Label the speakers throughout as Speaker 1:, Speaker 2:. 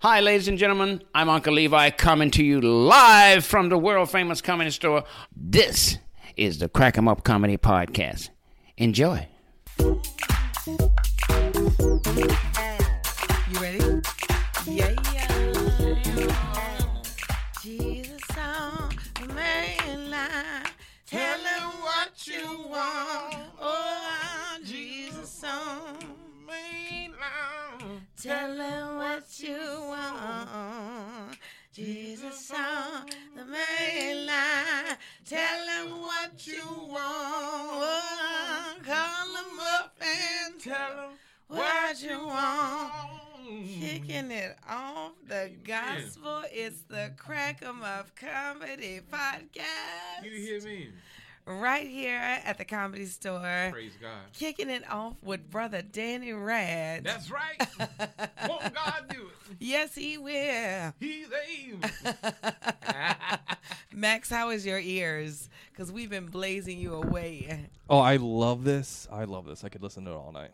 Speaker 1: Hi, ladies and gentlemen. I'm Uncle Levi coming to you live from the world famous comedy store. This is the Crack 'em Up Comedy Podcast. Enjoy.
Speaker 2: You ready? Yeah. Jesus on the main line. Tell him what you want. Oh, Jesus on the main line. Tell him what you want. Jesus on the main line. Tell him what you want. Oh, call him up and tell him what you want. Kicking it off the gospel. It's the Crack 'em Up Comedy Podcast.
Speaker 3: You hear me?
Speaker 2: Right here at the comedy store.
Speaker 3: Praise God.
Speaker 2: Kicking it off with brother Danny Rad.
Speaker 3: That's right. Won't God do it?
Speaker 2: yes, he will.
Speaker 3: He's able.
Speaker 2: Max, how is your ears? Because we've been blazing you away.
Speaker 4: Oh, I love this. I love this. I could listen to it all night.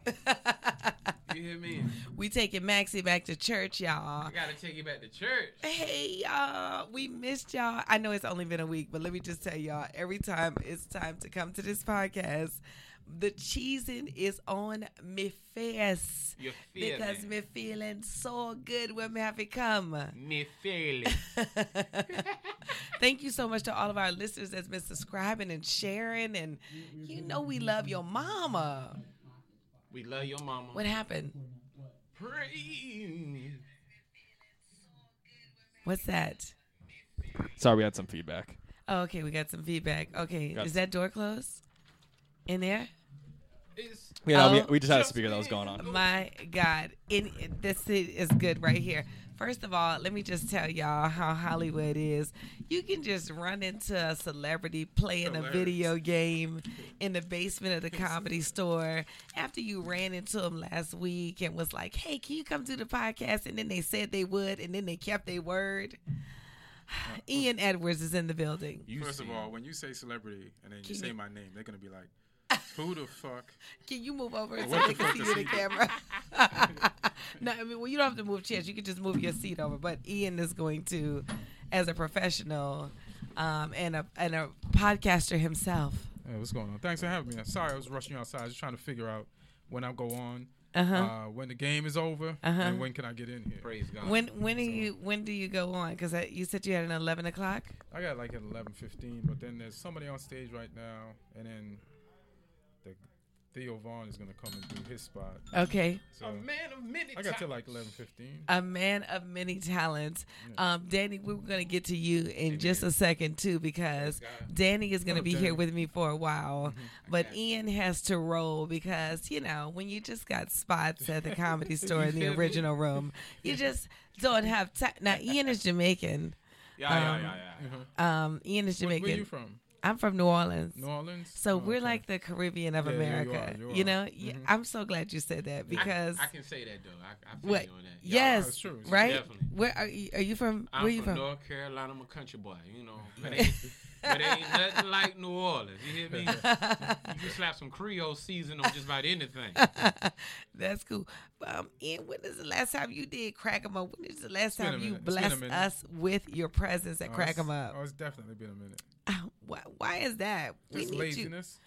Speaker 3: You hear me?
Speaker 2: We taking Maxie back to church, y'all.
Speaker 3: I gotta take you back to church.
Speaker 2: Hey y'all, we missed y'all. I know it's only been a week, but let me just tell y'all, every time it's time to come to this podcast, the cheesing is on me face.
Speaker 3: You're feeling.
Speaker 2: Because me feeling so good when me have it come.
Speaker 3: me feeling.
Speaker 2: Thank you so much to all of our listeners that's been subscribing and sharing and you know we love your mama.
Speaker 3: We love your mama.
Speaker 2: What happened?
Speaker 3: Praise.
Speaker 2: What's that?
Speaker 4: Sorry, we had some feedback.
Speaker 2: Oh, okay, we got some feedback. Okay,
Speaker 4: Got
Speaker 2: is that door closed? In there?
Speaker 3: It's
Speaker 4: Yeah,
Speaker 2: Oh.
Speaker 4: we, we just had a speaker that was going on.
Speaker 2: My God, in, this i- is good right here. First of all, let me just tell y'all how Hollywood is. You can just run into a celebrity playing a
Speaker 3: Hilarious.
Speaker 2: video game in the basement of the comedy store after you ran into them last week and was like, "Hey, can you come do the podcast?" And then they said they would, and then they kept their word. Ian Edwards is in the building.
Speaker 5: First of all, when you say celebrity and then you
Speaker 2: Can
Speaker 5: say
Speaker 2: you-
Speaker 5: my name, they're gonna be like, "Who the fuck?" Oh,
Speaker 2: Can you move over so
Speaker 5: What
Speaker 2: I
Speaker 5: the
Speaker 2: can
Speaker 5: fuck
Speaker 2: see
Speaker 5: does
Speaker 2: you in the
Speaker 5: he do?
Speaker 2: camera? no, I mean, well, you don't have to move chairs. You can just move your seat over. But Ian is going to, as a professional, um, and a and a podcaster himself.
Speaker 5: Hey, what's going on? Thanks for having me. I'm sorry I was rushing you outside. I was trying to figure out when I go on,
Speaker 2: Uh-huh.
Speaker 5: uh, when the game is over, and when can I get in here.
Speaker 3: Praise God.
Speaker 2: When when do you when do you go on? Because you said you had an eleven o'clock.
Speaker 5: I got like at 11:15, but then there's somebody on stage right now, and then the Theo Vaughn is gonna come and do his spot.
Speaker 2: Okay, Uh,
Speaker 5: So
Speaker 3: a man of many
Speaker 5: I got till
Speaker 3: talents.
Speaker 5: like 11:15.
Speaker 2: a man of many talents. Um, Danny, we we're going to get to you in just a second too, because Danny is going to
Speaker 5: Oh,
Speaker 2: be
Speaker 5: Danny. Mm-hmm.
Speaker 2: here with me for a while. But Ian has to roll because you know when you just got spots at the comedy store in the original room, you just don't have time. Now Ian is Jamaican.
Speaker 3: Yeah, yeah, yeah, yeah.
Speaker 2: Um, Ian is
Speaker 5: Where,
Speaker 2: Jamaican.
Speaker 5: where you from?
Speaker 2: I'm from New Orleans.
Speaker 5: New Orleans. Oh,
Speaker 2: So we're
Speaker 5: okay.
Speaker 2: like the Caribbean of
Speaker 5: Yeah, you- you
Speaker 2: America.
Speaker 5: are,
Speaker 2: You,
Speaker 5: you are. Mm-hmm.
Speaker 2: know, Yeah, I'm so glad you said that because
Speaker 3: I can say that though. I, I feel
Speaker 2: what?
Speaker 3: you on that. Y'all-
Speaker 2: Yes,
Speaker 5: it's true. It's
Speaker 2: right.
Speaker 3: definitely.
Speaker 2: Where are you, are you from?
Speaker 3: I'm
Speaker 2: where you
Speaker 3: from, North Carolina. I'm a country boy. You know, but ain't, but ain't nothing like New Orleans. You hear me? you can slap some Creole season on just about anything.
Speaker 2: That's cool. Um, Ian, when is the last time you did crack 'em up? When is the last
Speaker 5: been a
Speaker 2: time you
Speaker 5: minute. It's been a
Speaker 2: blessed
Speaker 5: minute.
Speaker 2: us with your presence at
Speaker 5: Oh,
Speaker 2: crack
Speaker 5: it's-
Speaker 2: 'em up?
Speaker 5: Oh, it's definitely been a minute.
Speaker 2: Why, why is that?
Speaker 5: Just
Speaker 2: need
Speaker 5: laziness.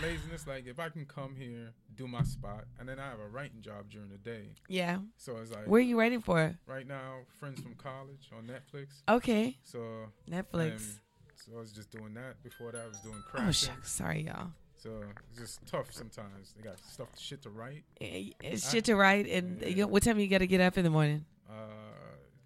Speaker 5: Laziness, like if I can come here, do my spot, and then I have a writing job during the day.
Speaker 2: you. Yeah.
Speaker 5: So it's like
Speaker 2: Where are you waiting for?
Speaker 5: right now, Friends from College on Netflix.
Speaker 2: Okay.
Speaker 5: So
Speaker 2: Netflix.
Speaker 5: um, so I was just doing that. Before that, I was doing
Speaker 2: oh,
Speaker 5: crafting.
Speaker 2: shucks. Sorry, y'all.
Speaker 5: so it's just tough sometimes. They got stuff, shit to write.
Speaker 2: Eh, It's shit to write. And
Speaker 5: Yeah.
Speaker 2: you- what time you got to get up in the morning?
Speaker 5: Uh,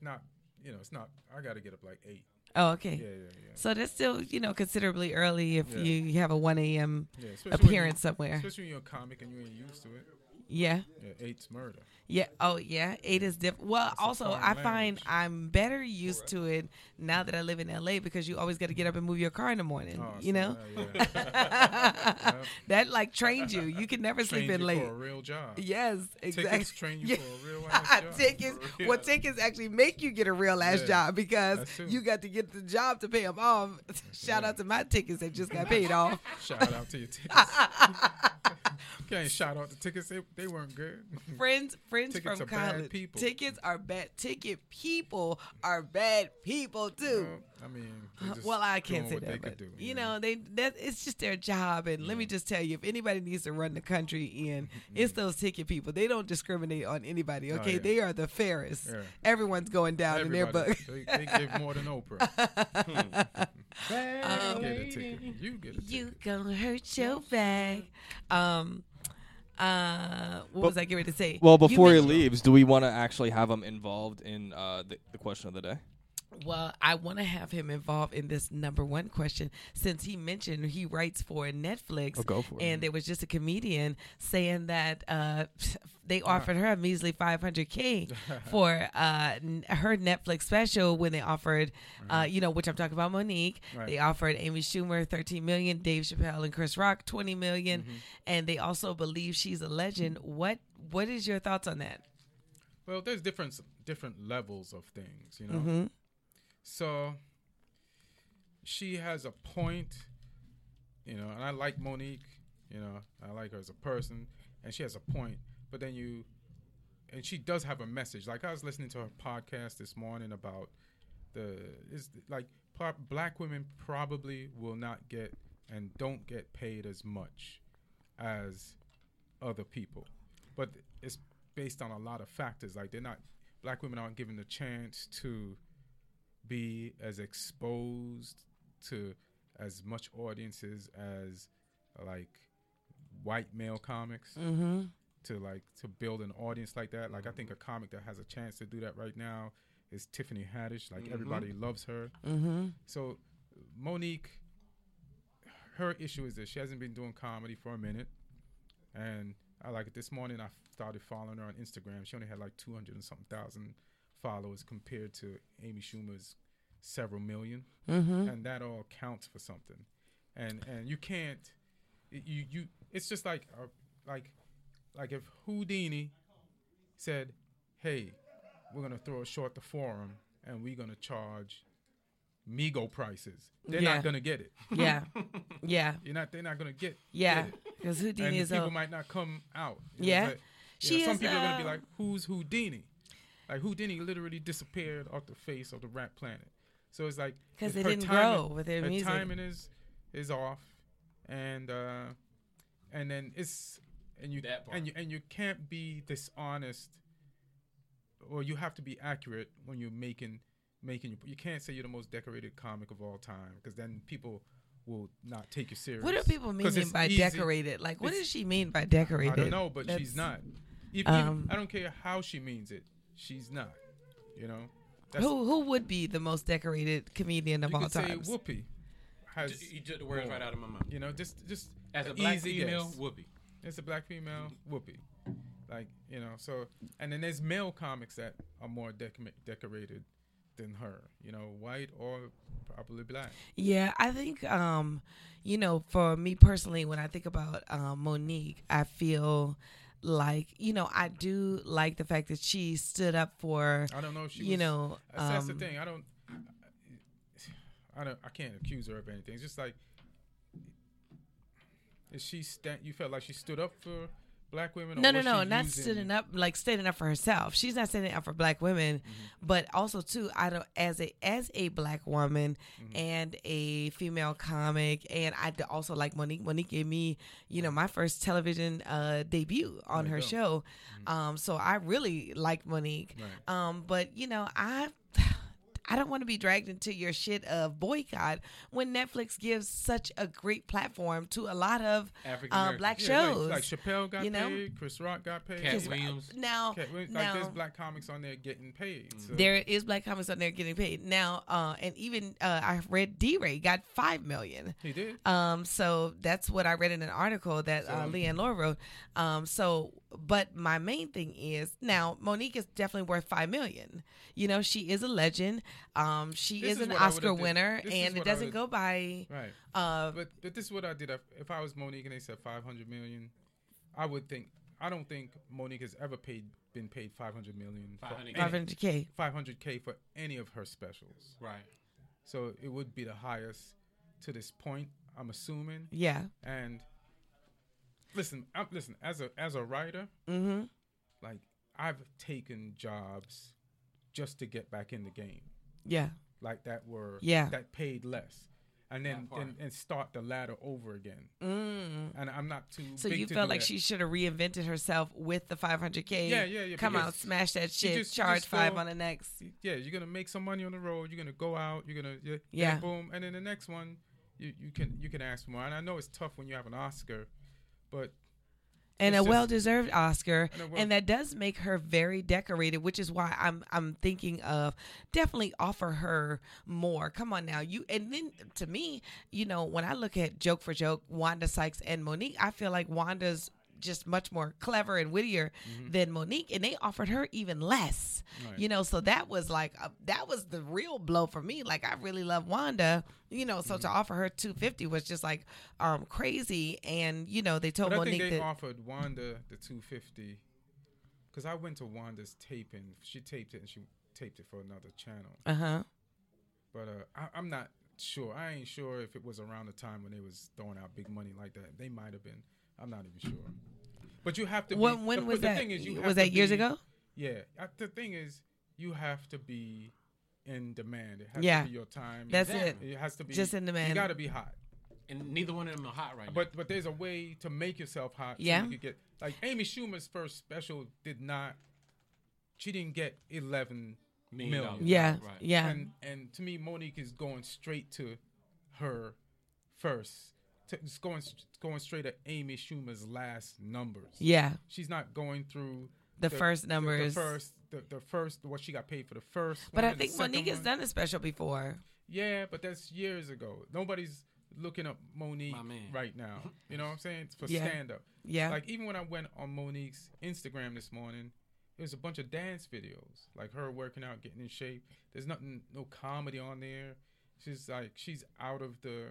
Speaker 5: not, you know, it's not. I got to get up like eight.
Speaker 2: Oh, okay.
Speaker 5: Yeah, yeah, yeah.
Speaker 2: So that's still, you know, considerably early if
Speaker 5: Yeah.
Speaker 2: you have a 1 a.m.
Speaker 5: yeah especially when you-
Speaker 2: appearance somewhere.
Speaker 5: especially when you're a comic and you ain't used to it.
Speaker 2: Yeah.
Speaker 5: Yeah, eight's murder.
Speaker 2: Yeah. Oh, yeah. Eight is different. Well,
Speaker 5: a
Speaker 2: also,
Speaker 5: foreign
Speaker 2: I find
Speaker 5: language.
Speaker 2: I'm better used to it now that I live in LA because you always got to get up and move your car in the morning.
Speaker 5: Oh, so,
Speaker 2: you know,
Speaker 5: uh, yeah.
Speaker 2: that like trained you. You can never
Speaker 5: Trained
Speaker 2: sleep in
Speaker 5: you
Speaker 2: late.
Speaker 5: for a real job.
Speaker 2: Yes, exactly.
Speaker 5: Tickets train you
Speaker 2: Yeah.
Speaker 5: for a real ass job.
Speaker 2: tickets. Well, tickets actually make you get a real ass
Speaker 5: Yeah,
Speaker 2: job because
Speaker 5: that's true.
Speaker 2: you got to get the job to pay them off. Shout out to my tickets that just got paid off.
Speaker 5: Shout out to your tickets. Can't shout out the tickets. They, they weren't good.
Speaker 2: friends friends
Speaker 5: Tickets
Speaker 2: from
Speaker 5: are bad
Speaker 2: college
Speaker 5: people.
Speaker 2: tickets are bad ticket people are bad people too
Speaker 5: Well,
Speaker 2: Uh,
Speaker 5: I mean, they just
Speaker 2: well i
Speaker 5: doing
Speaker 2: can't say
Speaker 5: what
Speaker 2: that
Speaker 5: they
Speaker 2: but
Speaker 5: could do,
Speaker 2: you know they that it's just their job and let me just tell you if anybody needs to run the country in it's those ticket people they don't discriminate on anybody okay
Speaker 5: Mm-hmm. Oh, yeah.
Speaker 2: they are the fairest
Speaker 5: Yeah.
Speaker 2: everyone's going down in their
Speaker 5: Everybody-
Speaker 2: book
Speaker 5: They, they give more than Oprah. you get a ticket. You get a ticket.
Speaker 2: you gonna hurt your back um uh what was i getting ready to say
Speaker 4: Well, before he
Speaker 2: mentioned-
Speaker 4: leaves, do we want to actually have him involved in uh, the, the question of the day?
Speaker 2: Well, I want to have him involved in this number one question since he mentioned he writes for Netflix.
Speaker 4: Oh, go for it.
Speaker 2: And there was just a comedian saying that uh, they
Speaker 5: Uh-huh.
Speaker 2: offered her a measly 500K for uh, n- her Netflix special when they offered, uh, you know, which I'm talking about Monique.
Speaker 5: Mm-hmm. Right.
Speaker 2: They offered Amy Schumer 13 million, Dave Chappelle and Chris Rock 20 million,
Speaker 5: Mm-hmm.
Speaker 2: And they also believe she's a legend. What What is your thoughts on that?
Speaker 5: Well, there's different different levels of things, you know.
Speaker 2: Mm-hmm.
Speaker 5: So she has a point, you know, and I like Monique, you know, I like her as a person, and she has a point. But then you, and she does have a message. Like I was listening to her podcast this morning about the is like pro- black women probably will not get and don't get paid as much as other people. But it's based on a lot of factors. Like they're not black women aren't given the chance to be as exposed to as much audiences as like white male comics to like to build an audience like that. Like I think a comic that has a chance to do that right now is Tiffany Haddish. Like everybody loves her. So Monique, her issue is that she hasn't been doing comedy for a minute, and I like it. This morning I started following her on Instagram. She only had like two hundred and something thousand followers compared to Amy Schumer's several 1000000 and that all counts for something. And and you can't, y- you you. It's just like uh, like like if Houdini said, "Hey, we're gonna throw a short the forum and we're gonna charge Migo prices," they're
Speaker 2: Yeah.
Speaker 5: not gonna get it.
Speaker 2: Yeah. yeah.
Speaker 5: You're not. They're not gonna get.
Speaker 2: Yeah.
Speaker 5: get it.
Speaker 2: Because
Speaker 5: And
Speaker 2: Houdini
Speaker 5: the
Speaker 2: is
Speaker 5: people
Speaker 2: a-
Speaker 5: might not come out. It was
Speaker 2: Yeah.
Speaker 5: like- you
Speaker 2: She
Speaker 5: know, some
Speaker 2: is,
Speaker 5: people are gonna be
Speaker 2: uh,
Speaker 5: like, "Who's Houdini?" Like Houdini literally disappeared off the face of the rap planet. So it's like
Speaker 2: 'Cause
Speaker 5: her
Speaker 2: they didn't
Speaker 5: timing-
Speaker 2: grow with their
Speaker 5: her
Speaker 2: music.
Speaker 5: timing is is off, and uh, and then it's and you
Speaker 3: That part.
Speaker 5: and you and you can't be dishonest, or you have to be accurate when you're making making your, you can't say you're the most decorated comic of all time because then people will not take you serious.
Speaker 2: What do people
Speaker 5: 'Cause
Speaker 2: meaning
Speaker 5: it's
Speaker 2: by
Speaker 5: easy-
Speaker 2: decorated? Like, what does she mean by decorated?
Speaker 5: I don't know, but she's
Speaker 2: That's-
Speaker 5: not. If,
Speaker 2: um,
Speaker 5: even, I don't care how she means it. She's not. You know. That's,
Speaker 2: Who who would be the most decorated comedian of
Speaker 5: you
Speaker 2: all
Speaker 5: could say
Speaker 2: time?
Speaker 5: Whoopi has.
Speaker 3: J- You took the words right out of my mouth.
Speaker 5: You know, just just
Speaker 3: As a
Speaker 5: an
Speaker 3: black
Speaker 5: easy
Speaker 3: female,
Speaker 5: guess.
Speaker 3: Whoopi.
Speaker 5: It's a black female Whoopi. Like you know, so and then there's male comics that are more decom decorated than her. You know, white or probably black.
Speaker 2: Yeah, I think um, you know, for me personally, when I think about um, Monique, I feel like you know I do like the fact that she stood up for.
Speaker 5: I don't know if she.
Speaker 2: You
Speaker 5: was-
Speaker 2: know,
Speaker 5: that's, that's the
Speaker 2: um,
Speaker 5: thing. I don't. I don't. I can't accuse her of anything. It's just like, is she stand? You felt like she stood up for black women? Or
Speaker 2: No, no,
Speaker 5: was
Speaker 2: no,
Speaker 5: she
Speaker 2: not
Speaker 5: using-
Speaker 2: standing up, like standing up for herself. She's not standing up for black women,
Speaker 5: Mm-hmm.
Speaker 2: but also too, I don't as a as a black woman
Speaker 5: Mm-hmm.
Speaker 2: and a female comic, and I d- also like Monique. Monique gave me, you know, my first television uh, debut on
Speaker 5: you
Speaker 2: her
Speaker 5: go. Mm-hmm.
Speaker 2: show, um, so I really like Monique.
Speaker 5: Right.
Speaker 2: Um, but you know, I. I don't want to be dragged into your shit of boycott when Netflix gives such a great platform to a lot of
Speaker 3: African
Speaker 2: uh,
Speaker 3: Americans.
Speaker 2: black
Speaker 5: Yeah, like-
Speaker 2: shows.
Speaker 5: Like, Chappelle got
Speaker 2: you know?
Speaker 5: paid. Chris Rock got paid.
Speaker 3: Cat
Speaker 2: Because uh,
Speaker 3: Williams.
Speaker 2: Now,
Speaker 5: Cat Williams- like
Speaker 2: now
Speaker 5: there's black comics on there getting paid. So
Speaker 2: there is black comics on there getting paid now, uh, and even uh, I read D-Ray got five million.
Speaker 5: he did.
Speaker 2: Um, so that's what I read in an article that uh,
Speaker 5: So-
Speaker 2: Lee and Laura wrote. Um, so, but my main thing is now Monique is definitely worth five million. You know, she is a legend. Um, she
Speaker 5: This
Speaker 2: is,
Speaker 5: is
Speaker 2: an
Speaker 5: what I would've
Speaker 2: Oscar
Speaker 5: did.
Speaker 2: winner,
Speaker 5: This is
Speaker 2: and it
Speaker 5: what I
Speaker 2: doesn't
Speaker 5: would-
Speaker 2: go by.
Speaker 5: Right.
Speaker 2: Uh,
Speaker 5: But but this is what I did. If, if I was Monique and they said 500 million, I would think I don't think Monique has ever paid been paid 500 million for
Speaker 3: 500K.
Speaker 5: any-
Speaker 2: 500k.
Speaker 5: 500k for any of her specials.
Speaker 3: Right.
Speaker 5: So it would be the highest to this point, I'm assuming.
Speaker 2: Yeah.
Speaker 5: And listen, I'm, listen. As a as a writer,
Speaker 2: Mm-hmm.
Speaker 5: like I've taken jobs just to get back in the game,
Speaker 2: Yeah.
Speaker 5: like that were
Speaker 2: Yeah.
Speaker 5: that paid less, and then and, and start the ladder over again. And I'm not too.
Speaker 2: Mm. So
Speaker 5: big
Speaker 2: you
Speaker 5: to
Speaker 2: felt
Speaker 5: do
Speaker 2: like
Speaker 5: that.
Speaker 2: she should have reinvented herself with the 500K.
Speaker 5: Yeah, yeah, yeah,
Speaker 2: Come
Speaker 5: because
Speaker 2: out, smash that
Speaker 5: she
Speaker 2: shit,
Speaker 5: just- she
Speaker 2: charge
Speaker 5: just
Speaker 2: five
Speaker 5: felt-
Speaker 2: on the next.
Speaker 5: yeah, you're gonna make some money on the road. You're gonna go out. You're gonna yeah,
Speaker 2: Yeah.
Speaker 5: and boom, and then the next one, you, you can you can ask for more. And I know it's tough when you have an Oscar, but
Speaker 2: and
Speaker 5: It's
Speaker 2: a
Speaker 5: just-
Speaker 2: well-deserved Oscar,
Speaker 5: And a
Speaker 2: and,
Speaker 5: well-
Speaker 2: that does make her very decorated, which is why I'm I'm thinking of definitely offer her more. Come on now, you and then to me, you know, when I look at joke for joke, Wanda Sykes and Monique, I feel like Wanda's just much more clever and wittier
Speaker 5: Mm-hmm.
Speaker 2: than Monique, and they offered her even less. You know, so that was like a, that was the real blow for me. Like I really love Wanda, you know, so
Speaker 5: Mm-hmm.
Speaker 2: to offer her two fifty was just like um crazy. And you know, they told
Speaker 5: but I
Speaker 2: Monique
Speaker 5: think they
Speaker 2: that
Speaker 5: offered Wanda the two fifty, because I went to Wanda's taping. She taped it and she taped it for another channel.
Speaker 2: Uh huh.
Speaker 5: But uh, I, I'm not sure. I ain't sure if it was around the time when they was throwing out big money like that. They might have been. I'm not even sure. But you have to.
Speaker 2: When,
Speaker 5: be,
Speaker 2: when
Speaker 5: the,
Speaker 2: was
Speaker 5: the
Speaker 2: that?
Speaker 5: Thing is, you have
Speaker 2: was
Speaker 5: to
Speaker 2: that years
Speaker 5: be-
Speaker 2: ago?
Speaker 5: Yeah. I- The thing is, you have to be in demand. It has
Speaker 2: Yeah.
Speaker 5: to be your time.
Speaker 2: That's
Speaker 3: Exactly.
Speaker 2: it.
Speaker 5: It has to be
Speaker 2: Just in demand.
Speaker 5: You got to be hot.
Speaker 3: And neither one of them are hot right
Speaker 5: But but there's a way to make yourself hot. so
Speaker 2: Yeah.
Speaker 5: you could get like Amy Schumer's first special did not. She didn't get eleven
Speaker 3: now. Million
Speaker 5: million.
Speaker 3: dollars.
Speaker 2: Yeah.
Speaker 3: Right.
Speaker 2: Yeah.
Speaker 5: And and to me, Monique is going straight to her first. To, it's going going straight at Amy Schumer's last numbers.
Speaker 2: yeah.
Speaker 5: She's not going through
Speaker 2: The first numbers.
Speaker 5: The, first, the, the first, what she got paid for the first. one
Speaker 2: But I
Speaker 5: and the
Speaker 2: think
Speaker 5: second
Speaker 2: Monique has
Speaker 5: one.
Speaker 2: done a special before.
Speaker 5: Yeah, but that's years ago. Nobody's looking up Monique
Speaker 3: My man.
Speaker 5: right now. You know what I'm saying? For
Speaker 2: Yeah.
Speaker 5: stand up.
Speaker 2: Yeah.
Speaker 5: Like even when I went on Monique's Instagram this morning, it was a bunch of dance videos, like her working out, getting in shape. There's nothing, no comedy on there. She's like, she's out of the.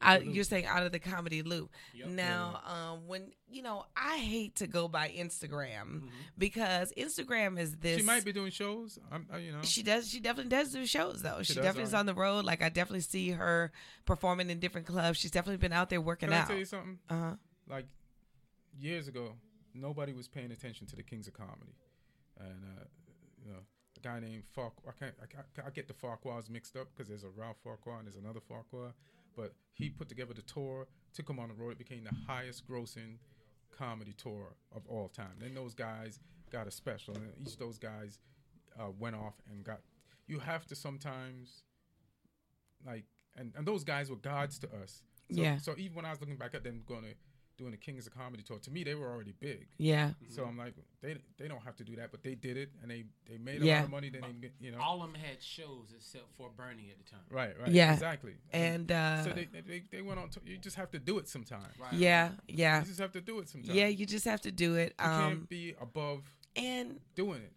Speaker 2: I, you're saying out of the comedy loop. Now, um, when you know, I hate to go by Instagram because Instagram is this.
Speaker 5: She Mm-hmm. might be doing shows. I'm, I, you know.
Speaker 2: She does. She definitely does do shows though. Oh,
Speaker 5: She
Speaker 2: She,
Speaker 5: does,
Speaker 2: definitely is
Speaker 5: alright.
Speaker 2: on the road. Like I definitely see her performing in different clubs. She's definitely been out there working
Speaker 5: Can I
Speaker 2: out.
Speaker 5: tell you something?
Speaker 2: uh huh.
Speaker 5: Like years ago, nobody was paying attention to the Kings of Comedy, and uh, you know, a guy named Farquhar. I can't. I, can't- I get the Farquhars mixed up because there's a Ralph Farquhar and there's another Farquhar, but he put together the tour, took him on the road. It became the highest grossing comedy tour of all time. Then those guys got a special, and each of those guys uh, went off and got. You have to sometimes, like, and, and those guys were gods to us. So,
Speaker 2: Yeah.
Speaker 5: So even when I was looking back at them going to doing the Kings of Comedy tour, to me they were already big.
Speaker 2: Yeah.
Speaker 5: So I'm like, they they don't have to do that, but they did it, and they they made a
Speaker 2: Yeah.
Speaker 5: lot of money. Then they you know,
Speaker 3: All of them had shows except for Bernie at the time.
Speaker 5: right, right,
Speaker 2: Yeah.
Speaker 5: exactly.
Speaker 2: And uh,
Speaker 5: so they, they- they they went on. To, you just have to do it sometimes.
Speaker 3: Right.
Speaker 2: yeah, yeah,
Speaker 5: You just have to do it sometimes.
Speaker 2: yeah.
Speaker 5: you
Speaker 2: You just have to do it.
Speaker 5: can't
Speaker 2: Um,
Speaker 5: be above
Speaker 2: and
Speaker 5: doing it.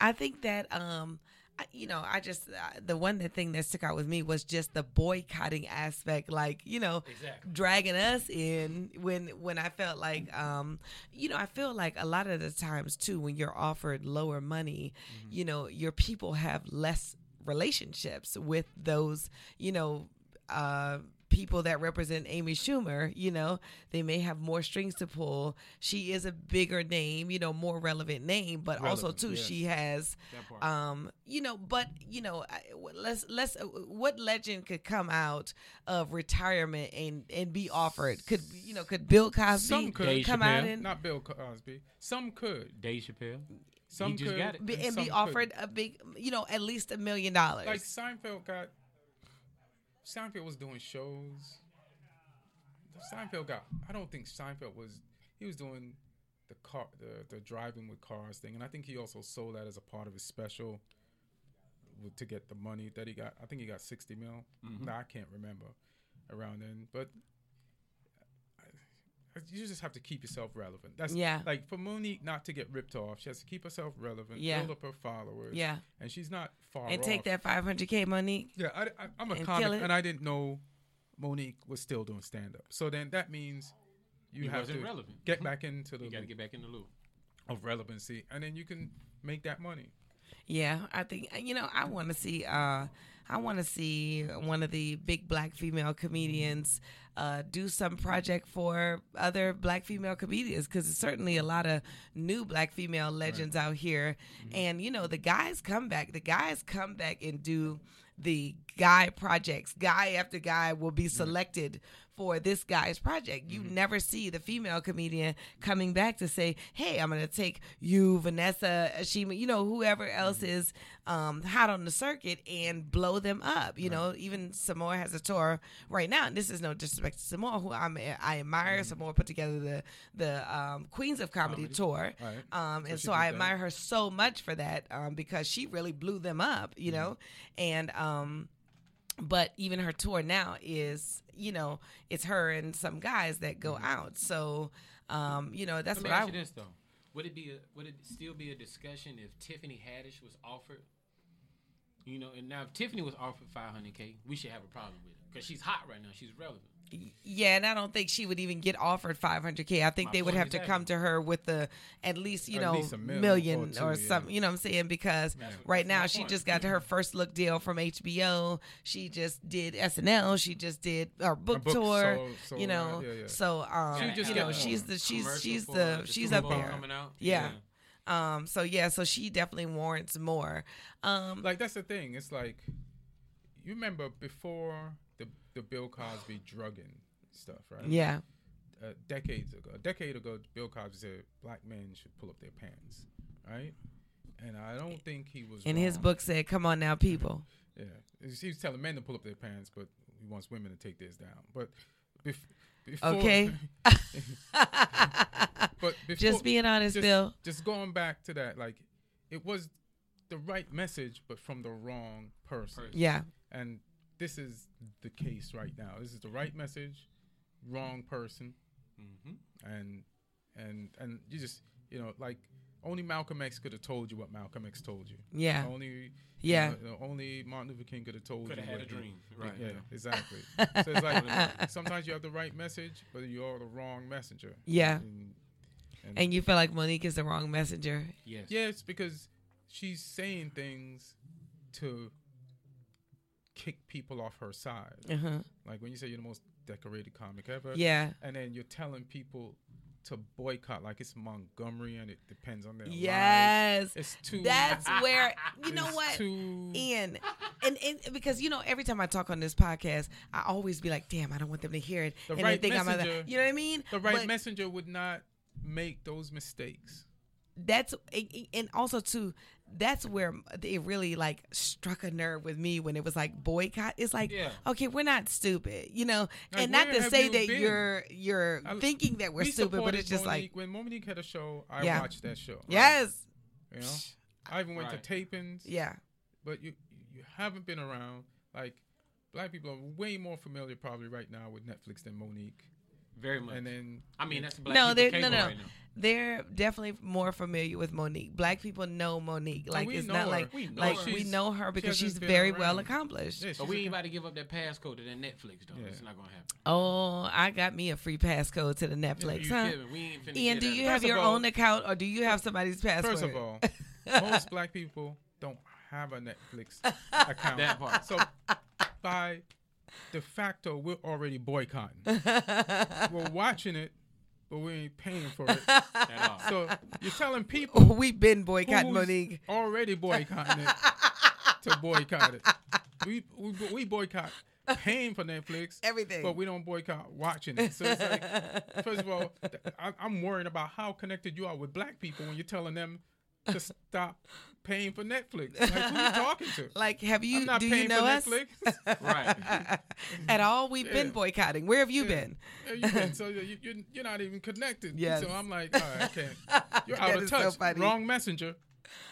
Speaker 2: I think that um I- you know, I just uh, the one that thing that stuck out with me was just the boycotting aspect, like you know,
Speaker 3: Exactly.
Speaker 2: dragging us in when when I felt like um you know I feel like a lot of the times too when you're offered lower money, you know your people have less relationships with those you know uh people that represent Amy Schumer, you know, they may have more strings to pull. She is a bigger name, you know, more relevant name, but also
Speaker 5: Relevant,
Speaker 2: too
Speaker 5: yes.
Speaker 2: she has
Speaker 3: That part.
Speaker 2: um you know but you know I- w- let's let's uh, what legend could come out of retirement and and be offered could you know could bill cosby
Speaker 5: Some could
Speaker 3: Dave
Speaker 2: come out
Speaker 3: Chappelle.
Speaker 2: and
Speaker 5: Not Bill Cosby. Some could.
Speaker 3: Dave Chappelle.
Speaker 5: Some
Speaker 3: He just
Speaker 5: could,
Speaker 3: got it.
Speaker 2: be, and
Speaker 5: some
Speaker 2: be
Speaker 5: couldn't.
Speaker 2: offered a big you know at least a million dollars
Speaker 5: Like Seinfeld got. Seinfeld was doing shows. Seinfeld got. I don't think Seinfeld was. He was doing the car, the, the driving with cars thing, and I think he also sold that as a part of his special with- to get the money that he got. I think he got sixty mil.
Speaker 2: Mm-hmm.
Speaker 5: No, I can't remember around then, but. I- You just have to keep yourself relevant. That's
Speaker 2: Yeah.
Speaker 5: Like for Monique not to get ripped off, she has to keep herself relevant,
Speaker 2: Yeah.
Speaker 5: build up her followers,
Speaker 2: Yeah.
Speaker 5: and she's not far
Speaker 2: and
Speaker 5: off.
Speaker 2: take that 500k money
Speaker 5: Yeah, I, am a
Speaker 2: And kill
Speaker 5: comic,
Speaker 2: it.
Speaker 5: and I didn't know Monique was still doing stand up. So then that means you
Speaker 3: He
Speaker 5: have
Speaker 3: wasn't
Speaker 5: to
Speaker 3: relevant.
Speaker 5: get back into the
Speaker 3: You got to
Speaker 5: loop
Speaker 3: get back in the loop.
Speaker 5: of relevancy, and then you can make that money.
Speaker 2: Yeah, I think you know I uh, want to see. Uh, I want to see one of the big black female comedians uh, do some project for other black female comedians because there's certainly a lot of new black female legends out here. And, you know, the guys come back. The guys come back and do the guy projects. Guy after guy will be selected for this guy's project. You
Speaker 3: Mm-hmm.
Speaker 2: never see the female comedian coming back to say, "Hey, I'm going to take you, Vanessa, Ashima, you know, whoever else
Speaker 3: Mm-hmm.
Speaker 2: is um, hot on the circuit and blow them up." You know, even Samora has a tour right now, and this is no disrespect to Samora, who I'm, I admire.
Speaker 3: Mm-hmm.
Speaker 2: Samora put together the the um, Queens of Comedy, tour,
Speaker 5: All right.
Speaker 2: um, and
Speaker 5: she
Speaker 2: so I
Speaker 5: did that.
Speaker 2: admire her so much for that um, because she really blew them up, you know, and um, but even her tour now is you know it's her and some guys that go out, so um, you know that's
Speaker 3: Mm-hmm. Let me
Speaker 2: what
Speaker 3: ask
Speaker 2: I
Speaker 3: you this though: Would it be a, would it still be a discussion if Tiffany Haddish was offered? You know, and now if Tiffany was offered 500k, we should have a problem with it because she's hot right now. She's relevant.
Speaker 2: yeah, and I don't think she would even get offered 500k. I think
Speaker 3: My
Speaker 2: they would
Speaker 3: point
Speaker 2: have
Speaker 3: is
Speaker 2: to
Speaker 3: that-
Speaker 2: come to her with the at least you
Speaker 5: At
Speaker 2: know
Speaker 5: least a mil or
Speaker 2: million
Speaker 5: two,
Speaker 2: or,
Speaker 5: yeah.
Speaker 2: something. You know what I'm saying? Because
Speaker 3: what-
Speaker 2: right
Speaker 3: that's my
Speaker 2: now she
Speaker 3: point.
Speaker 2: just got her first look deal from HBO. She just did SNL. She just did her book,
Speaker 5: book
Speaker 2: tour.
Speaker 5: sold- sold
Speaker 2: you know,
Speaker 5: out, yeah, yeah.
Speaker 2: so um,
Speaker 3: She
Speaker 2: you
Speaker 3: just
Speaker 2: know
Speaker 3: got
Speaker 2: she's
Speaker 3: a
Speaker 2: the she's
Speaker 3: commercial
Speaker 2: she's
Speaker 3: for
Speaker 2: the
Speaker 3: the
Speaker 2: she's
Speaker 3: Super
Speaker 2: up
Speaker 3: Bowl
Speaker 2: there.
Speaker 3: coming out.
Speaker 2: Yeah.
Speaker 3: Yeah.
Speaker 2: Um. So yeah. So she definitely warrants more. Um.
Speaker 5: like that's the thing. It's like you remember before the the Bill Cosby drugging stuff, right?
Speaker 2: yeah.
Speaker 5: Uh, decades ago, a decade ago, Bill Cosby said black men should pull up their pants, right? And I don't think he was.
Speaker 2: And his
Speaker 5: wrong.
Speaker 2: book said, "Come on now, people."
Speaker 5: Yeah, He's- he was telling men to pull up their pants, but he wants women to take theirs down. But bef- before,
Speaker 2: Okay.
Speaker 5: but before,
Speaker 2: Just being honest,
Speaker 5: just-
Speaker 2: Bill.
Speaker 5: Just going back to that, like it was the right message, but from the wrong person.
Speaker 3: Person.
Speaker 2: Yeah.
Speaker 5: And this is the case right now. This is the right message, wrong person,
Speaker 3: Mm-hmm.
Speaker 5: and and and you just you know like only Malcolm X could have told you what Malcolm X told you.
Speaker 2: Yeah.
Speaker 5: Only
Speaker 2: Yeah.
Speaker 5: you know, only Martin Luther King could have told
Speaker 3: Could
Speaker 5: you.
Speaker 3: have had
Speaker 5: what
Speaker 3: a
Speaker 5: he-
Speaker 3: dream, right?
Speaker 5: yeah, exactly. so it's like sometimes you have the right message, but you're the wrong messenger.
Speaker 2: Yeah.
Speaker 5: And, and,
Speaker 2: And you feel like Monique is the wrong messenger.
Speaker 3: Yes.
Speaker 5: yeah, it's because she's saying things to kick people off her side.
Speaker 2: Uh-huh.
Speaker 5: Like when you say you're the most decorated comic ever.
Speaker 2: Yeah.
Speaker 5: And then you're telling people to boycott, like it's Montgomery and it depends on their lives.
Speaker 2: Yes.
Speaker 5: It's too.
Speaker 2: That's where you know
Speaker 5: it's
Speaker 2: what?
Speaker 5: Too,
Speaker 2: in and, and because you know every time I talk on this podcast, I always be like, "Damn, I don't want them to hear it,"
Speaker 5: The
Speaker 2: and
Speaker 5: right
Speaker 2: they think I'm other,
Speaker 5: messenger-
Speaker 2: you know what I mean?
Speaker 5: the right
Speaker 2: But-
Speaker 5: messenger would not make those mistakes.
Speaker 2: that's and also too that's where it really like struck a nerve with me when it was like boycott it's like
Speaker 3: Yeah.
Speaker 2: okay we're not stupid you know
Speaker 5: Like,
Speaker 2: and not
Speaker 5: where
Speaker 2: to
Speaker 5: have
Speaker 2: say
Speaker 5: you
Speaker 2: that
Speaker 5: been?
Speaker 2: you're you're
Speaker 5: I-
Speaker 2: thinking that we're
Speaker 5: We
Speaker 2: stupid but
Speaker 5: supported
Speaker 2: it's just like
Speaker 5: Monique. when Monique had a show, I
Speaker 2: Yeah.
Speaker 5: watched that show.
Speaker 2: yes
Speaker 5: You know? I even went
Speaker 3: Right.
Speaker 5: to tapings.
Speaker 2: yeah
Speaker 5: But you you haven't been around. Like black people are way more familiar probably right now with Netflix than Monique.
Speaker 3: Very much.
Speaker 5: And then
Speaker 3: I mean, that's black
Speaker 2: no
Speaker 3: people cable
Speaker 2: they're no no
Speaker 3: right now.
Speaker 2: they're definitely more familiar with Monique black people know Monique like
Speaker 5: we
Speaker 2: it's
Speaker 5: know
Speaker 2: not
Speaker 5: her.
Speaker 2: like
Speaker 3: Oh, We know
Speaker 2: like
Speaker 3: her.
Speaker 2: we
Speaker 5: She's-
Speaker 2: know her because
Speaker 5: hasn't
Speaker 2: she's
Speaker 5: been
Speaker 2: very well
Speaker 5: around.
Speaker 2: accomplished
Speaker 5: yeah, she's
Speaker 3: But we
Speaker 5: a-
Speaker 3: ain't about to give up that passcode to that Netflix though.
Speaker 5: Yeah.
Speaker 3: It's not gonna happen.
Speaker 2: oh I got me a free passcode to the
Speaker 3: Are
Speaker 2: Netflix
Speaker 3: you
Speaker 2: huh
Speaker 3: kidding? We ain't finna
Speaker 2: Ian
Speaker 3: get
Speaker 2: do
Speaker 3: out
Speaker 2: you
Speaker 3: of
Speaker 2: have
Speaker 5: First of
Speaker 2: your
Speaker 5: all-
Speaker 2: own account or do you have somebody's password
Speaker 5: First of all, most black people don't have a Netflix account.
Speaker 3: That part.
Speaker 5: So by de facto, we're already boycotting. we're watching it, but we ain't paying for it.
Speaker 3: that at all.
Speaker 5: So you're telling people
Speaker 2: We've been boycotting
Speaker 5: who's
Speaker 2: Monique.
Speaker 5: Already boycotting it to boycott it. We, we we boycott paying for Netflix,
Speaker 2: Everything.
Speaker 5: but we don't boycott watching it. So it's like, first of all, th- I, I'm worried about how connected you are with black people when you're telling them to stop paying for Netflix. Like, who you talking to?
Speaker 2: Like, have you
Speaker 5: I'm not
Speaker 2: do
Speaker 5: paying
Speaker 2: you know
Speaker 5: for
Speaker 2: us
Speaker 5: Netflix.
Speaker 3: right.
Speaker 2: at all? We've been
Speaker 5: Yeah.
Speaker 2: boycotting. Where have you been?
Speaker 5: There you been. So you, you're, you're not even connected.
Speaker 2: Yes.
Speaker 5: So I'm like, all right, I can't. You're out
Speaker 2: That
Speaker 5: of
Speaker 2: is so
Speaker 5: touch.
Speaker 2: funny.
Speaker 5: Wrong messenger.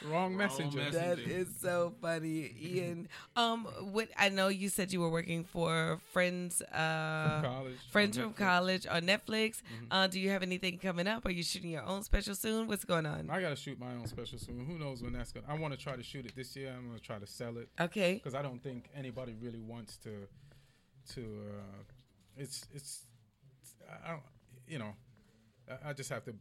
Speaker 5: Wrong, messenger.
Speaker 3: messenger.
Speaker 2: That is so funny, Ian. Um, what I know you said you were working for friends, uh,
Speaker 5: College.
Speaker 2: friends from college on Netflix.
Speaker 3: Mm-hmm.
Speaker 2: Uh, do you have anything coming up? Are you shooting your own special soon? What's going on?
Speaker 5: I gotta shoot my own special soon. Who knows when that's gonna? I want to try to shoot it this year. I'm gonna try to sell it
Speaker 2: Okay,
Speaker 5: because I don't think anybody really wants to. To uh, it's it's I don't you know I, I just have to.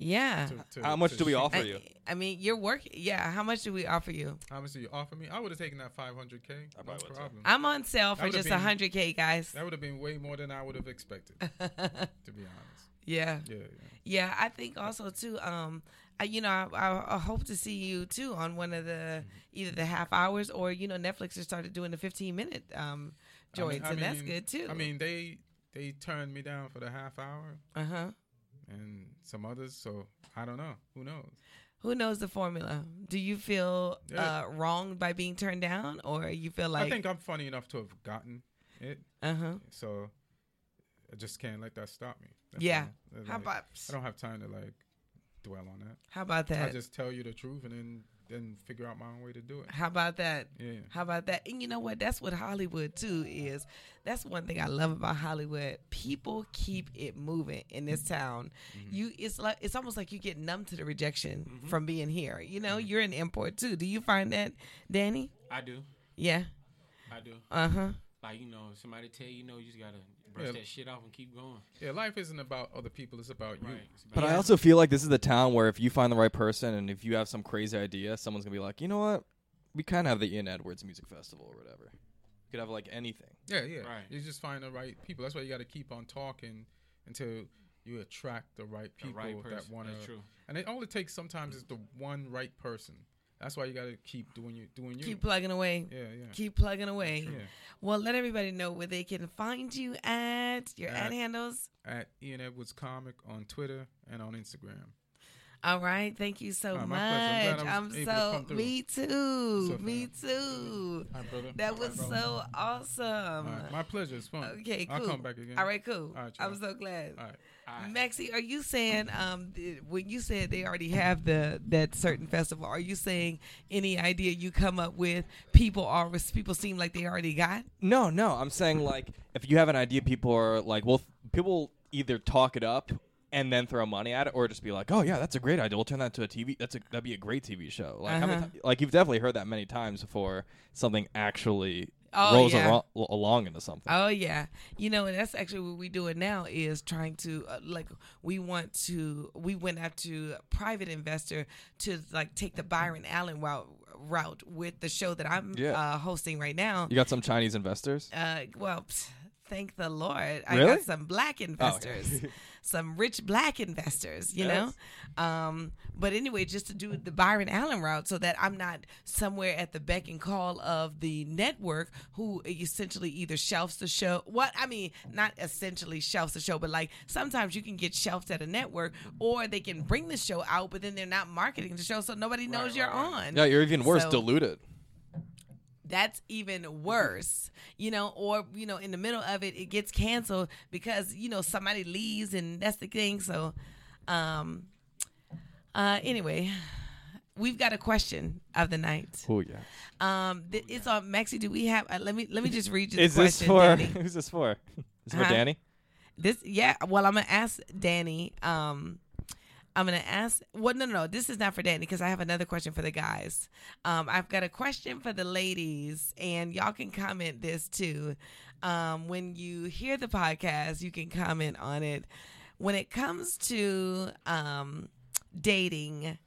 Speaker 2: Yeah.
Speaker 5: to, to
Speaker 4: How much
Speaker 5: to
Speaker 4: do we
Speaker 5: shoot.
Speaker 4: offer
Speaker 2: I,
Speaker 4: you?
Speaker 2: I mean, you're work. Yeah. How much do we offer you?
Speaker 5: How much do you offer me? I would have taken that 500k.
Speaker 4: I probably
Speaker 5: no
Speaker 4: would, too.
Speaker 5: problem.
Speaker 2: I'm on sale for
Speaker 5: would've
Speaker 2: just
Speaker 5: been-
Speaker 2: 100K, guys.
Speaker 5: That would have been way more than I would have expected, to be honest.
Speaker 2: yeah.
Speaker 5: Yeah, yeah.
Speaker 2: Yeah, I think also too. Um, I, you know, I, I, I hope to see you too on one of the
Speaker 5: Mm-hmm.
Speaker 2: either the half hours or you know Netflix has started doing the fifteen minute um joints, and that's good too.
Speaker 5: I mean, they they turned me down for the half hour
Speaker 2: uh huh.
Speaker 5: and some others, so I don't know. Who knows?
Speaker 2: Who knows the formula? Do you feel
Speaker 5: Yeah.
Speaker 2: uh, wronged by being turned down, or you feel like
Speaker 5: I think I'm funny enough to have gotten it,
Speaker 2: uh huh?
Speaker 5: so I just can't let that stop me. That's
Speaker 2: Yeah.
Speaker 5: all. They're
Speaker 2: How
Speaker 5: like-
Speaker 2: about
Speaker 5: I don't have time to like dwell on that.
Speaker 2: how about
Speaker 5: I
Speaker 2: that?
Speaker 5: just tell you the truth and then then figure out my own way to do it.
Speaker 2: how about that?
Speaker 5: Yeah.
Speaker 2: How about that? And you know what? That's what Hollywood too is. That's one thing I love about Hollywood. People keep it moving in this
Speaker 5: Mm-hmm.
Speaker 2: town. You it's like it's almost like you get numb to the rejection
Speaker 5: Mm-hmm.
Speaker 2: from being here. You know, you're an import too. Do you find that, Danny?
Speaker 3: I do.
Speaker 2: Yeah.
Speaker 3: I do.
Speaker 2: Uh-huh.
Speaker 3: Like you know, somebody tell you no, you just gotta brush
Speaker 5: Yeah.
Speaker 3: that shit off and keep going.
Speaker 5: Yeah, life isn't about other people, it's about you.
Speaker 3: Right. It's about-
Speaker 4: But I also feel like this is the town where if you find the right person and if you have some crazy idea, someone's gonna be like, you know what? We kind of have the Ian Edwards Music Festival or whatever. You could have like anything.
Speaker 5: Yeah, yeah.
Speaker 3: Right.
Speaker 5: You just find the right people. That's why you got to keep on talking until you attract the right
Speaker 3: The
Speaker 5: people
Speaker 3: right
Speaker 5: that
Speaker 3: person.
Speaker 5: want
Speaker 3: That's
Speaker 5: to.
Speaker 3: true.
Speaker 5: And it only takes sometimes is the one right person. That's why you got to keep doing you doing you.
Speaker 2: Keep plugging away.
Speaker 5: yeah, yeah.
Speaker 2: Keep plugging away.
Speaker 5: Yeah.
Speaker 2: Well, let everybody know where they can find you at your ad
Speaker 5: At-
Speaker 2: handles.
Speaker 5: At Ian Edwards Comic on Twitter and on Instagram.
Speaker 2: All right. Thank you so
Speaker 5: Oh,
Speaker 2: much.
Speaker 5: my pleasure. I'm glad I
Speaker 2: I'm,
Speaker 5: was able to
Speaker 2: so
Speaker 5: come through.
Speaker 2: me too.
Speaker 5: So
Speaker 2: me
Speaker 5: fun.
Speaker 2: too.
Speaker 5: All right, brother.
Speaker 2: That was so awesome.
Speaker 5: my pleasure. It's fun.
Speaker 2: Okay, cool.
Speaker 5: I'll come back again.
Speaker 2: All right, cool.
Speaker 5: All right, y'all.
Speaker 2: I'm so glad.
Speaker 5: All right.
Speaker 3: All right.
Speaker 2: Maxie, are you saying um th- when you said they already have the that certain festival? Are you saying any idea you come up with people are people seem like they already got?
Speaker 4: No, no. I'm saying like if you have an idea, people are like, well, people either talk it up and then throw money at it, or just be like, oh yeah, that's a great idea. We'll turn that to a TV. That's a that'd be a great TV show. Like how many
Speaker 2: Uh-huh.
Speaker 4: ti- like you've definitely heard that many times before something actually
Speaker 2: Oh,
Speaker 4: rolls
Speaker 2: yeah.
Speaker 4: aro- along into something.
Speaker 2: Oh yeah, you know, and that's actually what we're doing now is trying to uh, like we want to we went out to a private investor to like take the Byron Allen route, route with the show that I'm
Speaker 4: Yeah.
Speaker 2: uh, hosting right now.
Speaker 4: you got some Chinese investors.
Speaker 2: Uh, well, pfft, thank the Lord, I
Speaker 4: Really? Oh,
Speaker 2: got some black investors, some rich black investors. You
Speaker 4: Yes.
Speaker 2: know, um, but anyway, just to do the Byron Allen route, so that I'm not somewhere at the beck and call of the network, who essentially either shelves the show. What I mean, not essentially shelves the show, but like sometimes you can get shelved at a network, or they can bring the show out, but then they're not marketing the show, so nobody knows you're on.
Speaker 4: Yeah, you're even worse.
Speaker 2: So-
Speaker 4: diluted.
Speaker 2: that's
Speaker 4: Mm-hmm.
Speaker 2: even worse you know or you know in the middle of it it gets canceled because you know somebody leaves and that's the thing so um uh anyway we've got a question of the night
Speaker 4: Oh yeah.
Speaker 2: um th- it's on maxi do we have uh, let me let me just read you the
Speaker 4: Is this
Speaker 2: question
Speaker 4: for
Speaker 2: Danny. Uh-huh.
Speaker 4: who's this for? Is this for
Speaker 2: Huh?
Speaker 4: Danny?
Speaker 2: This yeah. Well, I'm gonna ask Danny. Um, I'm gonna ask. Well, no, no, no. This is not for Danny because I have another question for the guys. Um, I've got a question for the ladies, and y'all can comment this too. Um, when you hear the podcast, you can comment on it. When it comes to um, dating.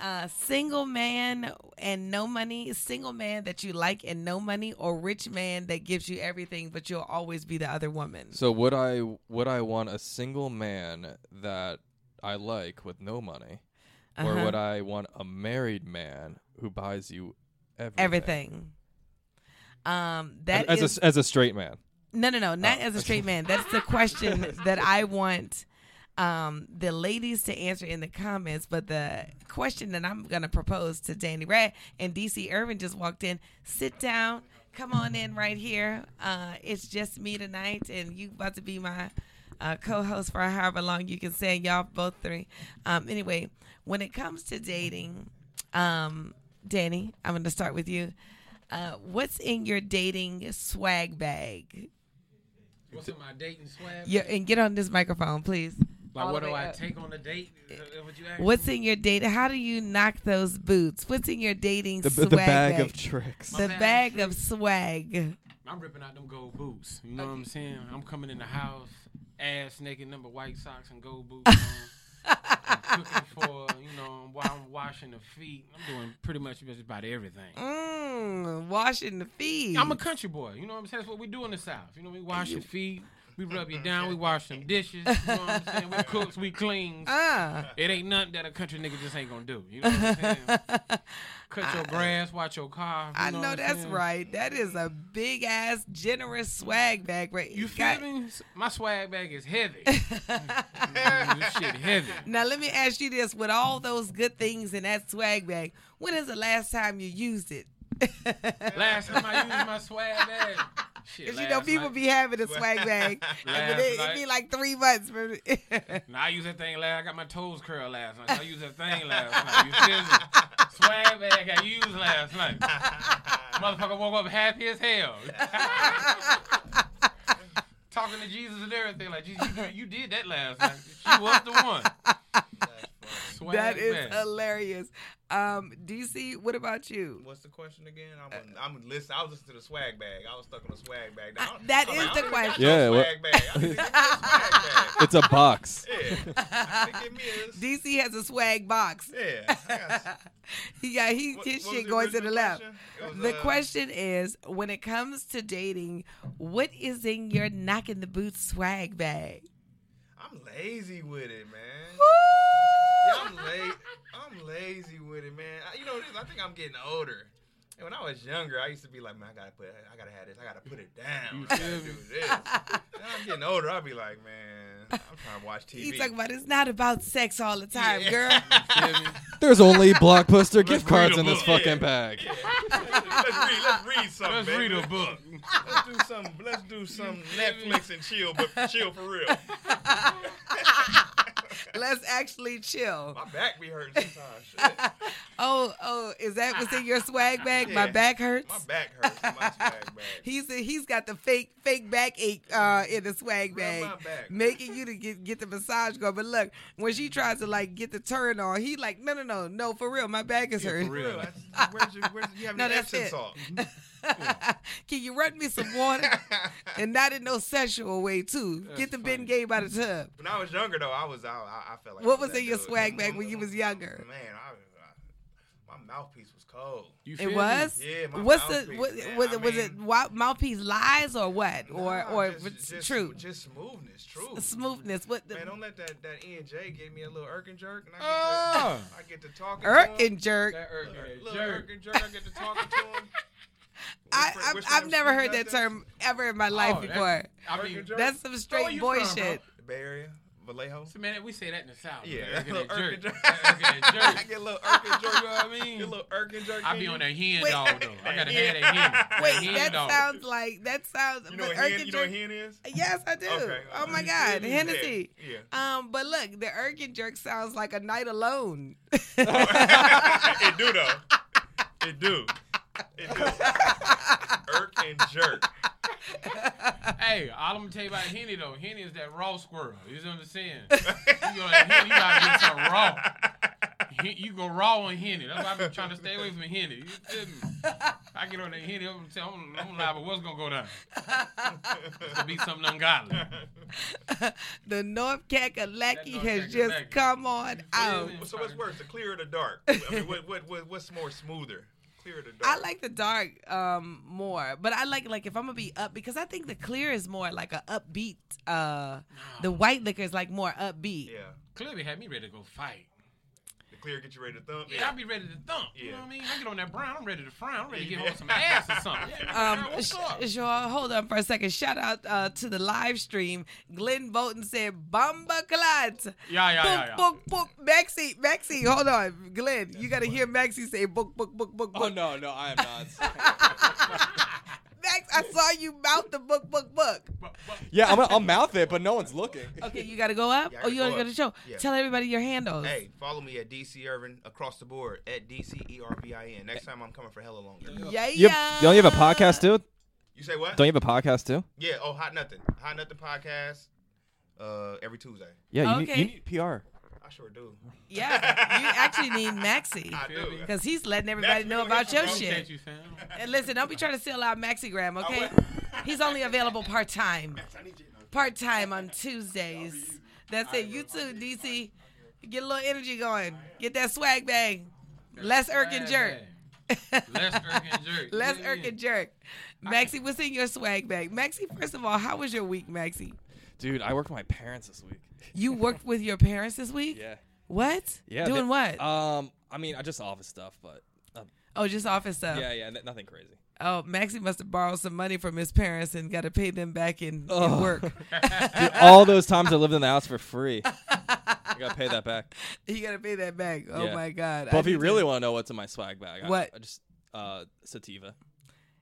Speaker 2: Uh, single man and no money, single man that you like and no money, or rich man that gives you everything, but you'll always be the other woman.
Speaker 4: So would I would I want a single man that I like with no money, or
Speaker 2: Uh-huh.
Speaker 4: would I want a married man who buys you everything?
Speaker 2: everything. Um, that
Speaker 4: as, as
Speaker 2: is
Speaker 4: a as a straight man.
Speaker 2: no, no, no, not
Speaker 4: Oh,
Speaker 2: as a straight man. That's the question that I want um, the ladies to answer in the comments. But the question that I'm gonna propose to Danny Rad and DC Irvin just walked in. Sit down, come on in right here. Uh, it's just me tonight, and you about to be my. Uh, co-host for however long you can say y'all both three. Um, anyway, when it comes to dating, um, Danny, I'm going to start with you. Uh, what's in your dating swag bag?
Speaker 3: What's in my dating swag?
Speaker 2: Yeah, and get on this microphone, please.
Speaker 3: Like,
Speaker 2: all
Speaker 3: what
Speaker 2: the
Speaker 3: do
Speaker 2: way
Speaker 3: I
Speaker 2: up.
Speaker 3: take on a date? Is that what you asked?
Speaker 2: What's in your date? How do you knock those boots? What's in your dating
Speaker 4: The,
Speaker 2: swag
Speaker 4: the bag of tricks.
Speaker 2: the
Speaker 3: My
Speaker 2: bag
Speaker 3: bag
Speaker 2: of swag.
Speaker 3: I'm ripping out them gold boots. You know what I'm saying? I'm coming in the house ass naked, number white socks and gold boots. on. I'm cooking for you know while I'm washing the feet. I'm doing pretty much just about everything.
Speaker 6: Mm, washing the feet.
Speaker 3: I'm a country boy. You know what I'm saying? That's what we do in the South. You know, we wash your feet, we rub you down, we wash some dishes. You know what I'm saying? We cooks, we cleans.
Speaker 6: Uh,
Speaker 2: Ah.
Speaker 3: It ain't nothing that a country nigga just ain't gonna do. You know what I'm saying? Cut your grass, watch your car. you
Speaker 6: I
Speaker 3: what
Speaker 6: know
Speaker 3: I'm
Speaker 6: that's
Speaker 3: saying?
Speaker 6: right. That is a big ass, generous swag bag, right?
Speaker 3: You feel
Speaker 6: Got-
Speaker 3: me? My swag bag is heavy. Mm, this shit heavy.
Speaker 6: Now let me ask you this: With all those good things in that swag bag, when is the last time you used it?
Speaker 3: Last time I used my swag bag. Shit,
Speaker 6: Because you know
Speaker 3: last
Speaker 6: people
Speaker 3: night.
Speaker 6: be having a swag bag, and it, it be
Speaker 3: night.
Speaker 6: like three months. From
Speaker 3: Nah, I used that thing last. I got my toes curled last night. I used that thing last night. You feel me? Swag bag I used last night. Motherfucker woke up happy as hell. Talking to Jesus and everything like, Jesus, you, you did that last night. She was the one. Swag
Speaker 6: that is
Speaker 3: bag.
Speaker 6: hilarious. Um, DC, what about you?
Speaker 7: What's the question again? I'm, I'm listening. I was listening to the swag bag. I was stuck on the swag bag.
Speaker 6: I-
Speaker 7: Now, I'm-
Speaker 6: that
Speaker 7: I'm
Speaker 6: is
Speaker 7: like,
Speaker 6: the
Speaker 7: I don't
Speaker 6: question.
Speaker 7: got
Speaker 4: Yeah,
Speaker 7: no
Speaker 4: what-
Speaker 7: Swag bag. I need to get a swag bag.
Speaker 4: It's a box.
Speaker 7: Yeah. I need to get me a-
Speaker 6: DC has a swag box.
Speaker 7: Yeah. I got-
Speaker 6: He got he
Speaker 7: what-
Speaker 6: his
Speaker 7: what was
Speaker 6: shit
Speaker 7: the
Speaker 6: going to the
Speaker 7: original
Speaker 6: left.
Speaker 7: question? It was,
Speaker 6: The
Speaker 7: uh,
Speaker 6: question is, when it comes to dating, what is in your knocking the boots swag bag?
Speaker 7: I'm lazy with it, man.
Speaker 6: Woo!
Speaker 7: Yeah, I'm lazy. I'm lazy with it, man. I, you know, this, I think I'm getting older. And when I was younger, I used to be like, man, I gotta put, I gotta have this, I gotta put it down, I gotta do this. now I'm getting older. I'll be like, man, I'm trying to watch TV.
Speaker 6: He's talking about it's not about sex all the time,
Speaker 7: Yeah.
Speaker 6: girl.
Speaker 4: There's only Blockbuster gift
Speaker 3: read
Speaker 4: cards
Speaker 3: a
Speaker 4: in this
Speaker 3: book.
Speaker 4: fucking bag.
Speaker 7: let's read, let's read something.
Speaker 3: Let's
Speaker 7: baby.
Speaker 3: read a book.
Speaker 7: Let's do some. Let's do some Netflix and chill, but chill for real.
Speaker 6: Let's actually chill.
Speaker 7: My back be hurting sometimes. Shit.
Speaker 6: Oh, oh, is that what's in your swag bag? My
Speaker 7: Yeah.
Speaker 6: back
Speaker 7: My
Speaker 6: hurts.
Speaker 7: back hurts. My swag back.
Speaker 6: He's he's got the fake fake back ache uh, in the swag
Speaker 7: Rub
Speaker 6: bag,
Speaker 7: my back.
Speaker 6: making you to get get the massage going. But look, when she tries to like get the turn on, he like no no no no for real, my back is hurting.
Speaker 7: For real. that's- Where's your, where's, you have
Speaker 6: No,
Speaker 7: any
Speaker 6: that's
Speaker 7: Epsom
Speaker 6: it.
Speaker 7: salt? Mm-hmm.
Speaker 6: Can you run me some water? and not in no sexual way too. Get the Ben Gay by the tub.
Speaker 7: When I was younger, though, I was I, I I felt like.
Speaker 6: What was
Speaker 7: that
Speaker 6: in your
Speaker 7: dude.
Speaker 6: swag bag when you was younger?
Speaker 7: Man, I, I, my mouthpiece was cold.
Speaker 3: You feel
Speaker 6: It
Speaker 3: me?
Speaker 6: was.
Speaker 7: Yeah, my
Speaker 6: What's the
Speaker 7: mouthpiece,
Speaker 6: what,
Speaker 7: man.
Speaker 6: was
Speaker 7: I
Speaker 6: it was it
Speaker 7: mean-
Speaker 6: wa- mouthpiece lies or what or
Speaker 7: Nah,
Speaker 6: or
Speaker 7: just-
Speaker 6: it's
Speaker 7: just-
Speaker 6: true
Speaker 7: Just smoothness, true.
Speaker 6: smoothness? What the
Speaker 7: Man, don't let that that E and J get me a little irk and jerk, and I get,
Speaker 3: Ah.
Speaker 7: to, I get to talking.
Speaker 6: irk
Speaker 7: to him.
Speaker 6: and jerk?
Speaker 3: That irk and
Speaker 7: little
Speaker 3: jerk.
Speaker 7: irk and jerk. I get to talking to him.
Speaker 6: I
Speaker 7: Whisper-
Speaker 6: I've,
Speaker 7: whisper
Speaker 6: I've
Speaker 7: them
Speaker 6: never
Speaker 7: sweet
Speaker 6: heard that
Speaker 7: nothings.
Speaker 6: term ever in my life
Speaker 3: Oh, that's-
Speaker 6: before.
Speaker 3: I
Speaker 7: Irk
Speaker 3: mean,
Speaker 7: and jerk.
Speaker 6: That's some
Speaker 3: where
Speaker 6: straight
Speaker 3: you
Speaker 6: boy
Speaker 3: from, bro?
Speaker 6: shit.
Speaker 7: The Bay Area, Vallejo.
Speaker 3: See, man, we say that in the South.
Speaker 7: Yeah,
Speaker 3: that irk and
Speaker 7: little
Speaker 3: that
Speaker 7: irk and
Speaker 3: jerk.
Speaker 7: jerk.
Speaker 3: That irk and that
Speaker 7: I
Speaker 3: jerk.
Speaker 7: get a little irk and jerk.
Speaker 3: You know what I mean?
Speaker 7: Get a little irk and jerk.
Speaker 3: I
Speaker 7: in
Speaker 3: be
Speaker 7: you.
Speaker 3: on that hen
Speaker 6: Wait.
Speaker 3: dog though. I gotta
Speaker 7: Yeah.
Speaker 3: have that hen.
Speaker 6: Wait,
Speaker 3: hen
Speaker 6: that
Speaker 3: dog.
Speaker 6: sounds like that sounds.
Speaker 7: You know
Speaker 6: but
Speaker 7: what
Speaker 6: irk
Speaker 7: hen?
Speaker 6: and
Speaker 7: You know what
Speaker 6: jerk-
Speaker 7: hen is?
Speaker 6: Yes, I do.
Speaker 7: Okay,
Speaker 6: Oh my
Speaker 7: you
Speaker 6: God,
Speaker 7: feel me?
Speaker 6: Hennessy.
Speaker 7: Yeah.
Speaker 6: Um, but look, the irk and jerk sounds like a night alone.
Speaker 7: yeah. it do though. It do. It do. Irk and jerk.
Speaker 3: Hey, all I'm gonna tell you about Henny though, Henny is that raw squirrel. You know what I'm saying? you go to Henny, you gotta get some raw. Hen- You go raw on Henny. That's why I've been trying to stay away from Henny. You feel me? I get on that Henny, I'm gonna tell I'm, I'm liable. What's gonna go down? It's gonna be something ungodly.
Speaker 6: the North Kakalaki
Speaker 3: That North
Speaker 6: has just
Speaker 3: Kakalaki.
Speaker 6: come on out.
Speaker 3: me?
Speaker 7: So what's worse, the clear or the dark? I mean, what what, what what's more smoother? Clear or the dark?
Speaker 6: I like the dark um more, but I like like if I'm gonna be up because I think the clear is more like a upbeat. Uh, the white liquor is like more upbeat.
Speaker 7: Yeah.
Speaker 3: Clearly had me ready to go fight.
Speaker 7: The clear get you ready to thump.
Speaker 3: Yeah, I'll be ready to thump. You know
Speaker 7: Yeah.
Speaker 3: what I mean? I get on that brown, I'm ready to fry. I'm ready to
Speaker 7: Yeah,
Speaker 3: get on
Speaker 7: you be-
Speaker 3: some ass or something. Yeah,
Speaker 6: Um,
Speaker 3: girl, what's
Speaker 6: sh-
Speaker 3: up?
Speaker 6: sure. Hold on for a second. Shout out uh, to the live stream. Glenn Bolton said, "Bamba
Speaker 3: Yeah,
Speaker 6: Clat."
Speaker 3: yeah, yeah, yeah.
Speaker 6: Book, book, book. Maxie, Maxie, hold on. Glenn, you got to hear Maxie say, book, book, book, book, book.
Speaker 4: Oh no, no, I am not.
Speaker 6: Max, I saw you mouth the book, book, book.
Speaker 3: But- but-
Speaker 4: yeah, I'm gonna, I'll mouth it, but no one's looking.
Speaker 6: Okay, you got to go up
Speaker 7: Yeah, I
Speaker 6: or you got
Speaker 7: gotta go
Speaker 6: to go to
Speaker 7: up.
Speaker 6: show.
Speaker 7: Yeah.
Speaker 6: Tell everybody your handles.
Speaker 7: Hey, follow me at DC Irvin across the board at DC E R V I N. Next time I'm coming for hella longer.
Speaker 6: Eh. Yeah,
Speaker 4: You
Speaker 6: yeah.
Speaker 4: have, don't you have a podcast too?
Speaker 7: You say what?
Speaker 4: Don't you have a podcast too?
Speaker 7: yeah. Oh, hot nothing. Hot nothing podcast. Uh, every Tuesday.
Speaker 4: Yeah, you,
Speaker 6: Okay.
Speaker 4: need, you need PR.
Speaker 7: I sure do.
Speaker 6: Yeah, you actually need Maxie
Speaker 7: I do.
Speaker 6: because he's letting everybody
Speaker 7: Maxie,
Speaker 6: know
Speaker 7: we gonna
Speaker 6: about your
Speaker 7: get some
Speaker 6: shit.
Speaker 3: Appreciate you, fam.
Speaker 6: And listen, don't be trying to sell out Maxigram, okay? He's only available part time.
Speaker 7: I need you.
Speaker 2: part time on Tuesdays. That's it. You too, DC. Get a little energy going. Get that swag bag. Less irk and jerk.
Speaker 3: Less irk and jerk.
Speaker 2: Less
Speaker 3: Yeah.
Speaker 2: irk and jerk. Maxie, what's in your swag bag? Maxie, first of all, how was your week, Maxie?
Speaker 4: Dude, I worked with my parents this week.
Speaker 2: You worked with your parents this week? What?
Speaker 4: Yeah.
Speaker 2: Doing
Speaker 4: they-
Speaker 2: what?
Speaker 4: Um, I mean, I just office stuff, but um,
Speaker 2: oh, just office stuff.
Speaker 4: yeah, yeah, n- nothing crazy.
Speaker 2: Oh, Maxie must have borrowed some money from his parents and got to pay them back in, in
Speaker 4: Ugh.
Speaker 2: work.
Speaker 4: Dude, all those times I lived in the house for free. I gotta pay that back.
Speaker 2: you got to pay that back. Oh
Speaker 4: Yeah.
Speaker 2: my God.
Speaker 4: But
Speaker 2: I
Speaker 4: if you
Speaker 2: need to-
Speaker 4: really want to know what's in my swag bag, I-
Speaker 2: What?
Speaker 4: I, just uh, sativa.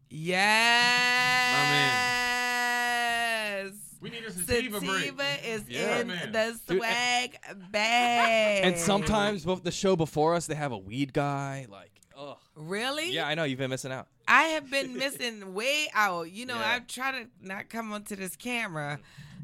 Speaker 2: Yes.
Speaker 3: We need a sativa,
Speaker 2: Sativa
Speaker 3: break.
Speaker 2: is
Speaker 3: Yeah,
Speaker 2: in
Speaker 3: man.
Speaker 2: the
Speaker 4: Dude,
Speaker 2: swag bag.
Speaker 4: And sometimes both the show before us, they have a weed guy. Like, oh,
Speaker 2: Really?
Speaker 4: yeah, I know you've been missing out.
Speaker 2: I have been missing way out. You know,
Speaker 4: Yeah.
Speaker 2: I try to not come onto this camera,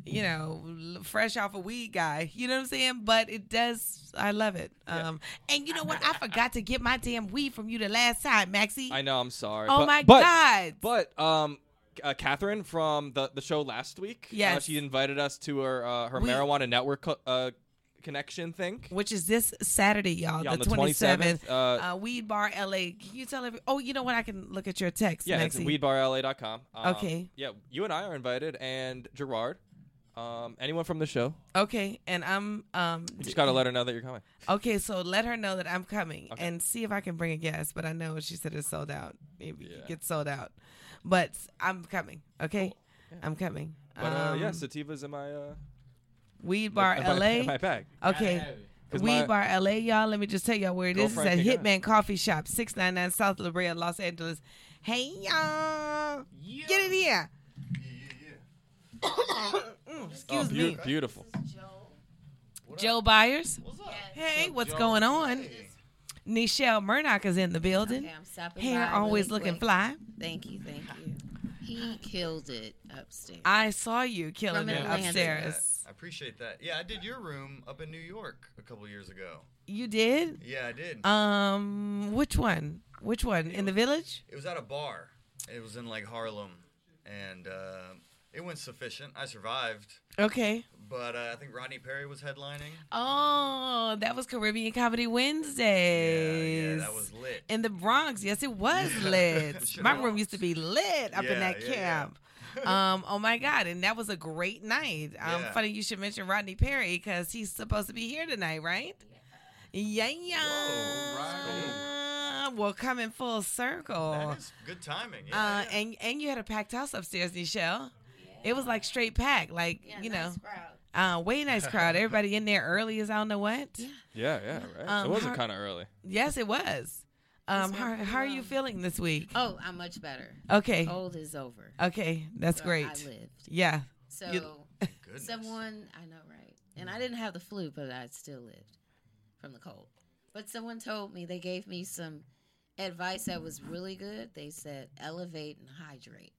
Speaker 2: you know, l- fresh off a weed guy. You know what I'm saying? But it does. I love it. Um, and you know what? I forgot to get my damn weed from you the last time, Maxie.
Speaker 4: I know, I'm sorry.
Speaker 2: oh
Speaker 4: but-
Speaker 2: my
Speaker 4: but-
Speaker 2: god!
Speaker 4: But um, uh, Catherine from the the show last week. uh,
Speaker 2: Yes.
Speaker 4: she invited us to her uh, her
Speaker 2: We-
Speaker 4: marijuana network co- uh, connection thing.
Speaker 2: Which is this Saturday, y'all,
Speaker 4: Yeah, on
Speaker 2: the
Speaker 4: the
Speaker 2: 27th.
Speaker 4: 27th, uh,
Speaker 2: uh, weed Bar LA. Can you tell every? Oh, you know what? I can look at your text,
Speaker 4: Yeah,
Speaker 2: Maxie.
Speaker 4: it's weedbarla.com. Um,
Speaker 2: Okay.
Speaker 4: Yeah, you and I are invited, and Gerard, um, anyone from the show.
Speaker 2: Okay, and I'm um.
Speaker 4: You just gotta let her know that you're coming.
Speaker 2: Okay, so let her know that I'm coming
Speaker 4: Okay.
Speaker 2: and see if I can bring a guest. But I know she said it's sold out. Maybe it
Speaker 4: Yeah.
Speaker 2: gets sold out. But I'm coming. Okay, I'm coming.
Speaker 4: But uh, yeah,
Speaker 2: Um,
Speaker 4: sativa's in my uh,
Speaker 2: Weed Bar
Speaker 4: in my-
Speaker 2: LA.
Speaker 4: in my bag.
Speaker 2: okay.
Speaker 3: Gotta have it.
Speaker 4: 'Cause
Speaker 2: Weed
Speaker 4: my-
Speaker 2: Bar LA, y'all. Let me just tell y'all where it is. It's at
Speaker 4: Girlfriend can
Speaker 2: Hitman Coffee Shop, 699 South La Brea, Los Angeles. Hey, y'all. Get it here. Mm,
Speaker 4: Oh,
Speaker 2: Excuse
Speaker 4: beau-
Speaker 2: me.
Speaker 4: beautiful.
Speaker 2: Joe Byers. Hey, what's going on? Nichelle Murdoch is in the building.
Speaker 8: Okay, I'm stopping
Speaker 2: Hair
Speaker 8: by
Speaker 2: always
Speaker 8: really
Speaker 2: looking
Speaker 8: quick.
Speaker 2: fly.
Speaker 8: Thank you, thank you. He killed it upstairs.
Speaker 2: I saw you killing
Speaker 8: From
Speaker 2: it
Speaker 8: Atlanta.
Speaker 2: upstairs.
Speaker 9: I appreciate that. Yeah, I did your room up in New York a couple years ago.
Speaker 2: You did?
Speaker 9: Yeah, I did.
Speaker 2: Um, which one? Which one? In the village?
Speaker 9: It was at a bar. It was in like Harlem, and uh, it went sufficient. I survived,
Speaker 2: Okay.
Speaker 9: but uh, I think Rodney Perry was headlining.
Speaker 2: Oh, that was Caribbean Comedy
Speaker 9: Yeah,
Speaker 2: Wednesdays.
Speaker 9: yeah, that was lit.
Speaker 2: in the Bronx. Yes, it was lit.
Speaker 9: Sure
Speaker 2: My
Speaker 9: was.
Speaker 2: room used to be lit up in
Speaker 9: Yeah,
Speaker 2: that
Speaker 9: yeah, yeah.
Speaker 2: camp. um, oh my God! And that was a great night. Um,
Speaker 9: Yeah.
Speaker 2: funny you should mention Rodney Perry because he's supposed to be here tonight, right? Yeah, yeah.
Speaker 3: right
Speaker 2: Well, coming full circle.
Speaker 9: That is good timing. Yeah,
Speaker 2: Uh,
Speaker 9: yeah.
Speaker 2: and and you had a packed house upstairs, Nichelle. It was like straight packed, like
Speaker 8: Yeah,
Speaker 2: you know,
Speaker 8: nice crowd.
Speaker 2: uh, way nice crowd. Everybody in there early as I don't know what.
Speaker 4: Yeah, yeah, right.
Speaker 2: Um,
Speaker 4: it wasn't
Speaker 2: her-
Speaker 4: kind of early.
Speaker 2: Yes, it was. Um,
Speaker 8: That's
Speaker 2: how,
Speaker 8: wonderful.
Speaker 2: how are you feeling this week?
Speaker 8: Oh, I'm much better.
Speaker 2: Okay,
Speaker 8: Cold is over.
Speaker 2: okay, that's
Speaker 8: So
Speaker 2: great.
Speaker 8: I lived.
Speaker 2: Yeah,
Speaker 8: So
Speaker 2: You-
Speaker 9: Goodness.
Speaker 8: someone I know, right? And I didn't have the flu, but I still lived from the cold. But someone told me they gave me some advice that was really good. They said elevate and hydrate,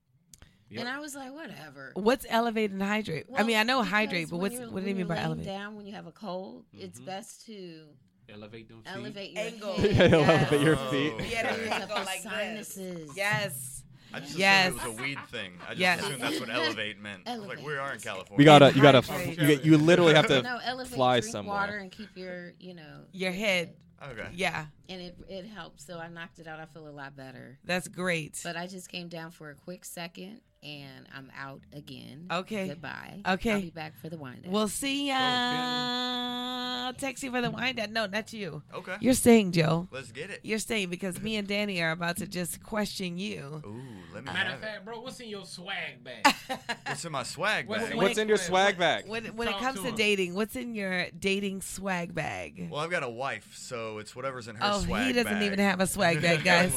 Speaker 3: Yep.
Speaker 8: and I was like, whatever.
Speaker 2: what's elevate and hydrate? I
Speaker 8: Well,
Speaker 2: mean, I know
Speaker 8: because
Speaker 2: hydrate, but
Speaker 8: when
Speaker 2: what's
Speaker 8: you're-
Speaker 2: what do you
Speaker 8: when
Speaker 2: mean
Speaker 8: you're
Speaker 2: by
Speaker 8: laying
Speaker 2: elevate?
Speaker 8: Down when you have a cold,
Speaker 10: Mm-hmm.
Speaker 8: it's best to
Speaker 3: Elevate them feet.
Speaker 8: elevate your
Speaker 2: Angle.
Speaker 8: head.
Speaker 2: Yeah.
Speaker 4: elevate your
Speaker 9: Oh.
Speaker 4: feet.
Speaker 9: Yeah.
Speaker 8: Clears
Speaker 2: Yeah,
Speaker 8: up
Speaker 2: go
Speaker 8: the
Speaker 2: like this.
Speaker 8: sinuses.
Speaker 2: Yes.
Speaker 9: I just
Speaker 2: Yes.
Speaker 9: assumed it was a weed thing. I just
Speaker 2: Yes.
Speaker 9: assumed that's what elevate meant. I was like,
Speaker 8: Elevate.
Speaker 9: we are in California.
Speaker 4: We gotta, you gotta,
Speaker 2: Hydrate.
Speaker 4: you, you literally have to
Speaker 8: No, elevate,
Speaker 4: fly
Speaker 8: drink
Speaker 4: somewhere.
Speaker 8: water, and keep your, you know,
Speaker 2: Your head.
Speaker 9: Okay.
Speaker 2: Yeah,
Speaker 8: and it it helps. So I knocked it out. I feel a lot better.
Speaker 2: that's great.
Speaker 8: But I just came down for a quick second, and I'm out again.
Speaker 2: Okay.
Speaker 8: Goodbye.
Speaker 2: Okay.
Speaker 8: I'll be back for the wine. down.
Speaker 2: We'll see ya. Text you for the wind down. No, not you.
Speaker 9: Okay.
Speaker 2: You're staying, Joe.
Speaker 9: Let's get it.
Speaker 2: You're staying because me and Danny are about to just question you.
Speaker 9: Ooh, let me
Speaker 3: Matter
Speaker 9: have it.
Speaker 3: of fact, bro, what's in your swag bag?
Speaker 9: What's in my swag
Speaker 3: What's
Speaker 9: bag?
Speaker 3: in-
Speaker 4: What's in your swag bag?
Speaker 2: When, when it
Speaker 3: Talk
Speaker 2: comes
Speaker 3: to
Speaker 2: to
Speaker 3: him.
Speaker 2: dating, what's in your dating swag bag?
Speaker 9: Well, I've got a wife, so it's whatever's in her
Speaker 2: Oh,
Speaker 9: swag
Speaker 2: he doesn't
Speaker 9: bag.
Speaker 2: even have a swag bag, guys.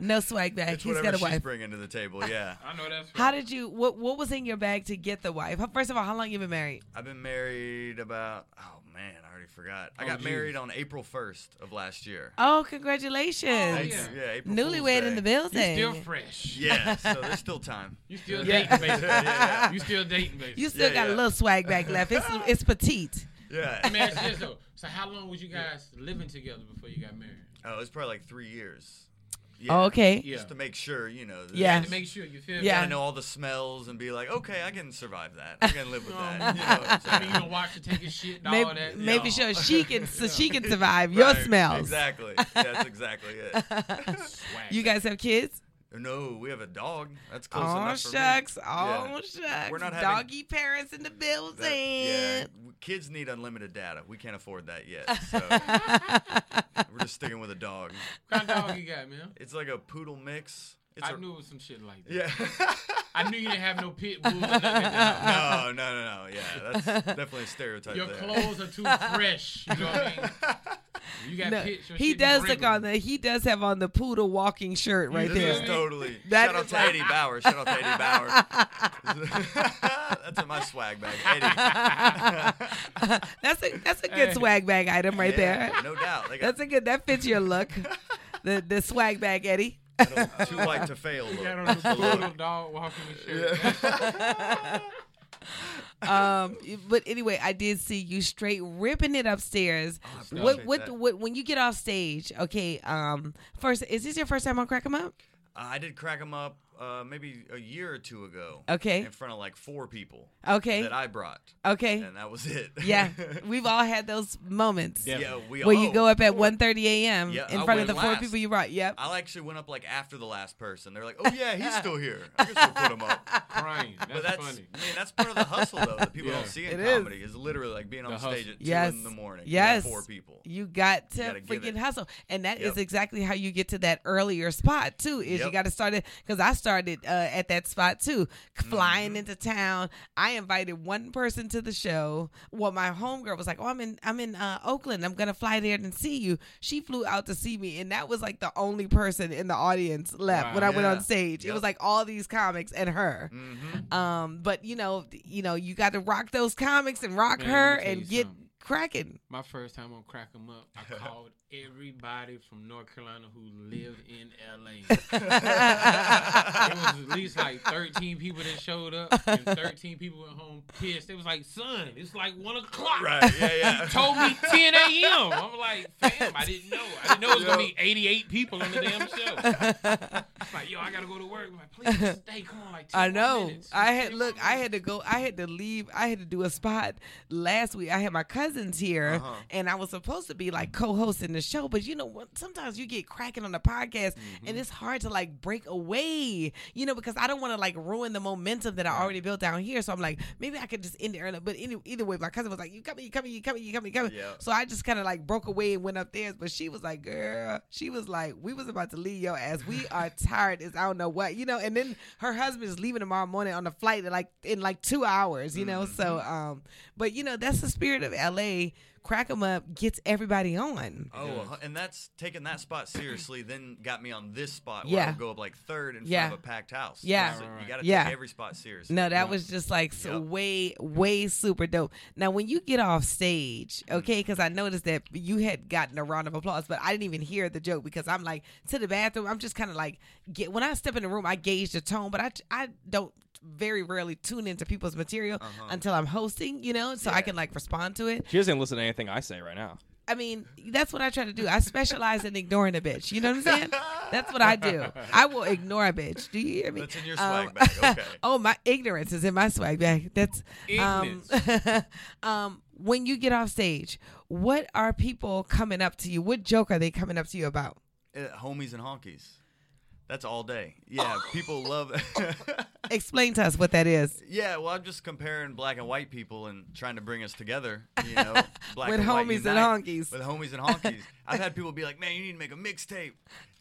Speaker 2: No swag bag.
Speaker 9: it's
Speaker 2: He's
Speaker 9: whatever
Speaker 2: got a
Speaker 9: she's
Speaker 2: wife.
Speaker 9: bringing to the table. Yeah,
Speaker 3: I know that's right.
Speaker 2: How did you? What What was in your bag to get the wife? How- First of all, how long you been married?
Speaker 9: I've been married about. Oh man, I already forgot. I
Speaker 3: Oh,
Speaker 9: got
Speaker 3: geez.
Speaker 9: married on April first of last year.
Speaker 2: Oh, congratulations!
Speaker 9: Thanks. yeah. April Fool's
Speaker 2: Newlywed in
Speaker 9: Day.
Speaker 2: the building.
Speaker 3: you Oh, still fresh.
Speaker 9: Yeah, so there's still time.
Speaker 3: You still
Speaker 9: Yeah.
Speaker 3: dating, basically.
Speaker 9: Yeah, yeah.
Speaker 3: You still dating, basically.
Speaker 2: You still
Speaker 9: Yeah,
Speaker 2: got a
Speaker 9: yeah.
Speaker 2: little swag bag left. It's it's petite.
Speaker 9: Yeah.
Speaker 3: Let me ask you this, though. So how long was you guys living together before you got married?
Speaker 9: Oh, it's probably like three years. Yeah.
Speaker 2: okay.
Speaker 3: Yeah.
Speaker 9: Just to make sure, you know. that-
Speaker 2: Yeah.
Speaker 3: To make sure you feel.
Speaker 2: Yeah.
Speaker 9: I know all the smells and be like, okay, I can survive that. I can live with that. You know what I'm
Speaker 3: Oh, um, I mean,
Speaker 9: saying?
Speaker 3: you don't watch her take a shit and
Speaker 2: Maybe,
Speaker 3: all that.
Speaker 2: maybe
Speaker 9: Yeah.
Speaker 2: sure she can so she can survive your
Speaker 9: Right,
Speaker 2: smells.
Speaker 9: Exactly. That's exactly it.
Speaker 3: Swag.
Speaker 2: You guys have kids?
Speaker 9: No, we have a dog. That's close
Speaker 2: Oh
Speaker 9: enough for
Speaker 2: shucks!
Speaker 9: me.
Speaker 2: Oh
Speaker 9: Yeah.
Speaker 2: shucks!
Speaker 9: We're not having-
Speaker 2: doggy parents in the building.
Speaker 9: That- yeah, w- kids need unlimited data. We can't afford that yet. So we're just sticking with a dog.
Speaker 3: What kind of dog you got, man?
Speaker 9: It's like a poodle mix. It's
Speaker 3: I
Speaker 9: a-
Speaker 3: knew it was some shit like that.
Speaker 9: Yeah.
Speaker 3: I knew you didn't have no pit bulls. or nothing like that.
Speaker 9: no, no, no, no. Yeah, that's definitely a stereotype
Speaker 3: Your
Speaker 9: there.
Speaker 3: clothes are too fresh. You know what I mean? You got
Speaker 2: No,
Speaker 3: pits. your
Speaker 2: he
Speaker 3: shit be
Speaker 2: does look
Speaker 3: wrinkled.
Speaker 2: on the he does have on the poodle walking shirt right
Speaker 9: This is
Speaker 2: there.
Speaker 9: totally.
Speaker 2: That
Speaker 9: Shout out
Speaker 2: is
Speaker 9: to Eddie Bauer. Shout out to Eddie Bauer. That's in my swag bag. Eddie.
Speaker 2: That's a that's a good swag bag item right
Speaker 9: Yeah,
Speaker 2: there.
Speaker 9: No doubt. They got
Speaker 2: That's a good that fits your look. the the swag bag, Eddie.
Speaker 9: little too white to fail.
Speaker 3: You got on
Speaker 9: look.
Speaker 3: the poodle dog walking and shit.
Speaker 2: Um, but anyway, I did see you straight ripping it upstairs.
Speaker 9: Oh, I
Speaker 2: what
Speaker 9: appreciate
Speaker 2: what,
Speaker 9: that.
Speaker 2: what when you get off stage? Okay, um, first is this your first time on Crack 'Em Up?
Speaker 9: Uh, I did crack them up uh, maybe a year or two ago.
Speaker 2: Okay.
Speaker 9: In front of like four people.
Speaker 2: Okay.
Speaker 9: That I brought.
Speaker 2: Okay,
Speaker 9: And that was it.
Speaker 2: yeah, we've all had those moments.
Speaker 9: yeah. We
Speaker 2: Where you
Speaker 9: oh,
Speaker 2: go up at
Speaker 9: four.
Speaker 2: 1.30 a.m.
Speaker 9: Yeah,
Speaker 2: Um, in
Speaker 9: I
Speaker 2: front
Speaker 9: went
Speaker 2: of the four
Speaker 9: last.
Speaker 2: people you brought. Yep.
Speaker 9: I actually went up like after the last person. They're like, "Oh yeah, he's still here. I guess we'll put him up."
Speaker 3: Crying. That's,
Speaker 9: But that's
Speaker 3: funny.
Speaker 9: I mean, that's part of the hustle though that people
Speaker 3: Yeah.
Speaker 9: don't see in
Speaker 2: It is.
Speaker 9: comedy is. literally like being on
Speaker 3: The
Speaker 9: stage
Speaker 3: hustle.
Speaker 9: at two
Speaker 2: Yes.
Speaker 9: in the morning. with
Speaker 2: Yes.
Speaker 9: Four people.
Speaker 2: You got to
Speaker 9: gotta give
Speaker 2: freaking
Speaker 9: it.
Speaker 2: hustle, and that is
Speaker 9: Yep.
Speaker 2: exactly how you get to that earlier spot too. Is you
Speaker 9: Yep.
Speaker 2: got to start it because I started uh, at that spot too,
Speaker 9: Mm-hmm.
Speaker 2: flying into town. I invited one person to the show. Well, my homegirl was like, "Oh, I'm in, I'm in uh, Oakland. I'm gonna fly there and see you." She flew out to see me, and that was like the only person in the audience left
Speaker 3: Wow.
Speaker 2: when I went
Speaker 9: Yeah.
Speaker 2: on stage. It
Speaker 9: Yep.
Speaker 2: was like all these comics and her.
Speaker 9: Mm-hmm.
Speaker 2: Um, but you know, you know, you got to rock those comics and rock
Speaker 3: Man, let me
Speaker 2: her
Speaker 3: tell
Speaker 2: and
Speaker 3: you
Speaker 2: get
Speaker 3: something.
Speaker 2: cracking.
Speaker 3: My first time on Crack 'em Up, I called everybody from North Carolina who lived in LA. It was at least like 13 people that showed up, and 13 people went home pissed. It was like, son, it's like 1 o'clock.
Speaker 9: Right. Yeah. Yeah.
Speaker 3: Told me 10 a.m. I'm like, fam, I didn't know. I didn't know it was going to be 88 people on the damn show. It's like, yo, I got to go to work. I'm like, please just stay. Come on, like 10
Speaker 2: I
Speaker 3: more
Speaker 2: know.
Speaker 3: minutes.
Speaker 2: I
Speaker 3: Just
Speaker 2: had
Speaker 3: 10
Speaker 2: look.
Speaker 3: more
Speaker 2: I
Speaker 3: minutes."
Speaker 2: had to go. I had to leave. I had to do a spot last week. I had my cousins here,
Speaker 6: Uh-huh.
Speaker 9: Uh-huh.
Speaker 2: and I was supposed to be like co-hosting the show. But you know, what? sometimes you get cracking on the podcast, and it's hard to like break away. You know, because I don't want to like ruin the momentum that I already built down here. So I'm like, maybe I could just end it early. But any, either way, my cousin was like, "You coming? You coming? You coming? You coming? You coming?"
Speaker 9: Yeah.
Speaker 2: So I just kind of like broke away and went upstairs. But she was like, girl, she was like, we was about to leave your ass. We are tired as I don't know what, you know. And then her husband is leaving tomorrow morning on a flight in like in like two hours, you know. So, um, but you know, that's the spirit of LA. Crack 'em up gets everybody on.
Speaker 9: Oh, a hu- and that's taking that spot seriously. Then got me on this spot where
Speaker 2: Yeah.
Speaker 9: I would go up like third in front
Speaker 2: Yeah.
Speaker 9: of a packed house.
Speaker 2: Yeah.
Speaker 9: So
Speaker 2: Right,
Speaker 3: right,
Speaker 9: you got to
Speaker 2: Yeah.
Speaker 9: take every spot seriously.
Speaker 2: No, that was just like so
Speaker 9: Yep.
Speaker 2: way, way super dope. Now, when you get off stage,
Speaker 9: Mm-hmm.
Speaker 2: okay, because I noticed that you had gotten a round of applause, but I didn't even hear the joke because I'm like to the bathroom. I'm just kind of like get when I step in the room, I gauge the tone, but I I don't very rarely tune into people's material
Speaker 9: Uh-huh.
Speaker 2: until I'm hosting, you know, so I can like respond to it.
Speaker 4: She doesn't listen to anything I say right now.
Speaker 2: I mean, that's what I try to do. I specialize in ignoring a bitch. You know what I'm saying? That's what I do. I will ignore a bitch. Do you hear me?
Speaker 9: That's in your
Speaker 2: Um,
Speaker 9: swag bag. Okay.
Speaker 2: oh, my ignorance is in my swag bag. That's um, um, when you get off stage. What are people coming up to you? What joke are they coming up to you about?
Speaker 9: Uh, homies and honkies. That's all day. Yeah,
Speaker 2: Oh.
Speaker 9: people love.
Speaker 2: Explain to us what that is.
Speaker 9: yeah, well, I'm just comparing black and white people and trying to bring us together. You know, black
Speaker 2: With
Speaker 9: and white
Speaker 2: homies
Speaker 9: unite.
Speaker 2: and honkies.
Speaker 9: With homies and honkies. I've had people be like, "Man, you need to make a mixtape."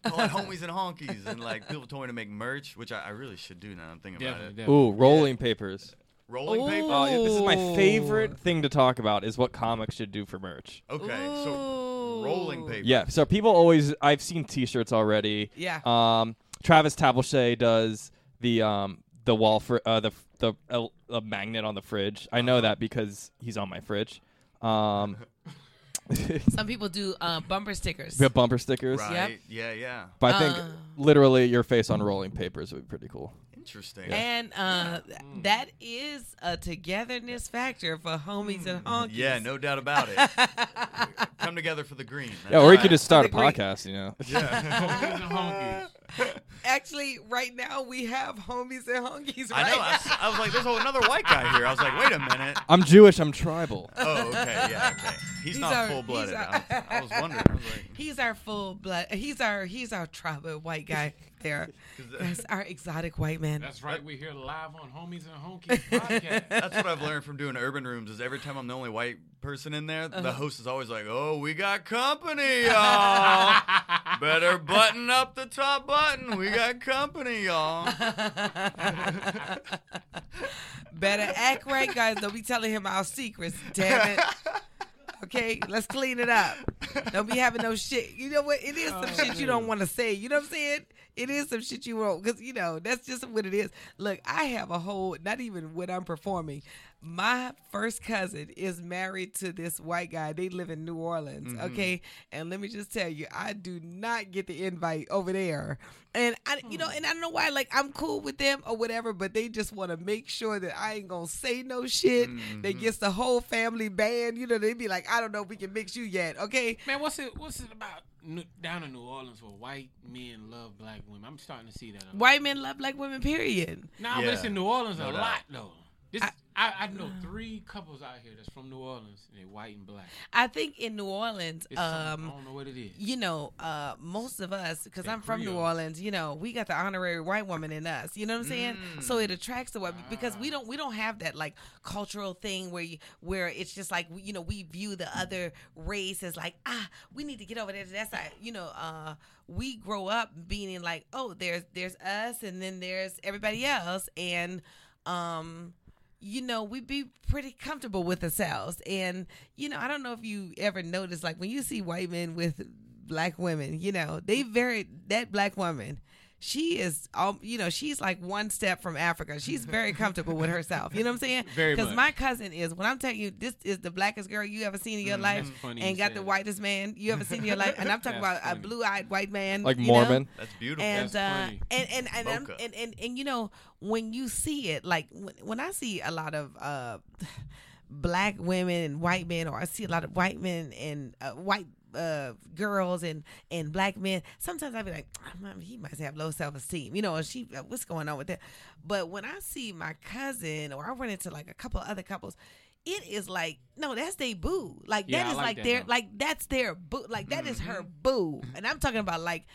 Speaker 9: Call it homies and honkies, and like people told me to make merch, which I, I really should do now. that I'm thinking
Speaker 3: Definitely,
Speaker 9: about it.
Speaker 3: definitely.
Speaker 4: Ooh, rolling papers.
Speaker 9: Rolling paper.
Speaker 4: Uh, this is my
Speaker 2: Ooh.
Speaker 4: favorite thing to talk about is what comics should do for merch.
Speaker 9: Okay, so rolling
Speaker 2: Ooh.
Speaker 9: paper.
Speaker 4: Yeah, so people always I've seen T-shirts already.
Speaker 2: Yeah.
Speaker 4: Um, Travis Tableshay does the um the wall for uh, the the uh, the magnet on the fridge. I
Speaker 9: Uh-huh.
Speaker 4: know that because he's on my fridge. Um,
Speaker 2: Some people do uh, bumper stickers.
Speaker 4: we have bumper stickers.
Speaker 9: Right. Yeah, yeah.
Speaker 4: But I think
Speaker 2: Uh.
Speaker 4: literally your face on rolling papers would be pretty cool.
Speaker 9: Interesting.
Speaker 2: And uh, th-
Speaker 3: Mm.
Speaker 2: that is a togetherness factor for homies and
Speaker 3: Mm.
Speaker 2: honkies.
Speaker 9: Yeah, no doubt about it. Come together for the green.
Speaker 4: Yeah, or you could just start a
Speaker 2: That'd be great.
Speaker 4: podcast, you know.
Speaker 3: Homies and honkies.
Speaker 2: Actually, right now we have homies and honkies.
Speaker 9: I
Speaker 2: Right
Speaker 9: know. I,
Speaker 2: Now.
Speaker 9: was- I was like, there's another white guy here. I was like, wait a minute.
Speaker 4: I'm Jewish, I'm tribal.
Speaker 9: Oh, okay, yeah, okay. He's,
Speaker 2: He's
Speaker 9: not
Speaker 2: our-
Speaker 9: full blooded.
Speaker 2: he's
Speaker 9: I,
Speaker 2: our-
Speaker 9: was- I was wondering. I was like,
Speaker 2: He's our full blood. He's our he's our tribal white guy there. That's our exotic white man.
Speaker 3: That's right. We here live on Homies and Honkies podcast.
Speaker 9: that's what I've learned from doing urban rooms is every time I'm the only white person in there,
Speaker 2: Uh-huh.
Speaker 9: the host is always like, "Oh, we got company, y'all. Better button up the top button. We got company, y'all."
Speaker 2: Better act right, guys. Don't be telling him our secrets. Damn it. Okay, let's clean it up. Don't be having no shit. You know what? It is some shit you don't want to say. You know what I'm saying? It is some shit you won't, because you know that's just what it is. Look, I have a whole. Not even when I'm performing, my first cousin is married to this white guy. They live in New Orleans. Okay, and let me just tell you, I do not get the invite over there, and I, you know, and I don't know why. Like I'm cool with them or whatever, but they just want to make sure that I ain't gonna say no shit.
Speaker 9: Mm-hmm.
Speaker 2: That gets the whole family banned. You know, they be like, I don't know, if we can mix you yet. Okay,
Speaker 3: Man, what's it? What's it about New- down in New Orleans where white men love black women? I'm starting to see that. A lot.
Speaker 2: white men love black women. Period.
Speaker 3: Nah, but it's
Speaker 9: Yeah,
Speaker 3: in New Orleans a
Speaker 9: doubt.
Speaker 3: lot though. This I, I, know three couples out here that's from New Orleans and they white and black.
Speaker 2: I think in New Orleans,
Speaker 3: It's something-
Speaker 2: um,
Speaker 3: I don't know what it is.
Speaker 2: you know, uh, most of us, because I'm from New
Speaker 3: Creole.
Speaker 2: Orleans, you know, we got the honorary white woman in us. You know what I'm saying? So
Speaker 3: Mm.
Speaker 2: it attracts the white because we don't we don't have that like cultural thing where you, where it's just like you know we view the other race as like ah we need to get over there. That's like you know uh, we grow up being like oh there's there's us and then there's everybody else and um you know, we be pretty comfortable with ourselves. And, you know, I don't know if you ever notice, like when you see white men with black women, you know, they very, that black woman, she is, um, you know, she's like one step from Africa. She's very comfortable with herself. You know what I'm saying?
Speaker 3: Very
Speaker 2: Because
Speaker 3: much.
Speaker 2: my cousin is, when I'm telling you, this is the blackest girl you ever seen in your life
Speaker 3: Mm, that's funny you
Speaker 2: and got
Speaker 3: said
Speaker 2: the
Speaker 3: that.
Speaker 2: whitest man you ever seen in your life. And I'm talking
Speaker 3: That's
Speaker 2: about
Speaker 3: funny.
Speaker 2: a blue eyed white man.
Speaker 4: Like
Speaker 2: you know?
Speaker 4: Mormon.
Speaker 9: That's beautiful.
Speaker 2: and
Speaker 3: That's
Speaker 2: uh,
Speaker 3: funny.
Speaker 2: and and and, I'm-
Speaker 9: Mocha.
Speaker 2: and and and you know when you see it, like when, when I see a lot of uh, black women and white men, or I see a lot of white men and uh, white. Uh, girls and and black men. Sometimes I'll be like, "Ah, man, he must have low self esteem, you know. Or she, uh, what's going on with that? But when I see my cousin, or I run into like a couple other couples, it is like, no, that's they boo. Like
Speaker 3: Yeah, I
Speaker 2: that is
Speaker 3: like
Speaker 2: like
Speaker 3: that,
Speaker 2: their
Speaker 3: though.
Speaker 2: like that's their boo like that is her boo and i'm talking about like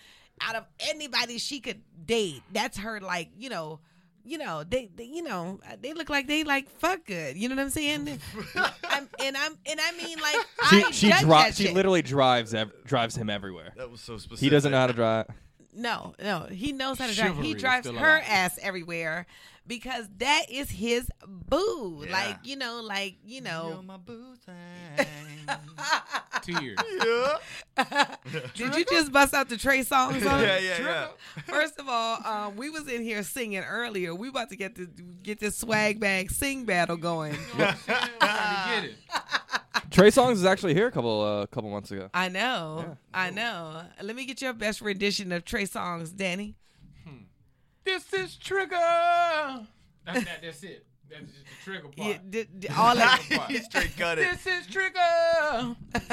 Speaker 2: out of anybody she could date that's her like you know you know they, they you know uh, they look like they like fuck good you know what i'm saying I'm, and i'm and i mean like
Speaker 4: She
Speaker 2: I
Speaker 4: she
Speaker 2: judge
Speaker 4: dri-
Speaker 2: that
Speaker 4: she
Speaker 2: shit.
Speaker 4: literally drives ev- drives him everywhere.
Speaker 9: That was so specific.
Speaker 4: He doesn't know how to drive.
Speaker 2: No, no, he knows how to drive.
Speaker 3: Chivalry
Speaker 2: He
Speaker 3: is
Speaker 2: drives
Speaker 3: still
Speaker 2: her
Speaker 3: alive.
Speaker 2: ass everywhere because that is his boo.
Speaker 9: Yeah.
Speaker 2: Like you know, like you know.
Speaker 9: You're my boo thing.
Speaker 3: Tears.
Speaker 9: yeah.
Speaker 2: Did you just bust out the Trey songs? On?
Speaker 9: Yeah, yeah, yeah.
Speaker 2: Um, First of all, um, we was in here singing earlier. We about to get this get this swag bag sing battle going.
Speaker 3: You know what I'm saying? I'm trying to get it.
Speaker 4: Trey Songs is actually here a couple uh, couple months ago.
Speaker 2: I know, I know. Let me get your best rendition of Trey songs, Danny.
Speaker 3: Hmm. This is Trigger. That's, that, that's it. That's just the trigger part.
Speaker 2: Yeah, d- d- all that,
Speaker 9: he straight cut it.
Speaker 3: This is Trigger.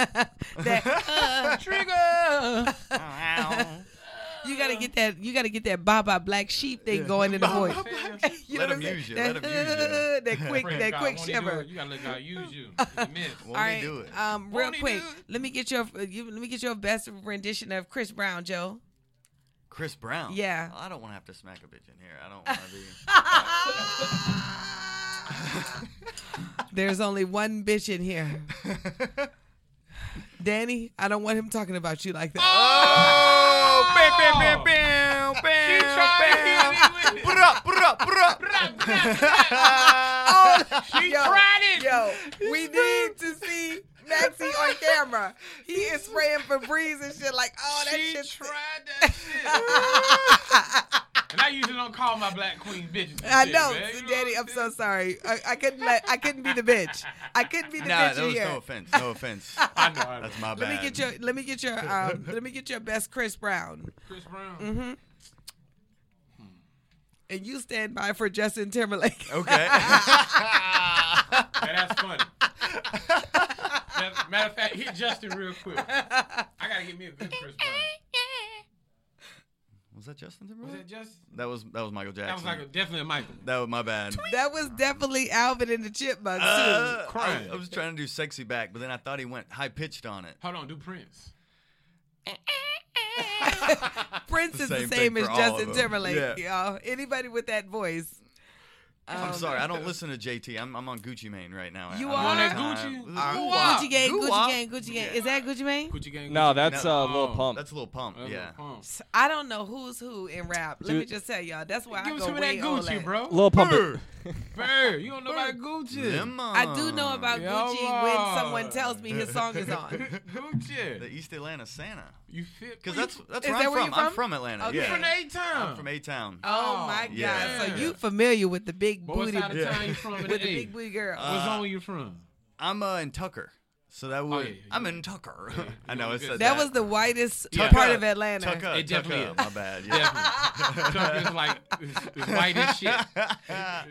Speaker 2: that,
Speaker 3: Trigger.
Speaker 2: uh, you gotta get that. You gotta get that Baba Black Sheep thing going in the voice. You
Speaker 9: Let
Speaker 2: know
Speaker 9: him
Speaker 2: what I'm
Speaker 9: use you,
Speaker 2: saying?
Speaker 9: let him use you.
Speaker 2: That, that quick,
Speaker 3: Pray to
Speaker 2: that
Speaker 3: God,
Speaker 2: quick
Speaker 3: won't he do
Speaker 2: shiver.
Speaker 3: it? You gotta let God use you. You miss.
Speaker 9: Won't he do it?
Speaker 2: Um, real
Speaker 3: Won't he
Speaker 2: quick,
Speaker 3: do it?
Speaker 2: let me get your uh, you, let me get your best rendition of Chris Brown, Joe.
Speaker 9: Chris Brown.
Speaker 2: Yeah.
Speaker 9: I don't want to have to smack a bitch in here. I don't want to be.
Speaker 2: There's only one bitch in here. Danny, I don't want him talking about you like that.
Speaker 9: Oh, bam, bam, bam, bam,
Speaker 3: He tried
Speaker 9: bam, bam.
Speaker 3: to hit me with it.
Speaker 9: Bruh, bruh, bruh, bruh.
Speaker 3: He tried it.
Speaker 2: Oh, Yo, we need to see Maxie on camera. He is spraying Febreze and shit like, oh, that
Speaker 3: She
Speaker 2: shit's
Speaker 3: tried that shit. and I usually don't call my black queen bitches. and
Speaker 2: I
Speaker 3: shit,
Speaker 2: know,
Speaker 3: man. You know
Speaker 2: Danny.
Speaker 3: what
Speaker 2: I'm so sorry. I, I couldn't let. I couldn't be the bitch. I couldn't be the
Speaker 9: Nah,
Speaker 2: bitch
Speaker 9: that
Speaker 2: in
Speaker 9: was
Speaker 2: here.
Speaker 9: no offense. No offense.
Speaker 3: I know. I know.
Speaker 9: That's my bad.
Speaker 2: let me get your. Let me get your. Um, let me get your best Chris Brown.
Speaker 3: Hmm. Chris Brown.
Speaker 2: and you stand by for Justin Timberlake.
Speaker 9: Okay.
Speaker 3: Now, that's funny. That- matter of fact, hit Justin real quick. I gotta get me a good Chris Brown.
Speaker 9: was that Justin
Speaker 3: Was that
Speaker 9: Timberlake?
Speaker 3: Justin?
Speaker 9: That was that was Michael Jackson.
Speaker 3: That was like a, definitely a Michael.
Speaker 9: That was my bad.
Speaker 2: that was definitely Alvin and the Chipmunks. too.
Speaker 9: Uh, I,
Speaker 3: Crying.
Speaker 9: was- I was trying to do sexy back, but then I thought he went high pitched on it.
Speaker 3: Hold on, do Prince.
Speaker 2: Prince
Speaker 9: the
Speaker 2: is the
Speaker 9: same thing
Speaker 2: same as
Speaker 9: for all of
Speaker 2: Justin
Speaker 9: them.
Speaker 2: Timberlake,
Speaker 9: Yeah.
Speaker 2: y'all. Anybody with that voice.
Speaker 3: Um,
Speaker 2: Um,
Speaker 9: I'm sorry, I don't listen to JT. I'm, I'm on Gucci Mane right now.
Speaker 2: You
Speaker 9: I don't
Speaker 2: are?
Speaker 9: have
Speaker 2: You
Speaker 3: on that
Speaker 9: time.
Speaker 3: Gucci?
Speaker 9: Uh,
Speaker 3: Gucci
Speaker 9: wop.
Speaker 2: Gucci Gang,
Speaker 9: Goo
Speaker 2: Gucci
Speaker 9: wop.
Speaker 2: Gang, Gucci Gang. Is that Gucci Mane?
Speaker 3: Gucci Gang.
Speaker 4: No,
Speaker 3: Gucci
Speaker 4: that's
Speaker 9: No.
Speaker 4: uh, Lil
Speaker 11: Oh,
Speaker 4: Pump.
Speaker 9: That's a little pump.
Speaker 3: Gang.
Speaker 9: yeah.
Speaker 3: Huh.
Speaker 2: I don't know who's who in rap. Let me
Speaker 4: Dude.
Speaker 2: just tell y'all. That's why
Speaker 3: Give
Speaker 2: I
Speaker 3: us
Speaker 2: go
Speaker 3: some of that
Speaker 2: way on
Speaker 3: Gucci, bro.
Speaker 4: Lil Pump.
Speaker 9: Brr.
Speaker 3: Bird, you don't know about Gucci.
Speaker 9: Lemon.
Speaker 2: I do know about
Speaker 3: Yeah,
Speaker 2: Gucci
Speaker 3: right.
Speaker 2: when someone tells me his song is on.
Speaker 9: the
Speaker 3: Gucci.
Speaker 9: East Atlanta Santa.
Speaker 3: You fit?
Speaker 9: Because
Speaker 3: Well,
Speaker 9: that's that's
Speaker 2: Is
Speaker 9: where
Speaker 2: that
Speaker 9: I'm
Speaker 2: where
Speaker 9: from.
Speaker 2: you
Speaker 9: I'm
Speaker 2: from?
Speaker 9: from Atlanta.
Speaker 2: Okay.
Speaker 3: you,
Speaker 9: Yeah.
Speaker 3: you from A Town.
Speaker 9: I'm from A Town.
Speaker 2: Oh my God!
Speaker 9: yeah.
Speaker 2: So you familiar with the big
Speaker 3: Boy, what
Speaker 2: booty,
Speaker 3: side of town you from? in
Speaker 2: with
Speaker 3: the
Speaker 2: the
Speaker 3: A?
Speaker 2: big booty girl?
Speaker 3: What zone you from?
Speaker 9: Uh,
Speaker 3: Oh,
Speaker 9: I'm uh, in Tucker, so that would
Speaker 3: yeah, yeah,
Speaker 9: I'm in Tucker. I know it said
Speaker 2: that, was the whitest
Speaker 9: Tuck
Speaker 2: part
Speaker 9: up,
Speaker 2: of Atlanta.
Speaker 9: Tucker.
Speaker 3: It definitely
Speaker 9: Tucker,
Speaker 3: is.
Speaker 9: My bad. Yeah.
Speaker 3: Definitely. Tuck is like it's, it's white as shit.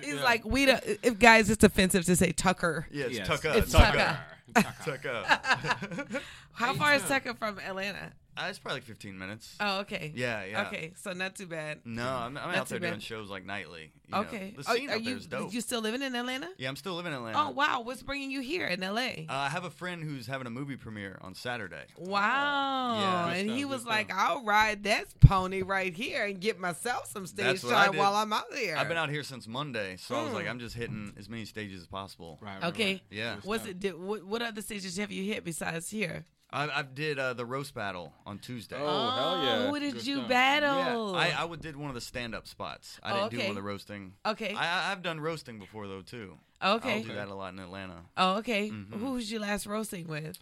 Speaker 2: It's
Speaker 3: Yeah.
Speaker 2: like we don't. If guys, it's offensive to say Tucker.
Speaker 9: Yeah, it's
Speaker 3: Yes.
Speaker 9: Tucker.
Speaker 2: It's
Speaker 9: Tucker.
Speaker 3: Tucker.
Speaker 9: Tucker.
Speaker 2: How
Speaker 3: Hey,
Speaker 2: far is
Speaker 3: Tuck.
Speaker 2: Tucker from Atlanta?
Speaker 9: Uh, it's probably like 15 minutes.
Speaker 2: Oh, okay.
Speaker 9: Yeah, yeah.
Speaker 2: Okay, so not too bad.
Speaker 9: No, I'm, I'm out
Speaker 2: That's
Speaker 9: there
Speaker 2: too bad.
Speaker 9: doing shows like nightly. you know.
Speaker 2: okay.
Speaker 9: The scene
Speaker 2: are, are
Speaker 9: out there
Speaker 2: you
Speaker 9: is dope.
Speaker 2: you still living in Atlanta?
Speaker 9: Yeah, I'm still living in Atlanta.
Speaker 2: Oh wow! What's bringing you here in L.A.?
Speaker 9: Uh, I have a friend who's having a movie premiere on Saturday.
Speaker 2: wow!
Speaker 9: Yeah. Good
Speaker 2: and
Speaker 3: stuff,
Speaker 2: he
Speaker 3: good
Speaker 2: was
Speaker 3: stuff.
Speaker 2: like, "I'll ride that pony right here and get myself some stage
Speaker 9: That's what I
Speaker 2: time
Speaker 9: did.
Speaker 2: while I'm out there."
Speaker 9: I've been out here since Monday, so I was like,
Speaker 2: Mm.
Speaker 9: I'm just hitting as many stages as possible.
Speaker 3: Right, right,
Speaker 2: Okay.
Speaker 3: right.
Speaker 9: Yeah.
Speaker 2: What's it? Did, what, what other stages have you hit besides here?
Speaker 9: I, I did uh, the roast battle on Tuesday.
Speaker 4: Oh, hell yeah.
Speaker 2: Who did
Speaker 3: Good
Speaker 2: you
Speaker 3: stuff.
Speaker 9: Yeah,
Speaker 2: battle?
Speaker 9: I, I would- did one of the stand-up spots. I
Speaker 2: Oh,
Speaker 9: didn't do
Speaker 2: okay.
Speaker 9: one of the roasting.
Speaker 2: okay.
Speaker 9: I, I- I've done roasting before though too. I'll
Speaker 2: okay.
Speaker 9: do that a lot in Atlanta.
Speaker 2: Oh, okay.
Speaker 9: Mhm.
Speaker 2: Who was you last roasting with?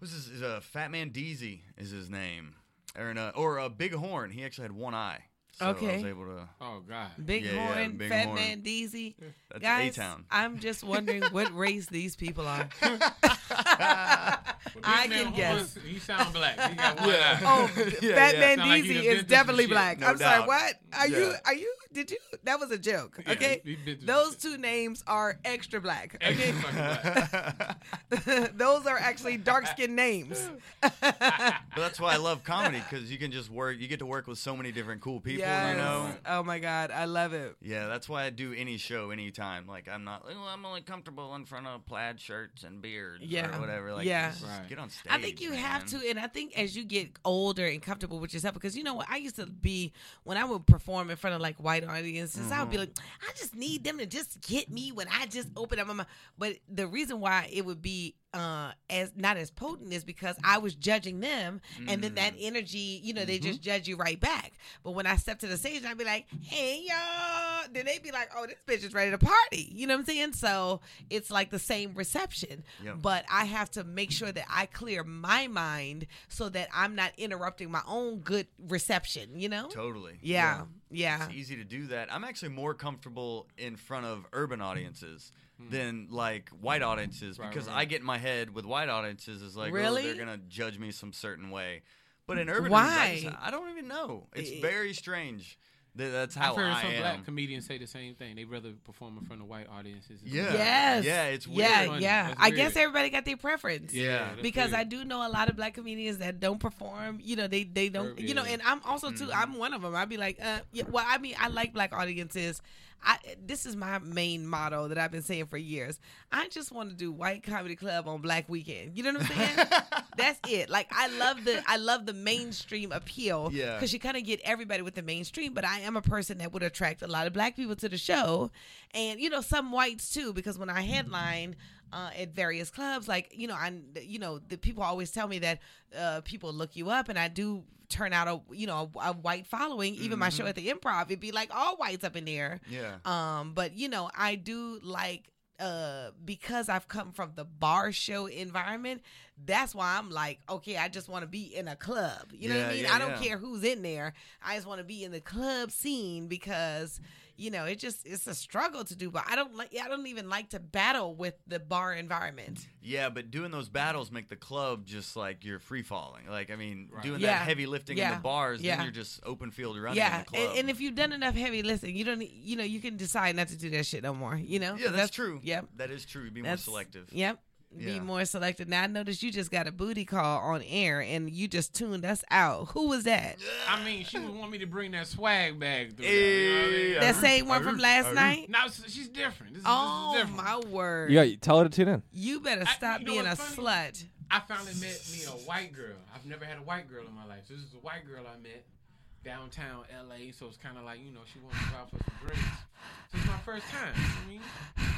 Speaker 9: What's his? Is, uh, Fat Man Deezy is his name, or in, uh, or uh, Big Horn. He actually had one eye. So I was
Speaker 2: Okay.
Speaker 9: able to.
Speaker 3: Oh God.
Speaker 2: Big
Speaker 9: Yeah, yeah,
Speaker 2: Horn,
Speaker 9: Big
Speaker 2: Fat
Speaker 9: Horn.
Speaker 2: Man Deezy.
Speaker 9: That's
Speaker 2: Guys,
Speaker 9: A Town.
Speaker 2: I'm just wondering what race these people are.
Speaker 3: Well,
Speaker 2: I
Speaker 3: this man
Speaker 2: can
Speaker 3: was-
Speaker 2: guess.
Speaker 3: He sound black. He got one eye.
Speaker 2: Oh, Fat Man
Speaker 3: Sound like you done
Speaker 2: Deezy
Speaker 3: been through
Speaker 2: is
Speaker 3: some
Speaker 2: definitely
Speaker 3: shit.
Speaker 2: black.
Speaker 9: No
Speaker 2: I'm
Speaker 9: doubt.
Speaker 2: sorry. What are you?
Speaker 9: Yeah.
Speaker 2: Are you? Did you? That was a joke.
Speaker 3: Yeah,
Speaker 2: Okay.
Speaker 3: he- he been through
Speaker 2: Those
Speaker 3: some
Speaker 2: two names are extra black.
Speaker 3: shit. Extra fucking black.
Speaker 2: Those are actually dark skinned names.
Speaker 9: But that's why I love comedy because you can just work. You get to work with so many different cool people. You know.
Speaker 2: Oh my God, I love it.
Speaker 9: Yeah, that's why I do any show anytime. Like I'm not. Well, I'm only comfortable in front of plaid shirts and beards
Speaker 2: Yeah.
Speaker 9: or whatever. Like,
Speaker 2: Yeah.
Speaker 9: just
Speaker 3: Right.
Speaker 9: get on stage.
Speaker 2: I think you have
Speaker 9: man.
Speaker 2: to, and I think as you get older and comfortable with yourself, because you know what, I used to be when I would perform in front of like white audiences, I would
Speaker 9: Mm-hmm.
Speaker 2: be like, I just need them to just get me when I just open up my mouth. But the reason why it would be uh as not as potent is because I was judging them, and then
Speaker 9: Mm.
Speaker 2: that energy, you know, they just
Speaker 9: Mm-hmm.
Speaker 2: judge you right back. But when I step to the stage, I'd be like, Hey y'all, then they'd be like, Oh, this bitch is ready to party. You know what I'm saying? So it's like the same reception
Speaker 9: Yeah.
Speaker 2: but I have to make sure that I clear my mind so that I'm not interrupting my own good reception, you know?
Speaker 9: Totally.
Speaker 2: Yeah. Yeah.
Speaker 9: It's easy to do that. I'm actually more comfortable in front of urban audiences than like white audiences because I get in my head with white audiences is like, oh, they're
Speaker 2: Really?
Speaker 9: gonna judge me some certain way. But in urban,
Speaker 2: Why?
Speaker 9: audiences, I, just- I don't even know. It's
Speaker 2: I-
Speaker 9: very strange. That that's how
Speaker 3: I've heard
Speaker 9: I
Speaker 3: some
Speaker 9: am.
Speaker 3: black comedians say the same thing. They rather perform in front of white audiences.
Speaker 9: Yeah.
Speaker 2: Yes.
Speaker 9: Yeah, it's weird.
Speaker 2: Yeah,
Speaker 3: Funny.
Speaker 2: yeah.
Speaker 3: That's
Speaker 2: I guess
Speaker 3: weird.
Speaker 2: everybody got their preference.
Speaker 9: Yeah.
Speaker 2: Because I do know a lot of black comedians that don't perform. You know, they they don't.
Speaker 3: Sure,
Speaker 2: You know,
Speaker 3: yeah.
Speaker 2: and I'm also too.
Speaker 3: Mm-hmm.
Speaker 2: I'm one of them. I'd be like, uh, yeah, well, I mean, I like black audiences. I this is my main motto that I've been saying for years. I just want to do white comedy club on black weekend. You know what I'm saying? That's it. Like I love the I love the mainstream appeal.
Speaker 9: Yeah.
Speaker 2: Because you kind of get everybody with the mainstream, but I am a person that would attract a lot of black people to the show, and you know some whites too. Because when I headline uh, at various clubs, like you know, I you know the people always tell me that uh, people look you up, and I do turn out a you know a, a white following. Even my show at the Improv, it'd be like all whites up in there.
Speaker 9: Yeah.
Speaker 2: Um, but you know, I do like uh because I've come from the bar show environment, that's why I'm like, okay, I just want to be in a club. You know what
Speaker 9: Yeah,
Speaker 2: I mean?
Speaker 9: yeah,
Speaker 2: I don't
Speaker 9: yeah.
Speaker 2: care who's in there. I just want to be in the club scene because you know, it just it's a struggle to do. But I don't like I don't even like to battle with the bar environment.
Speaker 9: Yeah, but doing those battles make the club just like you're free falling. Like I mean, doing
Speaker 2: Yeah.
Speaker 9: that heavy lifting in
Speaker 2: Yeah.
Speaker 9: the bars,
Speaker 2: Yeah.
Speaker 9: then you're just open field running in
Speaker 2: yeah,
Speaker 9: the club.
Speaker 2: and, and if you've done enough heavy listen, you don't you know you can decide not to do that shit no more. You know.
Speaker 9: yeah, that's, true.
Speaker 2: Yep.
Speaker 9: that is true. You'd be more
Speaker 2: That's-
Speaker 9: selective.
Speaker 2: Yep. Be
Speaker 9: Yeah.
Speaker 2: more selective. Now I noticed you just got a booty call on air and you just tuned us out. Who was that?
Speaker 3: I mean, she would want me to bring that swag bag through.
Speaker 9: Hey,
Speaker 3: there, you know what I
Speaker 2: That
Speaker 3: mean?
Speaker 2: same one from last night?
Speaker 3: No, s- she's different. This is,
Speaker 2: Oh
Speaker 3: this is different.
Speaker 2: my word.
Speaker 4: Yeah, you tell her to tune in.
Speaker 2: You better
Speaker 3: I-
Speaker 2: stop
Speaker 3: you know
Speaker 2: being a
Speaker 3: what's funny?
Speaker 2: slut.
Speaker 3: I finally met me a white girl. I've never had a white girl in my life. So this is a white girl I met downtown LA. So it's kind of like you know she wanted to go out for some drinks. So it's my first time. you know what I mean,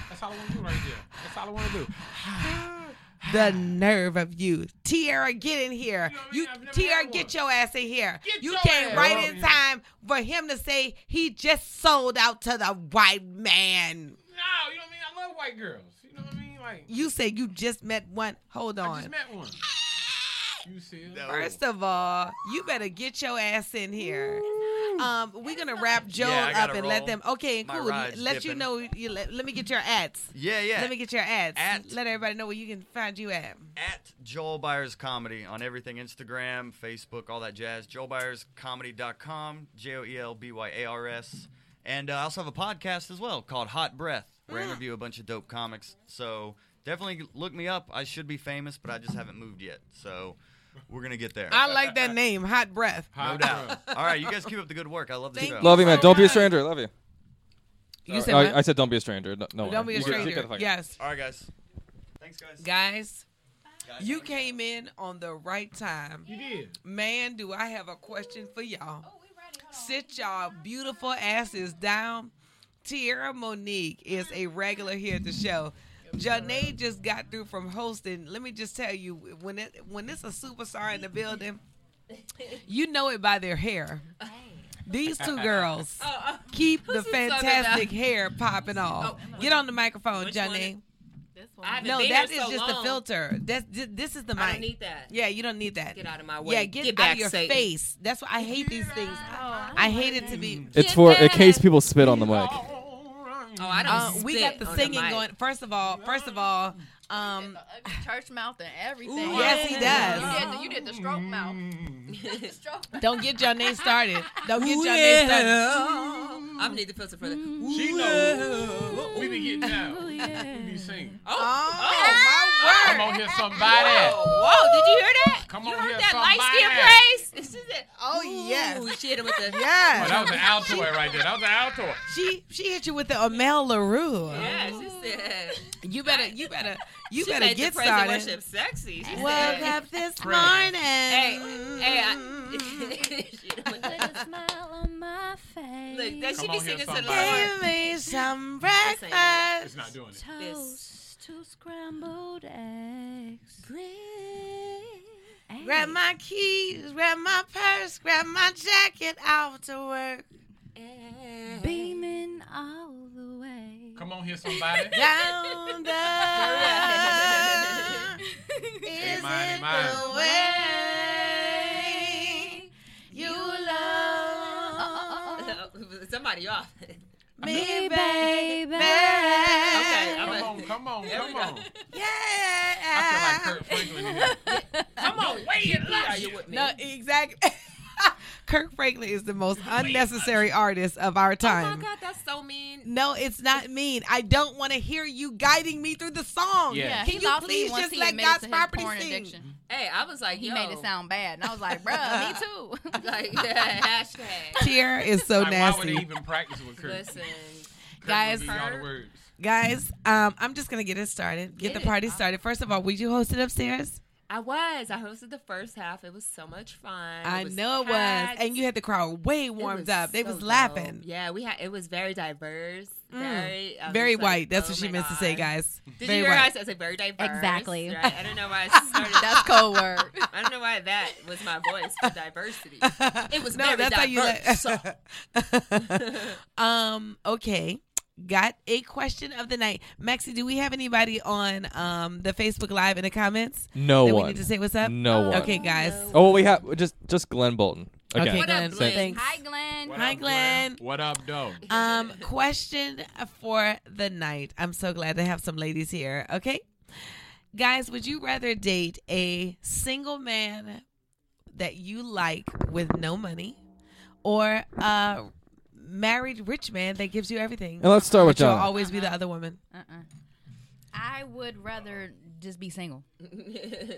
Speaker 3: that's all I want to do right there. That's all I want to do.
Speaker 2: The nerve of you. Tiara, get in here.
Speaker 3: You know what I
Speaker 2: You,
Speaker 3: mean? I've never
Speaker 2: Tiara,
Speaker 3: had
Speaker 2: get
Speaker 3: one.
Speaker 2: your ass in here.
Speaker 3: Get
Speaker 2: you
Speaker 3: your
Speaker 2: came
Speaker 3: ass
Speaker 2: right
Speaker 3: up
Speaker 2: in
Speaker 3: here.
Speaker 2: time for him to say he just sold out to the white man.
Speaker 3: No, you know what I mean. I love white girls. You know what I mean? Like
Speaker 2: You said you just met one. Hold on.
Speaker 3: I just met one. You see
Speaker 9: Mm-hmm.
Speaker 3: her?
Speaker 2: First of all, you better get your ass in here. Um, we're gonna wrap Joel
Speaker 9: I
Speaker 2: up
Speaker 9: gotta
Speaker 2: and let
Speaker 9: roll.
Speaker 2: them. Okay,
Speaker 9: My
Speaker 2: cool. Let
Speaker 9: ride's
Speaker 2: you
Speaker 9: dipping.
Speaker 2: know. You let, let me get your ads.
Speaker 9: Yeah, yeah.
Speaker 2: Let me get your ads.
Speaker 9: At-
Speaker 2: Let everybody know where you can find you at.
Speaker 9: at Joel Byers Comedy on everything Instagram, Facebook, all that jazz. JoelByersComedy.com, J O E L B Y A R S. And uh, I also have a podcast as well called Hot Breath, where
Speaker 2: Mm.
Speaker 9: I interview a bunch of dope comics. So definitely look me up. I should be famous, but I just haven't moved yet. So we're going to get there.
Speaker 2: I like that name, Hot Breath.
Speaker 9: no doubt. all right, you guys keep up the good work. I love the
Speaker 2: Thank
Speaker 9: show.
Speaker 2: you.
Speaker 4: Love you, man.
Speaker 2: so
Speaker 4: Don't be a
Speaker 2: much.
Speaker 4: stranger. Love you.
Speaker 2: You said
Speaker 4: I, I
Speaker 2: what?
Speaker 4: said don't be a stranger. No, no
Speaker 2: Don't be a
Speaker 4: you get- you get
Speaker 2: stranger.
Speaker 4: the fuck out.
Speaker 2: Yes,
Speaker 9: All right, guys. Thanks, guys.
Speaker 2: guys. You came in on the right time.
Speaker 3: You did.
Speaker 2: Man, do I have a question for y'all. Sit y'all beautiful asses down. Tierra Monique is a regular here at the show. Janae just got through from hosting. Let me just tell you, when it when it's a superstar in the building, you know it by their hair. These two girls
Speaker 6: Oh,
Speaker 2: keep the
Speaker 12: Who's this talking about?
Speaker 2: fantastic hair popping off.
Speaker 12: Oh.
Speaker 2: Get on the microphone,
Speaker 12: Which one
Speaker 2: Janae.
Speaker 12: This one.
Speaker 10: I haven't
Speaker 2: No,
Speaker 10: been
Speaker 2: that
Speaker 10: here
Speaker 2: is
Speaker 10: so
Speaker 2: just the
Speaker 10: long.
Speaker 2: filter. That's this is the mic.
Speaker 10: I don't need that.
Speaker 2: Yeah, you don't need that.
Speaker 10: Get out of my way.
Speaker 2: Yeah, get,
Speaker 10: Get
Speaker 2: out
Speaker 10: back,
Speaker 2: of your
Speaker 10: Satan.
Speaker 2: face. That's why I hate these things.
Speaker 12: Oh,
Speaker 2: I hate it to be.
Speaker 4: It's for in case people spit on the mic.
Speaker 10: Oh, I don't.
Speaker 2: Uh, we got
Speaker 10: spit
Speaker 2: the
Speaker 10: on
Speaker 2: singing
Speaker 10: mic.
Speaker 2: going. First of all, first of all, um,
Speaker 12: church mouth and everything.
Speaker 2: Ooh, yes, he does.
Speaker 12: You did, the, you did the stroke mouth.
Speaker 10: Mm.
Speaker 12: The stroke mouth.
Speaker 2: don't get your name started. Don't get your name started.
Speaker 10: I'm gonna need the filter for the.
Speaker 3: She knows what we be getting down. We be singing.
Speaker 2: Oh,
Speaker 3: Come on here, somebody.
Speaker 10: Whoa! Did you hear that?
Speaker 3: Come
Speaker 10: you
Speaker 3: on
Speaker 10: heard
Speaker 3: here,
Speaker 10: that light
Speaker 3: somebody.
Speaker 10: skin praise? She said,
Speaker 2: Oh, yes.
Speaker 10: Ooh, she hit him with the.
Speaker 3: Oh,
Speaker 2: yeah.
Speaker 3: that was an Altoid right there. That was an Altoid.
Speaker 2: She she hit you with the Amel Larue.
Speaker 10: Yeah, she said.
Speaker 2: You better you better you
Speaker 10: she
Speaker 2: better
Speaker 10: made
Speaker 2: get
Speaker 10: the praise and
Speaker 2: started.
Speaker 10: worship sexy. She
Speaker 2: Woke
Speaker 10: said,
Speaker 2: up this
Speaker 3: Pray.
Speaker 2: morning.
Speaker 10: Hey, hey. I, she hit him with the-
Speaker 12: smile on my face.
Speaker 10: Look, that
Speaker 3: Come
Speaker 10: she be
Speaker 3: on here,
Speaker 10: singing to the
Speaker 3: somebody.
Speaker 10: Lord.
Speaker 2: Give me some
Speaker 10: ain't it.
Speaker 2: breakfast.
Speaker 3: It's not doing it.
Speaker 10: This.
Speaker 12: to scrambled eggs. Eggs.
Speaker 2: Grab my keys, grab my purse, grab my jacket out to work.
Speaker 12: beaming all the way.
Speaker 3: Come on here, somebody.
Speaker 2: Down the is
Speaker 3: mine,
Speaker 2: it
Speaker 3: mine.
Speaker 2: the way you love
Speaker 10: Somebody off.
Speaker 2: me,
Speaker 12: Me,
Speaker 2: baby?
Speaker 12: baby.
Speaker 10: Oh Okay,
Speaker 3: Come
Speaker 10: I'm gonna-
Speaker 3: on, come on, come on. I
Speaker 2: Yeah.
Speaker 3: feel like Kurt Franklin in here.
Speaker 10: Come
Speaker 3: Oh,
Speaker 10: on, wait it Are you with me?
Speaker 2: No, exactly. Kirk Franklin is the most unnecessary artist of our
Speaker 10: oh my
Speaker 2: time.
Speaker 10: God, that's so mean.
Speaker 2: No, it's not mean. I don't want to hear you guiding me through the song.
Speaker 3: Yeah.
Speaker 12: Yeah,
Speaker 2: Can
Speaker 12: he
Speaker 2: you
Speaker 12: lost me
Speaker 2: please
Speaker 12: once
Speaker 2: just
Speaker 12: he
Speaker 2: let
Speaker 12: admitted
Speaker 2: God's
Speaker 12: to his
Speaker 2: property
Speaker 12: porn
Speaker 2: sing?
Speaker 12: addiction.
Speaker 10: Hey, I was like,
Speaker 12: He
Speaker 10: yo.
Speaker 12: made it sound bad, and I was like, "Bruh, me too."
Speaker 10: like yeah, hashtag.
Speaker 2: Tier is so
Speaker 3: Like, why would
Speaker 2: nasty.
Speaker 3: they even practice with Kurt?
Speaker 10: Listen,
Speaker 3: Kurt
Speaker 2: guys,
Speaker 3: would give y'all the words.
Speaker 2: Guys, um, I'm just gonna get it started. Get,
Speaker 10: Get
Speaker 2: the
Speaker 10: it.
Speaker 2: party started. First of all, would you host it upstairs?
Speaker 10: I was. I hosted the first half. It was so much fun.
Speaker 2: I
Speaker 10: was
Speaker 2: know it
Speaker 10: packed.
Speaker 2: was, and you had the crowd way
Speaker 10: It
Speaker 2: warmed
Speaker 10: was
Speaker 2: up. They
Speaker 10: so
Speaker 2: was
Speaker 10: dope.
Speaker 2: laughing.
Speaker 10: Yeah, we had. It was very diverse.
Speaker 2: Mm.
Speaker 10: Very, I was
Speaker 2: Very
Speaker 10: like,
Speaker 2: white. That's
Speaker 10: oh
Speaker 2: what she
Speaker 10: my
Speaker 2: meant to say,
Speaker 10: God.
Speaker 2: guys.
Speaker 10: Did
Speaker 2: very
Speaker 10: you
Speaker 2: white.
Speaker 10: realize I said very diverse?
Speaker 12: Exactly.
Speaker 10: Right? I don't know why I started.
Speaker 12: That's code word.
Speaker 10: I don't know why that was my voice for diversity. It was
Speaker 2: no,
Speaker 10: very
Speaker 2: that's
Speaker 10: diverse.
Speaker 2: how you. Let- um. Okay. Got a question of the night, Maxie. Do we have anybody on um the Facebook Live in the comments
Speaker 4: No
Speaker 2: that we
Speaker 4: one.
Speaker 2: need to say what's up? Oh,
Speaker 4: No one.
Speaker 2: Okay, guys.
Speaker 4: Oh, well, we have just just Glenn Bolton. Again.
Speaker 2: Okay,
Speaker 10: What
Speaker 2: Glenn.
Speaker 10: up, Glenn?
Speaker 2: Thanks.
Speaker 10: Hi, Glenn.
Speaker 3: What
Speaker 2: Hi,
Speaker 3: up,
Speaker 2: Glenn.
Speaker 3: What up, though?
Speaker 2: Um, question for the night. I'm so glad to have some ladies here. Okay. Guys, would you rather date a single man that you like with no money or a married rich man that gives you everything?
Speaker 4: And let's start with
Speaker 2: but you'll
Speaker 4: John.
Speaker 2: always be the other woman.
Speaker 12: Uh-uh. I would rather just be single.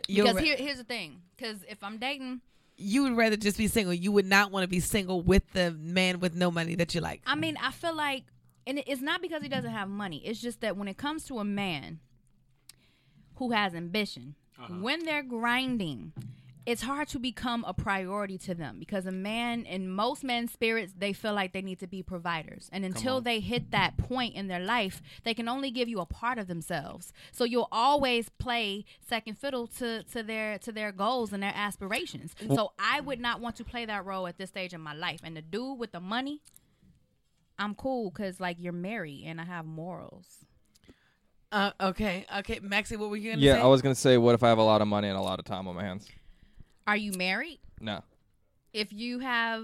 Speaker 2: You'll
Speaker 12: Because
Speaker 2: ra-
Speaker 12: here, here's the thing. Because if I'm dating,
Speaker 2: you would rather just be single. You would not want to be single with the man with no money that you like.
Speaker 12: I mean, I feel like, and it- it's not because he doesn't have money. It's just that when it comes to a man who has ambition, when they're grinding, it's hard to become a priority to them because a man, in most men's spirits, they feel like they need to be providers. And until they hit that point in their life, they can only give you a part of themselves. So you'll always play second fiddle to, to their to their goals and their aspirations. So I would not want to play that role at this stage in my life. And the dude with the money, I'm cool because like you're married and I have morals.
Speaker 2: Uh, okay, okay, Maxie, what were you gonna say?
Speaker 4: Yeah, I was gonna say, what if I have a lot of money and a lot of time on my hands?
Speaker 12: Are you married?
Speaker 4: No.
Speaker 12: If you have,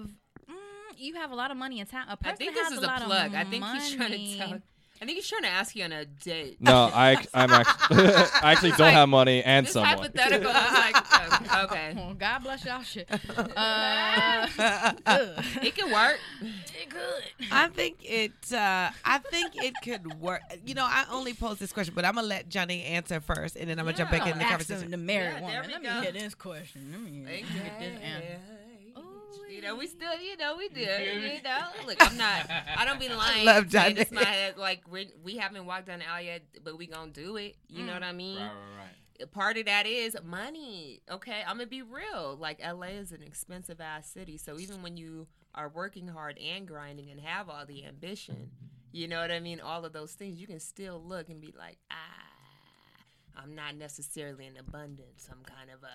Speaker 12: mm, you have a lot of money in town. A
Speaker 10: I
Speaker 12: person
Speaker 10: think
Speaker 12: has
Speaker 10: this is a
Speaker 12: a, lot
Speaker 10: plug.
Speaker 12: Of
Speaker 10: I think he's trying to
Speaker 12: money.
Speaker 10: tell. I think he's trying to ask you on a date.
Speaker 4: No, I act- I'm actually I actually don't have money and
Speaker 10: This
Speaker 4: someone.
Speaker 10: hypothetical. I was like, okay,
Speaker 12: Well, Oh, God bless y'all shit. Uh, ugh.
Speaker 10: it can work.
Speaker 12: It good.
Speaker 2: I think it. Uh, I think it could work. You know, I only posed this question, but I'm gonna let Johnny answer first, and then I'm gonna jump back in the
Speaker 12: Ask them
Speaker 2: conversation.
Speaker 12: to marry
Speaker 10: Yeah, there
Speaker 12: woman.
Speaker 10: we
Speaker 12: Let me
Speaker 10: go.
Speaker 12: hear this question. Let me hear- get this answer.
Speaker 10: You know, we still, you know, we did.
Speaker 3: feel me?
Speaker 10: You know, look, I'm not. I don't be lying.
Speaker 2: love
Speaker 10: saying
Speaker 2: Johnny.
Speaker 10: It's my head. Like we we haven't walked down the aisle yet, but we gonna do it. You know what I mean?
Speaker 3: Right, right, right.
Speaker 10: Part of that is money. Okay, I'm gonna be real. Like LA is an expensive ass city, so even when you are working hard and grinding and have all the ambition, you know what I mean. All of those things, you can still look and be like, ah, I'm not necessarily in abundance. I'm kind of a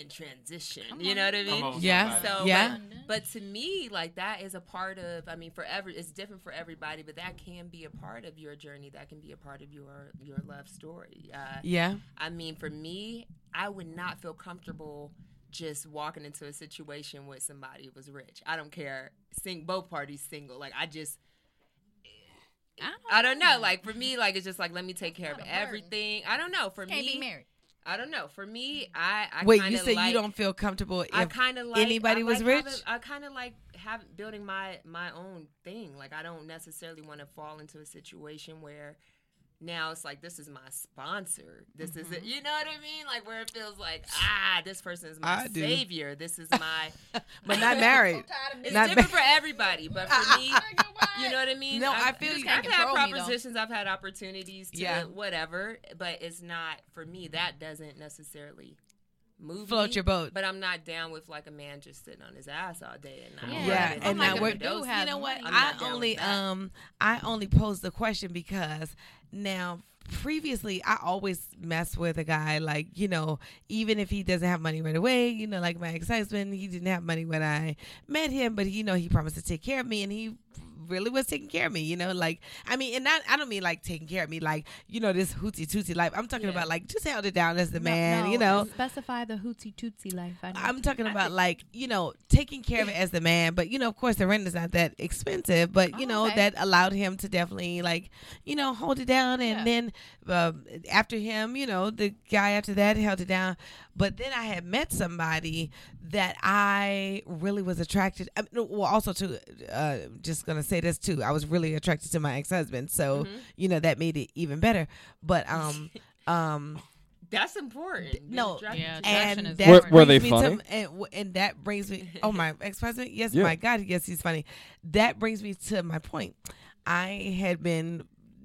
Speaker 10: in transition. you know what I mean?
Speaker 3: Come on,
Speaker 2: Yeah.
Speaker 3: somebody.
Speaker 10: So
Speaker 2: Yeah.
Speaker 10: But, but to me, like that is a part of. I mean, for every it's different for everybody, but that can be a part of your journey. That can be a part of your your love story. Uh,
Speaker 2: Yeah.
Speaker 10: I mean, for me, I would not feel comfortable just walking into a situation with somebody who was rich. I don't care. Sing both parties single. Like I just.
Speaker 12: I don't,
Speaker 10: I don't know. Like for me, like it's just like let me take care of
Speaker 12: Not a burden.
Speaker 10: everything. I don't know. For
Speaker 12: can't
Speaker 10: me,
Speaker 12: be married.
Speaker 10: I don't know. For me, I, I
Speaker 2: Wait, you
Speaker 10: kinda
Speaker 2: said you
Speaker 10: like-
Speaker 2: don't feel comfortable if
Speaker 10: I kind of like
Speaker 2: anybody
Speaker 10: I
Speaker 2: was
Speaker 10: like having-
Speaker 2: rich?
Speaker 10: I kind of like have building my my own thing. Like I don't necessarily want to fall into a situation where now it's like this is my sponsor. This is
Speaker 2: Mm-hmm.
Speaker 10: it. You know what I mean? Like where it feels like ah, this person is my
Speaker 2: I do.
Speaker 10: savior. This is my.
Speaker 2: but not married.
Speaker 10: It's
Speaker 2: Not
Speaker 10: different
Speaker 2: ma-
Speaker 10: for everybody, but for me, you know what I mean?
Speaker 2: No, I
Speaker 10: I've-
Speaker 2: feel you.
Speaker 12: can't
Speaker 10: I've had
Speaker 12: control me, though.
Speaker 10: propositions, I've had opportunities to
Speaker 2: Yeah.
Speaker 10: whatever, but it's not for me. That doesn't necessarily move.
Speaker 2: Float
Speaker 10: me,
Speaker 2: your boat.
Speaker 10: But I'm not down with like a man just sitting on his ass all day and not
Speaker 12: Yeah.
Speaker 10: doing
Speaker 2: Yeah,
Speaker 10: anything.
Speaker 2: and
Speaker 10: I'm
Speaker 2: now
Speaker 10: like,
Speaker 2: we're
Speaker 10: if it does-
Speaker 12: do
Speaker 2: you
Speaker 12: have
Speaker 2: know what?
Speaker 12: money.
Speaker 10: I'm
Speaker 2: I
Speaker 10: not down
Speaker 2: only
Speaker 10: with that.
Speaker 2: um I only posed the question because now previously I always mess with a guy like you know even if he doesn't have money right away you know like my ex husband he didn't have money when I met him but you know he promised to take care of me and he really was taking care of me you know like I mean and not I don't mean like taking care of me like you know this hootie tootie life I'm talking about like just held it down as the
Speaker 12: No,
Speaker 2: man
Speaker 12: no,
Speaker 2: you know
Speaker 12: specify the hootie tootsie life. I know.
Speaker 2: I'm talking about like you know taking care of it as the man, but you know of course the rent is not that expensive, but you
Speaker 12: Oh,
Speaker 2: know
Speaker 12: okay.
Speaker 2: that allowed him to definitely like you know hold it down, and
Speaker 12: Yeah.
Speaker 2: then um, after him, you know the guy after that held it down, but then I had met somebody that I really was attracted. I mean, well, also to uh, just gonna say this too, I was really attracted to my ex husband, so
Speaker 12: Mm-hmm.
Speaker 2: you know that made it even better. But um um
Speaker 10: That's important.
Speaker 2: No,
Speaker 10: Attract-
Speaker 12: Yeah, attraction
Speaker 2: and
Speaker 12: is
Speaker 2: that
Speaker 4: Were-
Speaker 2: brings
Speaker 4: were they
Speaker 2: me
Speaker 4: funny?
Speaker 2: To, and, w- and that brings me. Oh my ex president. Yes,
Speaker 4: Yeah.
Speaker 2: my God. Yes, he's funny. That brings me to my point. I had been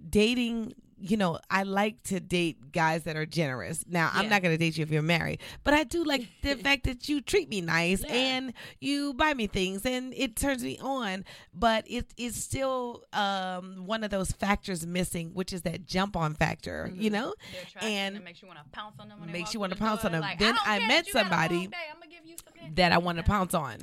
Speaker 2: dating. You know, I like to date guys that are generous. Now, I'm
Speaker 10: Yeah.
Speaker 2: not going to date you if you're married, but I do like the fact that you treat me nice and you buy me things and it turns me on. But it is still um, one of those factors missing, which is that jump on factor, you know? And-
Speaker 12: and it makes you want to pounce on them. when they
Speaker 2: Makes
Speaker 12: walk
Speaker 2: you
Speaker 12: through
Speaker 2: wanna
Speaker 12: the
Speaker 2: pounce
Speaker 12: door,
Speaker 2: on them.
Speaker 12: like,
Speaker 2: Then
Speaker 12: don't
Speaker 2: I
Speaker 12: care
Speaker 2: met
Speaker 12: that you had a long
Speaker 2: somebody
Speaker 12: day. I'ma give you some
Speaker 2: that I want to pounce on.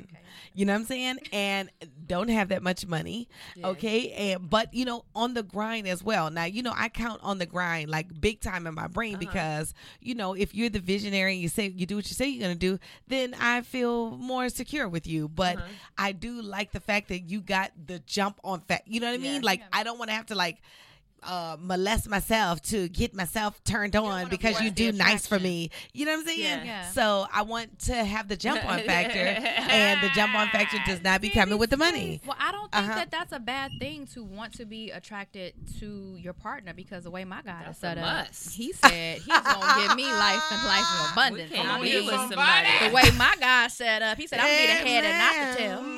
Speaker 2: You know what I'm saying? And don't have that much money, okay? And but you know, on the grind as well. Now you know I count count on the grind like big time in my brain
Speaker 12: Uh-huh.
Speaker 2: because you know if you're the visionary and you say you do what you say you're gonna do, then I feel more secure with you. But
Speaker 12: Uh-huh.
Speaker 2: I do like the fact that you got the jump on fact. You know what I mean? Like I don't want to have to like uh molest myself to get myself turned on because you
Speaker 10: force the
Speaker 2: do nice for
Speaker 10: attraction.
Speaker 2: me you know what i'm saying
Speaker 10: Yeah.
Speaker 12: Yeah.
Speaker 2: so i want to have the jump on factor and the jump on factor does not be coming with the money
Speaker 12: Well, I don't think
Speaker 2: Uh-huh.
Speaker 12: that that's a bad thing to want to be attracted to your partner because the way my guy
Speaker 10: That's
Speaker 12: is set
Speaker 10: a
Speaker 12: up,
Speaker 10: must.
Speaker 12: he said he's gonna give me life and life in
Speaker 10: We
Speaker 12: abundance.
Speaker 10: can't
Speaker 12: I'm
Speaker 10: be
Speaker 12: gonna
Speaker 10: with
Speaker 12: be-
Speaker 10: somebody.
Speaker 12: the way my guy set up, he said I'm gonna be the head and not the tail.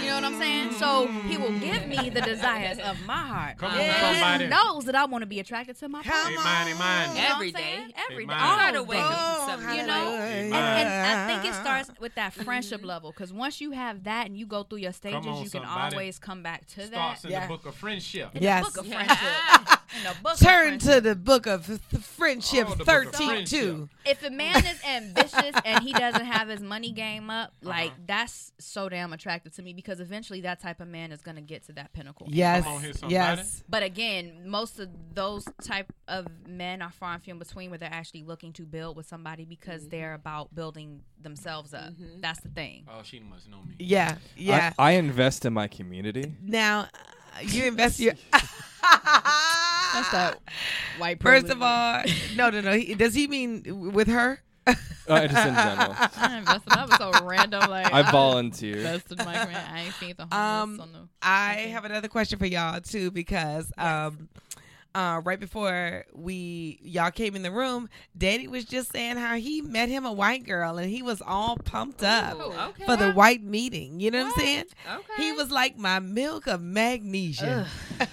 Speaker 12: You know what I'm saying? So he will give me the desires of my heart.
Speaker 3: Come on,
Speaker 12: And
Speaker 3: somebody.
Speaker 12: he knows that I want to be attracted to my
Speaker 3: Hey,
Speaker 12: partner.
Speaker 3: mind, mind.
Speaker 12: You know what I'm
Speaker 10: Every day.
Speaker 12: saying? Every day.
Speaker 3: mine.
Speaker 12: All
Speaker 10: Try
Speaker 12: the
Speaker 10: to
Speaker 12: way.
Speaker 10: wake up
Speaker 2: Oh,
Speaker 10: to something.
Speaker 12: You
Speaker 10: You
Speaker 12: know,
Speaker 2: hallelujah.
Speaker 12: and, and I think it starts with that friendship level because once you have that and you go through your stages,
Speaker 3: on,
Speaker 12: you can
Speaker 3: somebody.
Speaker 12: always come back to that.
Speaker 3: Starts in
Speaker 2: Yeah.
Speaker 3: the book of friendship.
Speaker 12: In
Speaker 2: Yes.
Speaker 12: the book of
Speaker 10: Yeah.
Speaker 12: friendship. In the book of
Speaker 2: turn to
Speaker 12: friendship.
Speaker 2: the book of th- friendship
Speaker 3: Oh, the book of
Speaker 2: 13 too
Speaker 12: If a man is ambitious and he doesn't have his money game up,
Speaker 3: Uh-huh.
Speaker 12: like that's so damn attractive to me because eventually that type of man is going to get to that pinnacle.
Speaker 2: yes
Speaker 3: Come on here, somebody.
Speaker 2: yes
Speaker 12: But again, most of those type of men are far and few in between where they're actually looking to build with somebody because
Speaker 3: Mm-hmm.
Speaker 12: they're about building themselves up. That's the thing.
Speaker 3: Oh, she must know me.
Speaker 2: yeah yeah
Speaker 4: I, I invest in my community.
Speaker 2: now uh, you invest your
Speaker 12: That's that white
Speaker 2: first
Speaker 12: privilege.
Speaker 2: of all no no no he, does he mean w- with her
Speaker 4: Uh, just in general.
Speaker 12: I invested. That was so random. Like
Speaker 4: I volunteer.
Speaker 12: invested my grant. I ain't seen the
Speaker 2: Um,
Speaker 12: homeless on the.
Speaker 2: I have another question for y'all too because um uh, right before we y'all came in the room, Daddy was just saying how he met him a white girl and he was all pumped up
Speaker 12: Oh,
Speaker 10: okay.
Speaker 2: for the white meeting. You know what I'm saying?
Speaker 10: Okay.
Speaker 2: He was like my milk of magnesia.
Speaker 3: I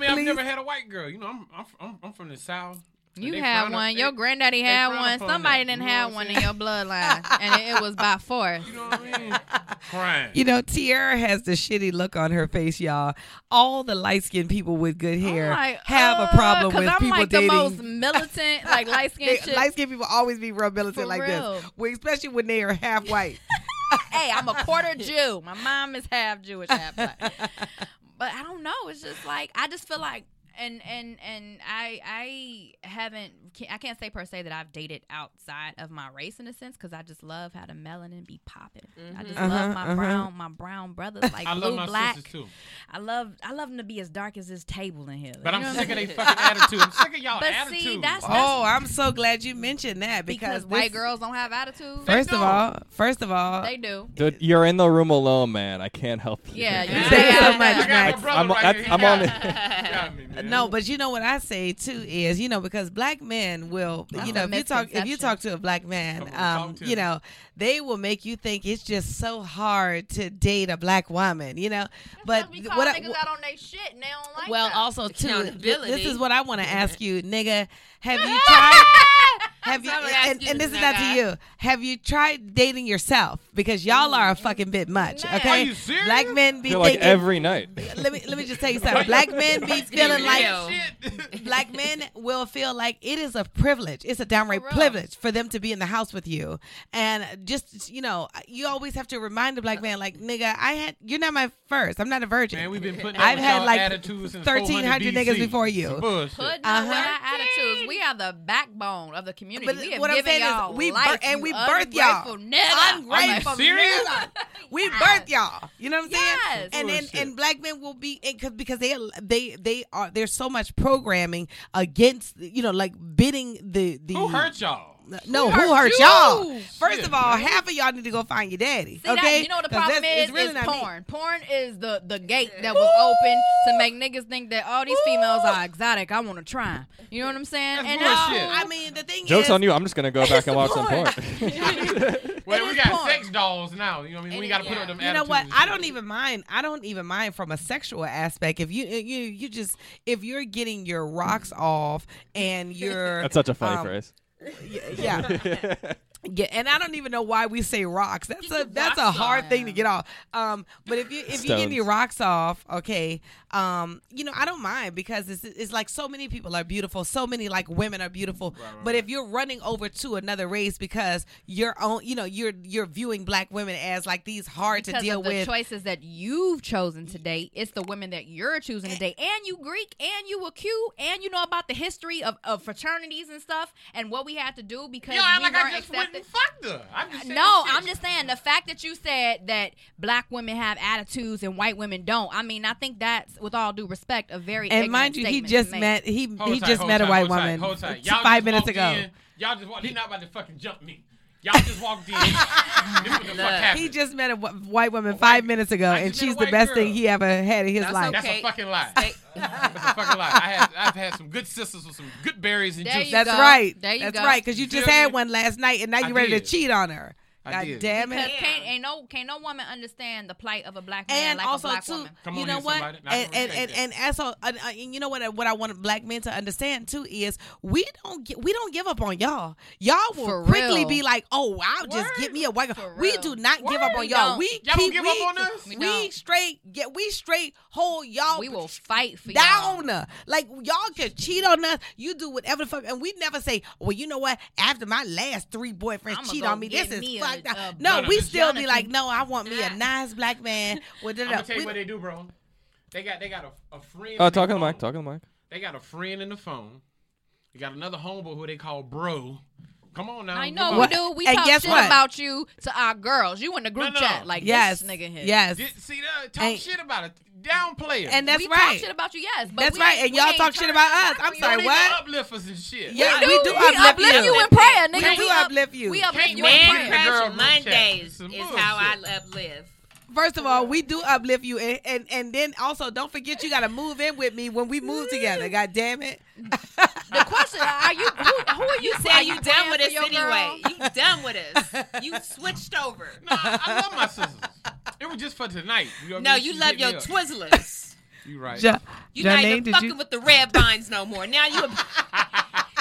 Speaker 3: mean, I've
Speaker 2: Please.
Speaker 3: never had a white girl. You know, I'm I'm I'm, I'm from the south. and
Speaker 12: You
Speaker 3: they
Speaker 12: had
Speaker 3: frown
Speaker 12: one.
Speaker 3: up-
Speaker 12: Your
Speaker 3: they-
Speaker 12: granddaddy had
Speaker 3: frown
Speaker 12: one.
Speaker 3: upon
Speaker 12: Somebody
Speaker 3: that.
Speaker 12: didn't
Speaker 3: You know
Speaker 12: have
Speaker 3: what
Speaker 12: one
Speaker 3: I'm
Speaker 12: in your bloodline, and it, it was by force.
Speaker 3: You know what I mean? Crying.
Speaker 2: You know, Tierra has the shitty look on her face, y'all. All the light skinned people with good
Speaker 12: I'm
Speaker 2: hair
Speaker 12: like,
Speaker 2: have
Speaker 12: uh,
Speaker 2: a problem
Speaker 12: 'cause
Speaker 2: with
Speaker 12: I'm
Speaker 2: people
Speaker 12: like
Speaker 2: dating.
Speaker 12: the most militant, like light skinned shit.
Speaker 2: Light skinned people always be real militant
Speaker 12: For
Speaker 2: like
Speaker 12: real.
Speaker 2: this, Well, especially when they are half white.
Speaker 12: hey, I'm a quarter Jew. My mom is half Jewish, half black. But I don't know. It's just like I just feel like, and and and I I haven't. I can't say per se that I've dated outside of my race in a sense because I just love how the melanin be popping. I just
Speaker 2: Mm-hmm. Uh-huh,
Speaker 12: love my brown my brown brothers like
Speaker 3: I
Speaker 12: blue
Speaker 3: love my
Speaker 12: black.
Speaker 3: sisters too,
Speaker 12: I love I love them to be as dark as this table in here.
Speaker 3: but
Speaker 12: You
Speaker 3: I'm
Speaker 12: know what
Speaker 3: sick of
Speaker 12: saying?
Speaker 3: their fucking attitude. I'm sick of y'all
Speaker 12: But
Speaker 3: attitude.
Speaker 12: see, that's, that's
Speaker 2: Oh, I'm so glad you mentioned that because,
Speaker 12: because, white
Speaker 2: this-
Speaker 12: girls don't have attitude.
Speaker 2: First of all, first of all,
Speaker 12: they do.
Speaker 4: Dude, you're in the room alone, man. I can't help you.
Speaker 12: Yeah, you
Speaker 2: Thank you so
Speaker 12: Yeah.
Speaker 2: much,
Speaker 3: I got
Speaker 2: Max.
Speaker 3: my brother
Speaker 4: I'm,
Speaker 3: right
Speaker 4: I,
Speaker 3: here. He
Speaker 4: I'm
Speaker 3: got
Speaker 4: on
Speaker 3: me.
Speaker 4: it.
Speaker 3: He got me, man.
Speaker 2: No, but you know what I say too is you know because black men will you
Speaker 12: a
Speaker 2: know if you talk if you
Speaker 12: misconception.
Speaker 2: talk to a black man
Speaker 3: Come on,
Speaker 2: um
Speaker 3: talk to
Speaker 2: you
Speaker 3: me.
Speaker 2: know they will make you think it's just so hard to date a black woman you know but
Speaker 12: we
Speaker 2: th-
Speaker 12: call
Speaker 2: what I,
Speaker 12: niggas out on their shit and they don't like
Speaker 2: well
Speaker 12: that.
Speaker 2: also too th- this
Speaker 10: Accountability.
Speaker 2: is what I want to ask you nigga have you tried have you
Speaker 10: So I'm gonna ask
Speaker 2: and,
Speaker 10: you
Speaker 2: and this
Speaker 10: this,
Speaker 2: is not to
Speaker 10: nigga.
Speaker 2: you have you tried dating yourself because y'all are a fucking bit much
Speaker 12: Man.
Speaker 2: okay
Speaker 3: Are you serious?
Speaker 2: black men be
Speaker 4: You're like
Speaker 2: thinking
Speaker 4: every night.
Speaker 2: let me let me just tell you something black men be feeling like
Speaker 10: real.
Speaker 3: Shit.
Speaker 2: black men will feel like it is a privilege. It's a downright
Speaker 12: For real.
Speaker 2: privilege for them to be in the house with you. And just, you know, you always have to remind the black man, like, nigga, I had, you're not my first. I'm not a virgin.
Speaker 3: Man, we've been putting. up
Speaker 2: I've
Speaker 3: with
Speaker 2: had
Speaker 3: y'all
Speaker 2: like
Speaker 3: attitudes since
Speaker 2: 1300 niggas
Speaker 3: 400 BC.
Speaker 2: before you.
Speaker 3: Some bullshit.
Speaker 12: Putting
Speaker 2: Uh-huh.
Speaker 12: on with our attitudes. We are the backbone of the community.
Speaker 2: But
Speaker 12: we have
Speaker 2: what I'm
Speaker 12: given
Speaker 2: saying is
Speaker 12: y'all
Speaker 2: we bir-
Speaker 12: life,
Speaker 2: and
Speaker 12: you
Speaker 2: we birth y'all.
Speaker 12: ungrateful Nigga.
Speaker 2: Ungrateful
Speaker 12: I'm like,
Speaker 3: serious?
Speaker 2: nigga. We
Speaker 12: Yes.
Speaker 2: birth y'all. You know what I'm saying?
Speaker 12: Yes.
Speaker 2: And then
Speaker 3: Bullshit.
Speaker 2: and black men will be because because they they they are there's so much programming against you know like bidding the the
Speaker 3: Who hurt y'all?
Speaker 2: No,
Speaker 12: Who
Speaker 2: who
Speaker 12: hurt
Speaker 2: hurt
Speaker 12: you?
Speaker 2: y'all? First
Speaker 3: Shit,
Speaker 2: of all,
Speaker 3: man.
Speaker 2: half of y'all need to go find your daddy.
Speaker 12: See,
Speaker 2: okay,
Speaker 12: that, you know what the
Speaker 2: 'Cause
Speaker 12: problem
Speaker 2: that's-
Speaker 12: is?
Speaker 2: it's really
Speaker 12: is
Speaker 2: not me.
Speaker 12: porn. Porn is the, the gate that was open to make niggas think that all these females are exotic. I want to try 'em. You know what I'm saying?
Speaker 3: That's
Speaker 12: and
Speaker 2: No,
Speaker 3: Bullshit.
Speaker 2: I mean the thing
Speaker 4: Joke's
Speaker 2: is,
Speaker 4: on you. I'm just going to go back and watch some porn.
Speaker 3: Well,
Speaker 12: is
Speaker 3: we got
Speaker 12: porn.
Speaker 3: sex dolls now. You know what I mean? We
Speaker 12: It
Speaker 3: got to
Speaker 12: is,
Speaker 3: put
Speaker 12: yeah.
Speaker 3: up them.
Speaker 2: You know what?
Speaker 3: attitudes
Speaker 2: I
Speaker 3: and
Speaker 2: don't
Speaker 3: shit.
Speaker 2: even mind. I don't even mind from a sexual aspect. If you you you just if you're getting your rocks off and you're
Speaker 4: That's such a funny
Speaker 2: um,
Speaker 4: phrase.
Speaker 2: yeah, Yeah, and I don't even know why we say rocks. That's a
Speaker 10: get
Speaker 2: that's a
Speaker 10: rocks
Speaker 2: hard
Speaker 10: off.
Speaker 2: thing to get off. Um, but if you if you get any
Speaker 4: Stones.
Speaker 2: rocks off, okay, um, you know I don't mind because it's it's like so many people are beautiful, so many like women are beautiful. but if you're running over to another race because your own, you know, you're you're viewing black women as like these hard
Speaker 12: because
Speaker 2: to deal
Speaker 12: of the
Speaker 2: with.
Speaker 12: choices that you've chosen today. It's the women that you're choosing today, and you Greek, and you were Q, and you know about the history of, of fraternities and stuff, and what we had to do because
Speaker 3: Yo,
Speaker 12: we
Speaker 3: act like
Speaker 12: weren't
Speaker 3: I just went
Speaker 12: accepted.
Speaker 3: and fucked her. I'm just saying
Speaker 12: No,
Speaker 3: shit.
Speaker 12: I'm just saying the fact that you said that black women have attitudes and white women don't. I mean, I think that's, with all due respect, a very
Speaker 2: and
Speaker 12: ignorant
Speaker 2: mind you, he
Speaker 12: statement to
Speaker 2: just
Speaker 12: make.
Speaker 2: met he
Speaker 3: Hold
Speaker 2: he
Speaker 3: tight,
Speaker 2: just
Speaker 3: hold
Speaker 2: met a
Speaker 3: tight,
Speaker 2: white
Speaker 3: hold tight,
Speaker 2: woman
Speaker 3: hold tight.
Speaker 2: t-
Speaker 3: Y'all
Speaker 2: five
Speaker 3: just
Speaker 2: minutes
Speaker 3: walked
Speaker 2: ago.
Speaker 3: in. Y'all just walked. He not about to fucking jump me. Y'all just walked in. this what the fuck happened.
Speaker 2: He just met a wh- white woman five minutes ago,
Speaker 3: I
Speaker 2: and
Speaker 3: just met a
Speaker 2: she's the
Speaker 3: white
Speaker 2: best
Speaker 3: girl.
Speaker 2: thing he ever had in his
Speaker 10: That's
Speaker 2: life.
Speaker 3: That's
Speaker 10: okay.
Speaker 3: a fucking lie. That's a fucking lie. I have, I've had some good sisters with some good berries and
Speaker 12: There
Speaker 3: juice.
Speaker 12: you
Speaker 2: That's
Speaker 12: go.
Speaker 2: right.
Speaker 12: There you
Speaker 2: That's
Speaker 12: go.
Speaker 2: right. Because you just
Speaker 3: Feel
Speaker 2: had
Speaker 3: me?
Speaker 2: one last night, and now
Speaker 3: I
Speaker 2: you're ready to
Speaker 3: did.
Speaker 2: cheat on her.
Speaker 3: I
Speaker 2: God
Speaker 3: did.
Speaker 2: damn
Speaker 12: Because
Speaker 2: it.
Speaker 12: can't, ain't no, can't no woman understand the plight of a black man
Speaker 2: And
Speaker 12: like
Speaker 2: also
Speaker 12: a black
Speaker 2: too,
Speaker 12: woman.
Speaker 3: Come
Speaker 2: you
Speaker 3: on
Speaker 2: know
Speaker 3: here,
Speaker 2: what?
Speaker 3: somebody. Not
Speaker 2: and,
Speaker 3: gonna
Speaker 2: and, and
Speaker 3: respect
Speaker 2: and also, uh, uh, and you know what? What I want black men to understand too is we don't get, we don't give up on y'all. Y'all will
Speaker 12: For
Speaker 2: quickly
Speaker 12: real.
Speaker 2: be like, oh, I'll just get me a white girl.
Speaker 12: For
Speaker 2: We
Speaker 12: real.
Speaker 2: do not give up
Speaker 12: Word.
Speaker 2: on
Speaker 12: We
Speaker 2: y'all.
Speaker 12: don't.
Speaker 2: We
Speaker 3: Y'all don't
Speaker 2: keep,
Speaker 3: give
Speaker 2: we,
Speaker 3: up on us?
Speaker 12: We
Speaker 2: We,
Speaker 12: don't.
Speaker 2: straight get we straight hold y'all.
Speaker 12: We will fight for y'all.
Speaker 2: down. Like y'all can cheat on us. You do whatever the fuck, and we never say, well, you know what? After my last three boyfriends
Speaker 12: I'ma
Speaker 2: cheat
Speaker 12: go
Speaker 2: on me, this
Speaker 12: get
Speaker 2: is
Speaker 12: me a-
Speaker 2: fucked up.
Speaker 12: a-
Speaker 2: No,
Speaker 3: No, no,
Speaker 2: we
Speaker 3: this
Speaker 2: still be
Speaker 12: Jonathan.
Speaker 2: like, no, I want me a nice black man. Well, da,
Speaker 3: I'm
Speaker 2: da,
Speaker 3: gonna
Speaker 2: da.
Speaker 3: tell you
Speaker 2: We-
Speaker 3: what they do, bro. They got they got a, a friend.
Speaker 4: Oh,
Speaker 3: in
Speaker 4: talk on the
Speaker 3: phone.
Speaker 4: mic. Talk on the mic.
Speaker 3: They got a friend in the phone. They got another homeboy who they call bro. Come on now.
Speaker 12: I know
Speaker 3: Come on.
Speaker 12: we do. We
Speaker 2: And
Speaker 12: talk
Speaker 2: guess
Speaker 12: shit
Speaker 2: what?
Speaker 12: about you to our girls. You in the group
Speaker 3: No, no.
Speaker 12: chat like
Speaker 2: yes,
Speaker 12: this nigga here.
Speaker 2: yes,
Speaker 3: Did, see that? Talk
Speaker 2: And-
Speaker 3: shit about it. Downplay it.
Speaker 2: and that's
Speaker 12: we talk
Speaker 2: right.
Speaker 12: shit about you, yes. But
Speaker 2: That's
Speaker 12: we
Speaker 2: right,
Speaker 12: ain't-
Speaker 2: and
Speaker 12: we
Speaker 2: y'all
Speaker 12: ain't
Speaker 2: talk shit
Speaker 12: turn
Speaker 2: about
Speaker 12: our
Speaker 2: us.
Speaker 12: back
Speaker 2: I'm
Speaker 12: on you.
Speaker 2: sorry,
Speaker 3: They
Speaker 2: what?
Speaker 3: got uplifters and shit.
Speaker 2: yeah,
Speaker 12: We, do,
Speaker 2: do
Speaker 12: we
Speaker 2: uplift,
Speaker 12: uplift
Speaker 2: you.
Speaker 12: you in prayer,
Speaker 2: We
Speaker 12: nigga.
Speaker 2: do
Speaker 12: up-
Speaker 2: uplift you.
Speaker 12: We uplift
Speaker 3: Can't
Speaker 12: you in
Speaker 3: man
Speaker 12: prayer.
Speaker 3: crash girl
Speaker 10: Crush
Speaker 3: group
Speaker 10: Mondays
Speaker 3: chat.
Speaker 10: is
Speaker 3: Some
Speaker 10: how I
Speaker 3: bullshit.
Speaker 10: uplive.
Speaker 2: First of all, we do uplift you, and, and and then also don't forget you got to move in with me when we move together. God damn it.
Speaker 12: Mm. The question: Are you? Who, who are you?
Speaker 10: You
Speaker 12: are
Speaker 10: said you done
Speaker 12: praying
Speaker 10: with
Speaker 12: for
Speaker 10: us
Speaker 12: your girl?
Speaker 10: anyway. You done with us. You switched over.
Speaker 3: No, I, I love my sisters. It was just for tonight. You know what I
Speaker 10: No,
Speaker 3: mean?
Speaker 10: you
Speaker 3: She
Speaker 10: love
Speaker 3: hit
Speaker 10: your
Speaker 3: me up.
Speaker 10: Twizzlers.
Speaker 3: You right.
Speaker 2: Ja-
Speaker 10: You not
Speaker 2: Janine,
Speaker 10: even
Speaker 2: did
Speaker 10: fucking
Speaker 2: you-
Speaker 10: with the red vines no more. Now you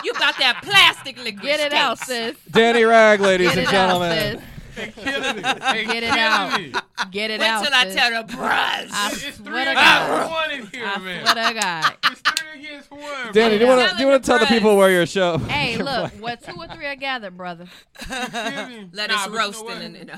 Speaker 10: you about that plastic liquor.
Speaker 12: Get it out, sis.
Speaker 4: Danny Rag, ladies
Speaker 12: Get
Speaker 4: and
Speaker 12: it out,
Speaker 4: gentlemen.
Speaker 12: sis.
Speaker 3: They killing it. They
Speaker 12: Get it
Speaker 3: killing
Speaker 12: out.
Speaker 3: it.
Speaker 12: Get it
Speaker 10: Wait
Speaker 12: out.
Speaker 10: till I
Speaker 12: sis.
Speaker 10: tell the bros.
Speaker 12: I
Speaker 3: It's
Speaker 12: swear
Speaker 3: three
Speaker 12: to
Speaker 3: against
Speaker 12: God.
Speaker 3: one in here, man.
Speaker 12: What I got?
Speaker 3: It's three against one.
Speaker 4: Danny, do you
Speaker 10: Tell
Speaker 4: want to
Speaker 10: it
Speaker 4: do you want
Speaker 10: to
Speaker 4: to tell the
Speaker 10: Brett.
Speaker 4: people where your show?
Speaker 12: Hey,
Speaker 4: your
Speaker 12: look,
Speaker 4: play-
Speaker 12: what two or three are gathered, brother.
Speaker 10: Let us roast in it. No.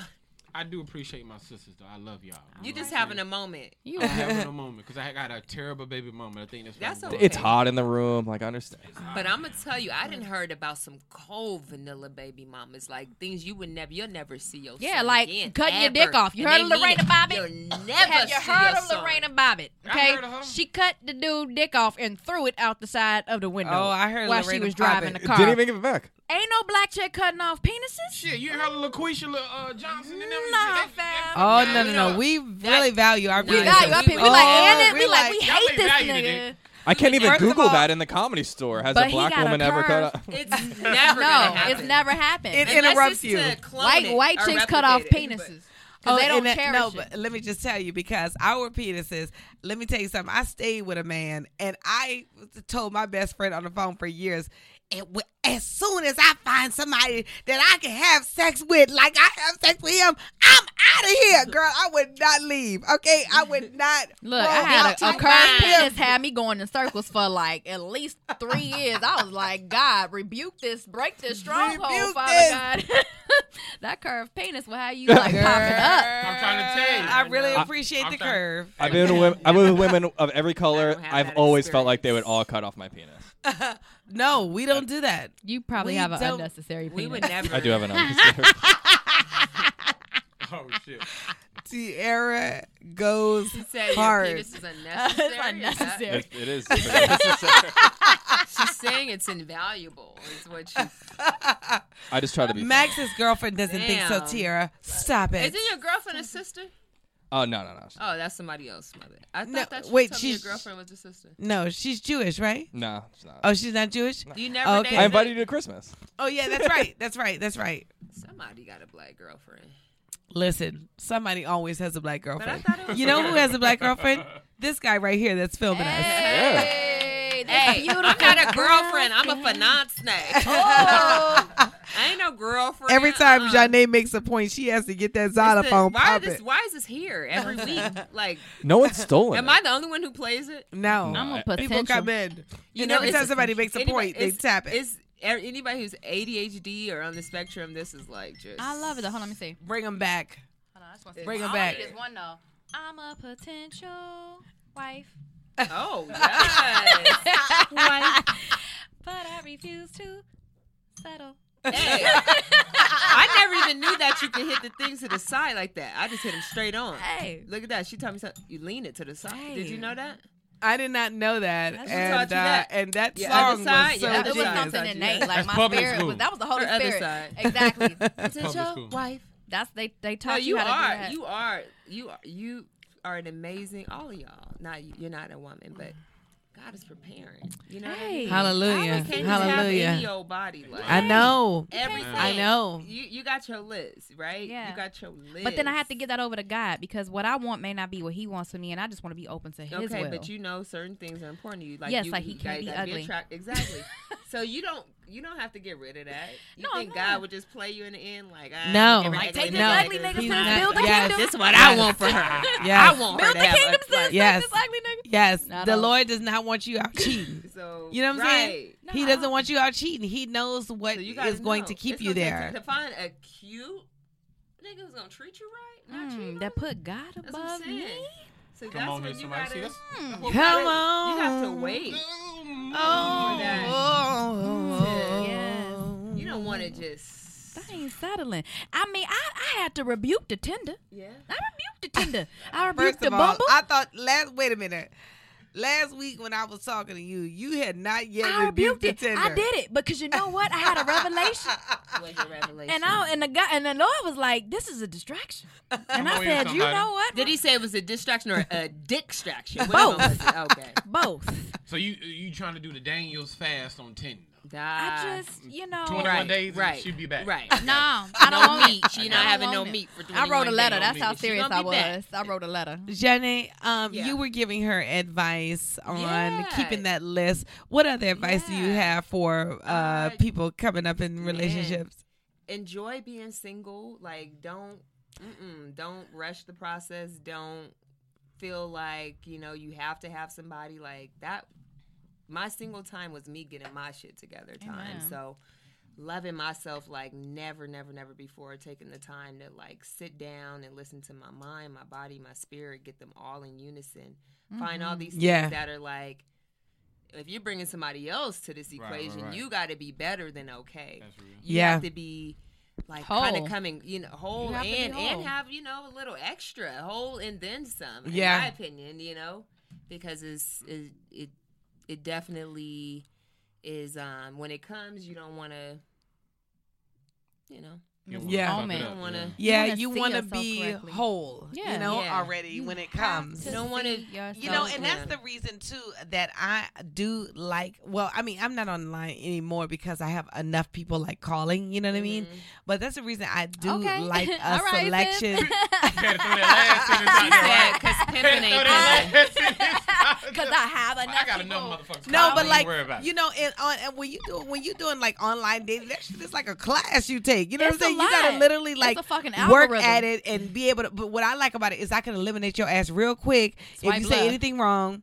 Speaker 3: I do appreciate my sisters, though. I love y'all.
Speaker 10: You just having a moment.
Speaker 12: You
Speaker 3: I'm having a moment because I got a terrible baby mama. I think that's
Speaker 10: That's
Speaker 3: what I'm
Speaker 10: okay.
Speaker 3: going
Speaker 4: It's hot in the room. Like I understand.
Speaker 10: But I'm gonna tell you, I didn't heard about some cold vanilla baby mamas, like things you would never, you'll never see your.
Speaker 12: Yeah,
Speaker 10: son
Speaker 12: like
Speaker 10: again,
Speaker 12: cutting your dick
Speaker 10: ever.
Speaker 12: off. You
Speaker 10: And
Speaker 12: heard
Speaker 10: they mean
Speaker 12: of Lorena
Speaker 10: it.
Speaker 12: Bobbitt?
Speaker 10: You'll never
Speaker 12: Have you
Speaker 10: see
Speaker 12: heard
Speaker 10: your
Speaker 12: of
Speaker 10: son.
Speaker 12: Lorena Bobbitt?
Speaker 3: I
Speaker 12: Okay,
Speaker 3: heard of her.
Speaker 12: she cut the dude dick off and threw it out the side of the window.
Speaker 2: Oh, I heard
Speaker 12: while she
Speaker 2: Lorena
Speaker 12: was driving
Speaker 2: Bobbitt.
Speaker 12: the car.
Speaker 4: Didn't even give it back.
Speaker 12: Ain't no black chick cutting off penises.
Speaker 3: Shit, you heard of LaQuisha uh, Johnson and them?
Speaker 12: Nah,
Speaker 3: That-
Speaker 12: fam.
Speaker 2: Oh
Speaker 3: that-
Speaker 2: no no no! We really value our
Speaker 10: We
Speaker 12: We
Speaker 2: penises.
Speaker 12: value our people. We
Speaker 2: Oh,
Speaker 12: like, and then we
Speaker 2: we're
Speaker 12: like, we
Speaker 3: y'all
Speaker 12: hate
Speaker 3: ain't
Speaker 12: this
Speaker 3: value the
Speaker 12: nigga.
Speaker 3: dick.
Speaker 4: I can't even
Speaker 2: First of
Speaker 4: Google
Speaker 2: all-
Speaker 4: that in the comedy store. Has
Speaker 12: But
Speaker 4: a
Speaker 12: he
Speaker 4: black
Speaker 12: got a
Speaker 4: woman ever cut up?
Speaker 12: curve.
Speaker 10: It's never gonna
Speaker 12: No,
Speaker 10: happen.
Speaker 12: it's never happened.
Speaker 2: It
Speaker 10: Unless
Speaker 2: interrupts
Speaker 10: it's
Speaker 2: you.
Speaker 10: to clone
Speaker 12: white
Speaker 10: it
Speaker 12: white
Speaker 10: or
Speaker 12: chicks cut off
Speaker 10: replicate it, but-
Speaker 12: penises because they don't
Speaker 2: Oh, and that-
Speaker 12: cherish
Speaker 2: no,
Speaker 12: it.
Speaker 2: but let me just tell you because our penises. Let me tell you something. I stayed with a man, and I told my best friend on the phone for years. And w- as soon as I find somebody that I can have sex with, like I have sex with him, I'm out of here, girl. I would not leave. Okay, I would not.
Speaker 12: Look,
Speaker 2: roll
Speaker 12: I had
Speaker 2: out
Speaker 12: a, a
Speaker 2: to
Speaker 12: curved
Speaker 2: find-
Speaker 12: penis had me going in circles for like at least three years. I was like, God, rebuke this, break this stronghold,
Speaker 2: Rebuke
Speaker 12: Father
Speaker 2: this.
Speaker 12: God. that curved penis will have you like popping up.
Speaker 3: I'm trying to tell you.
Speaker 2: I really
Speaker 3: I-
Speaker 2: appreciate
Speaker 3: I'm
Speaker 2: the
Speaker 3: trying-
Speaker 2: curve.
Speaker 4: I've been with women, I've been with women of every
Speaker 10: I
Speaker 4: color.
Speaker 10: don't have
Speaker 4: I've
Speaker 10: that
Speaker 4: always felt like they would all cut off my penis.
Speaker 2: No, we don't do that.
Speaker 12: You probably
Speaker 2: We
Speaker 12: have an
Speaker 2: don't-
Speaker 12: unnecessary penis.
Speaker 10: We would never.
Speaker 4: I do have an honest.
Speaker 3: Oh, shit.
Speaker 2: Tiara goes
Speaker 10: She said your
Speaker 2: hard.
Speaker 10: penis is unnecessary.
Speaker 12: it's unnecessary.
Speaker 4: it it is. I
Speaker 10: She's saying it's invaluable. Is what she.
Speaker 4: just try to be.
Speaker 2: Max's girlfriend doesn't think so,
Speaker 10: Damn.
Speaker 2: Tiara. Stop it.
Speaker 10: Is it your girlfriend a sister?
Speaker 4: Oh no no no
Speaker 10: Oh, that's somebody else, mother. I thought
Speaker 2: No,
Speaker 10: that you
Speaker 2: wait,
Speaker 10: told me your
Speaker 2: she's-
Speaker 10: girlfriend was a sister.
Speaker 2: no, she's Jewish, right?
Speaker 4: no. It's not.
Speaker 2: Oh, she's not Jewish?
Speaker 10: You never
Speaker 2: Okay.
Speaker 10: dated
Speaker 4: I invited you to Christmas.
Speaker 2: Oh, yeah, that's right. That's right. That's right.
Speaker 10: Somebody got a black girlfriend.
Speaker 2: Listen, somebody always has a black
Speaker 10: But I
Speaker 2: girlfriend.
Speaker 10: thought it was
Speaker 2: You know who has a black girlfriend? This guy right here that's filming us.
Speaker 12: Hey, that's
Speaker 10: Hey,
Speaker 12: beautiful.
Speaker 10: I'm not a girlfriend. I'm a finance snake.
Speaker 12: Oh,
Speaker 10: I ain't no girlfriend.
Speaker 2: Every time
Speaker 10: uh-uh.
Speaker 2: Janae makes a point, she has to get that
Speaker 10: It's the-
Speaker 2: xylophone
Speaker 10: why, is
Speaker 2: popping.
Speaker 10: this, why is this here every week? Like,
Speaker 4: No one's stolen.
Speaker 10: am
Speaker 4: it.
Speaker 10: I the only one who plays it?
Speaker 2: No,
Speaker 12: I'm a
Speaker 2: people
Speaker 12: potential.
Speaker 2: come in.
Speaker 10: You
Speaker 2: And every
Speaker 10: it's-
Speaker 2: time somebody makes a
Speaker 10: anybody-
Speaker 2: point, they
Speaker 10: it's-
Speaker 2: tap it.
Speaker 10: It's er- anybody who's ADHD or on the spectrum. This is like just.
Speaker 12: I love it. though. Hold on, let me see.
Speaker 2: Bring them back.
Speaker 12: Hold on, I just wanna see.
Speaker 2: Bring 'em
Speaker 12: All I
Speaker 2: back.
Speaker 12: need is one though. I'm a potential wife,
Speaker 10: Oh yes.
Speaker 12: but I refuse to settle.
Speaker 10: Hey. I never even knew that you could hit the things to the side like that. I just hit them straight on.
Speaker 12: Hey.
Speaker 10: Look at that. She told me something. You lean it to the side. Did you know that?
Speaker 2: I did not know that,
Speaker 10: That's what taught you
Speaker 2: and uh,
Speaker 10: that.
Speaker 2: and that
Speaker 10: Your other
Speaker 2: song
Speaker 10: side,
Speaker 2: was so
Speaker 10: your
Speaker 12: It
Speaker 10: other
Speaker 12: was
Speaker 2: genius.
Speaker 10: side.
Speaker 12: something innate. Like
Speaker 3: That's
Speaker 12: my
Speaker 3: public
Speaker 12: spirit
Speaker 3: school.
Speaker 12: was. That was the Holy
Speaker 10: Her other
Speaker 12: Spirit.
Speaker 10: side.
Speaker 12: Exactly.
Speaker 10: Potential
Speaker 3: school.
Speaker 10: wife.
Speaker 12: That's they. They taught
Speaker 10: No, you,
Speaker 12: you how to do
Speaker 10: are.
Speaker 12: that.
Speaker 10: You are. You are. You are an amazing. All of y'all. Not you- you're not a woman, but God is preparing. You know.
Speaker 12: Hey.
Speaker 10: What I mean?
Speaker 2: Hallelujah!
Speaker 10: Can't just have any
Speaker 2: Hallelujah!
Speaker 10: old body. Like,
Speaker 2: I know.
Speaker 10: Everything.
Speaker 2: I know.
Speaker 10: You you got your list right.
Speaker 12: Yeah.
Speaker 10: You got your list.
Speaker 12: But then I have to get that over to God because what I want may not be what He wants for me, and I just want to be open to His
Speaker 10: okay,
Speaker 12: will.
Speaker 10: but you know certain things are important to you. Like
Speaker 12: Yes,
Speaker 10: you,
Speaker 12: like he
Speaker 10: you
Speaker 12: can't
Speaker 10: gotta-
Speaker 12: be
Speaker 10: gotta
Speaker 12: ugly.
Speaker 10: attract- exactly. so you don't you don't have to get rid of that. You
Speaker 12: No,
Speaker 10: think
Speaker 12: I'm
Speaker 10: God
Speaker 12: not.
Speaker 10: would just play you in the end? Like ah,
Speaker 2: No.
Speaker 10: every
Speaker 2: Like,
Speaker 10: ugly
Speaker 12: take this
Speaker 10: nigga
Speaker 12: ugly
Speaker 10: is
Speaker 12: nigga to
Speaker 10: fine.
Speaker 12: the build the
Speaker 2: yes.
Speaker 12: kingdom.
Speaker 2: This
Speaker 10: This is what I want for her.
Speaker 2: Yes.
Speaker 10: I want her
Speaker 12: build
Speaker 10: to
Speaker 12: the
Speaker 10: have
Speaker 12: kingdom,
Speaker 10: a-
Speaker 12: sis.
Speaker 2: Yes.
Speaker 10: like,
Speaker 12: Yes. This ugly nigga.
Speaker 2: Yes,
Speaker 12: Not
Speaker 2: the
Speaker 12: all.
Speaker 2: Lord does not want you out cheating.
Speaker 10: So
Speaker 2: You know what I'm saying?
Speaker 10: right.
Speaker 12: No,
Speaker 2: He
Speaker 12: I
Speaker 2: doesn't
Speaker 12: don't-
Speaker 2: want you out cheating. He knows what
Speaker 10: So
Speaker 2: is
Speaker 10: you gotta
Speaker 2: going
Speaker 10: know.
Speaker 2: to keep
Speaker 10: It's
Speaker 2: you
Speaker 10: gonna take
Speaker 2: there.
Speaker 10: time To find a cute nigga who's gonna treat you right, not cheat
Speaker 12: Mm,
Speaker 10: on
Speaker 12: that
Speaker 10: you.
Speaker 12: put God
Speaker 10: That's what I'm
Speaker 12: above me.
Speaker 10: saying. So
Speaker 3: Come
Speaker 10: that's
Speaker 3: on,
Speaker 10: when
Speaker 3: there's
Speaker 10: you
Speaker 3: somebody.
Speaker 10: gotta. hmm.
Speaker 3: See, that's, that's what
Speaker 2: Come
Speaker 10: You
Speaker 2: on.
Speaker 10: have to wait.
Speaker 2: Mm-hmm. Oh,
Speaker 12: Yes.
Speaker 10: You don't want to just.
Speaker 12: I ain't settling. I mean, I, I had to rebuke the Tinder.
Speaker 10: Yeah.
Speaker 12: I rebuked the Tinder. I rebuked
Speaker 2: First
Speaker 12: the
Speaker 2: of all,
Speaker 12: Bumble.
Speaker 2: I thought last. Wait a minute. Last week when I was talking to you, you had not yet
Speaker 12: I
Speaker 2: rebuked
Speaker 12: rebuked
Speaker 2: the
Speaker 12: it.
Speaker 2: Tinder.
Speaker 12: I did it because you know what? I had a revelation,
Speaker 10: was a revelation.
Speaker 12: and I and the guy and the Lord was like, "This is a distraction," and I
Speaker 3: on here,
Speaker 12: said, "You
Speaker 3: somebody.
Speaker 12: know what?
Speaker 10: Did he say it was a distraction or a distraction? Which one was it? Okay.
Speaker 12: Both.
Speaker 3: So you you trying to do the Daniels fast on Tinder?
Speaker 12: I
Speaker 10: Ah.
Speaker 2: Mm.
Speaker 12: just, you know,
Speaker 3: 21
Speaker 10: Right,
Speaker 3: days.
Speaker 10: right,
Speaker 3: And she'd be back.
Speaker 10: Right.
Speaker 12: no, I don't
Speaker 10: no
Speaker 12: want
Speaker 10: meat.
Speaker 12: it.
Speaker 10: She
Speaker 12: I
Speaker 10: not
Speaker 12: don't
Speaker 10: having
Speaker 12: want
Speaker 10: no
Speaker 12: it.
Speaker 10: meat for 21
Speaker 12: I wrote a letter.
Speaker 10: days.
Speaker 12: That's
Speaker 10: She
Speaker 12: how
Speaker 10: gonna
Speaker 12: serious
Speaker 10: be
Speaker 12: I
Speaker 10: back.
Speaker 12: was. I wrote a letter.
Speaker 2: Jenny, um,
Speaker 10: Yeah.
Speaker 2: you were giving her advice on
Speaker 10: Yeah.
Speaker 2: keeping that list. What other advice do you
Speaker 10: Yeah.
Speaker 2: have for uh,
Speaker 10: Uh,
Speaker 2: people coming up in relationships?
Speaker 10: Enjoy being single. Like, don't, mm-mm, don't rush the process. Don't feel like you know you have to have somebody like that. My single time was me getting my shit together time.
Speaker 12: Amen.
Speaker 10: So. Loving myself like never, never, never before. Taking the time to like sit down and listen to my mind, my body, my spirit, get them all in unison. Find all these things
Speaker 2: Yeah.
Speaker 10: that are like if you're bringing somebody else to this
Speaker 3: Right, right,
Speaker 10: equation,
Speaker 3: right.
Speaker 10: you got to be better than okay.
Speaker 3: That's real.
Speaker 10: You
Speaker 2: Yeah.
Speaker 10: have to be like kind
Speaker 12: Whole.
Speaker 10: of coming, you know, whole
Speaker 12: You have to be
Speaker 10: and
Speaker 12: whole.
Speaker 10: and have you know a little extra whole and then some.
Speaker 2: Yeah.
Speaker 10: um, in my opinion, you know, because it's it it, it definitely is. Um, when it comes, you don't want to, you know,
Speaker 3: You don't
Speaker 2: Yeah.
Speaker 3: wanna fuck
Speaker 12: Moment.
Speaker 3: it up,
Speaker 10: Don't wanna-
Speaker 3: yeah.
Speaker 2: Yeah,
Speaker 12: wanna
Speaker 2: you
Speaker 12: see
Speaker 2: want to
Speaker 12: yourself
Speaker 2: be
Speaker 12: correctly.
Speaker 2: whole,
Speaker 12: Yeah.
Speaker 2: you know,
Speaker 10: Yeah.
Speaker 2: already when it
Speaker 12: have
Speaker 2: comes.
Speaker 12: to
Speaker 10: Don't wanna-
Speaker 12: see yourself.
Speaker 2: You know,
Speaker 10: So-
Speaker 2: and that's
Speaker 10: Yeah.
Speaker 2: the reason too that I do like. Well, I mean, I'm not online anymore because I have enough people like calling. You know what I mean? But that's the reason I do
Speaker 12: Mm-hmm. Okay.
Speaker 2: like a
Speaker 12: All right, sis.
Speaker 2: selection.
Speaker 3: You had to throw that
Speaker 10: because
Speaker 3: last sentence out there, right? You had to throw that last sentence out there.
Speaker 12: because I have enough.
Speaker 3: I got
Speaker 12: people.
Speaker 3: enough motherfuckers.
Speaker 2: No,
Speaker 3: calling.
Speaker 2: but
Speaker 3: Don't
Speaker 2: like
Speaker 3: worry about it.
Speaker 2: you know, and, on, and when you do when you doing like online dating, that shit is like a class you take. You know
Speaker 12: It's
Speaker 2: what I'm saying?
Speaker 12: a
Speaker 2: You gotta
Speaker 12: lot.
Speaker 2: literally
Speaker 12: It's
Speaker 2: like
Speaker 12: a fucking
Speaker 2: work
Speaker 12: algorithm.
Speaker 2: at it and be able to. But what I like about it is I can eliminate your ass real quick if
Speaker 12: Swipe
Speaker 2: you say
Speaker 12: left.
Speaker 2: anything wrong.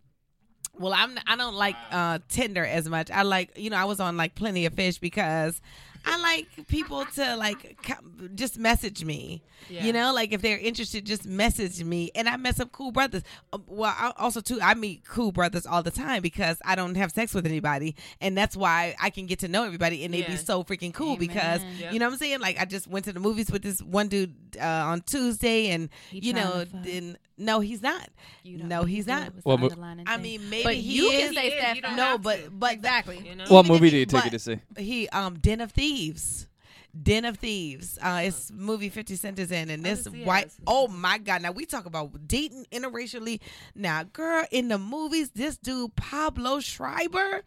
Speaker 2: Well, I'm I don't like uh, Tinder as much. I like you know I was on like Plenty of Fish because I like people to like come, just message me. You
Speaker 10: Yeah.
Speaker 2: know, like if they're interested, just message me, and I mess up cool brothers. Uh, Well, I, also too, I meet cool brothers all the time because I don't have sex with anybody, and that's why I can get to know everybody, and they be
Speaker 10: Yeah.
Speaker 2: so freaking cool because
Speaker 12: Amen.
Speaker 10: Yep.
Speaker 2: you know what I'm saying. Like I just went to the movies with this one dude uh, on Tuesday, and
Speaker 12: He
Speaker 2: you
Speaker 12: trying
Speaker 2: know,
Speaker 12: to fuck.
Speaker 2: then no, he's not.
Speaker 12: You don't
Speaker 2: No,
Speaker 12: think
Speaker 2: he's
Speaker 12: that
Speaker 2: not.
Speaker 12: was
Speaker 4: Well,
Speaker 12: the
Speaker 4: but-
Speaker 12: underlying
Speaker 2: I
Speaker 12: thing.
Speaker 2: mean, maybe
Speaker 12: but
Speaker 2: he
Speaker 12: you
Speaker 2: is.
Speaker 12: can say
Speaker 10: Yeah,
Speaker 12: that.
Speaker 10: you don't
Speaker 12: from-
Speaker 10: have
Speaker 2: no,
Speaker 10: to.
Speaker 2: but but
Speaker 12: exactly.
Speaker 10: you know.
Speaker 4: What
Speaker 2: Even
Speaker 4: movie
Speaker 2: if
Speaker 4: do
Speaker 2: he-
Speaker 4: you take
Speaker 2: but-
Speaker 4: it to see?
Speaker 2: he um Den of Thieves. Den of Thieves. Uh it's movie 50 Cent is in and
Speaker 10: I
Speaker 2: this
Speaker 10: didn't see it.
Speaker 2: white Oh my god. Now we talk about dating interracially. Now girl in the movies this dude Pablo Schreiber,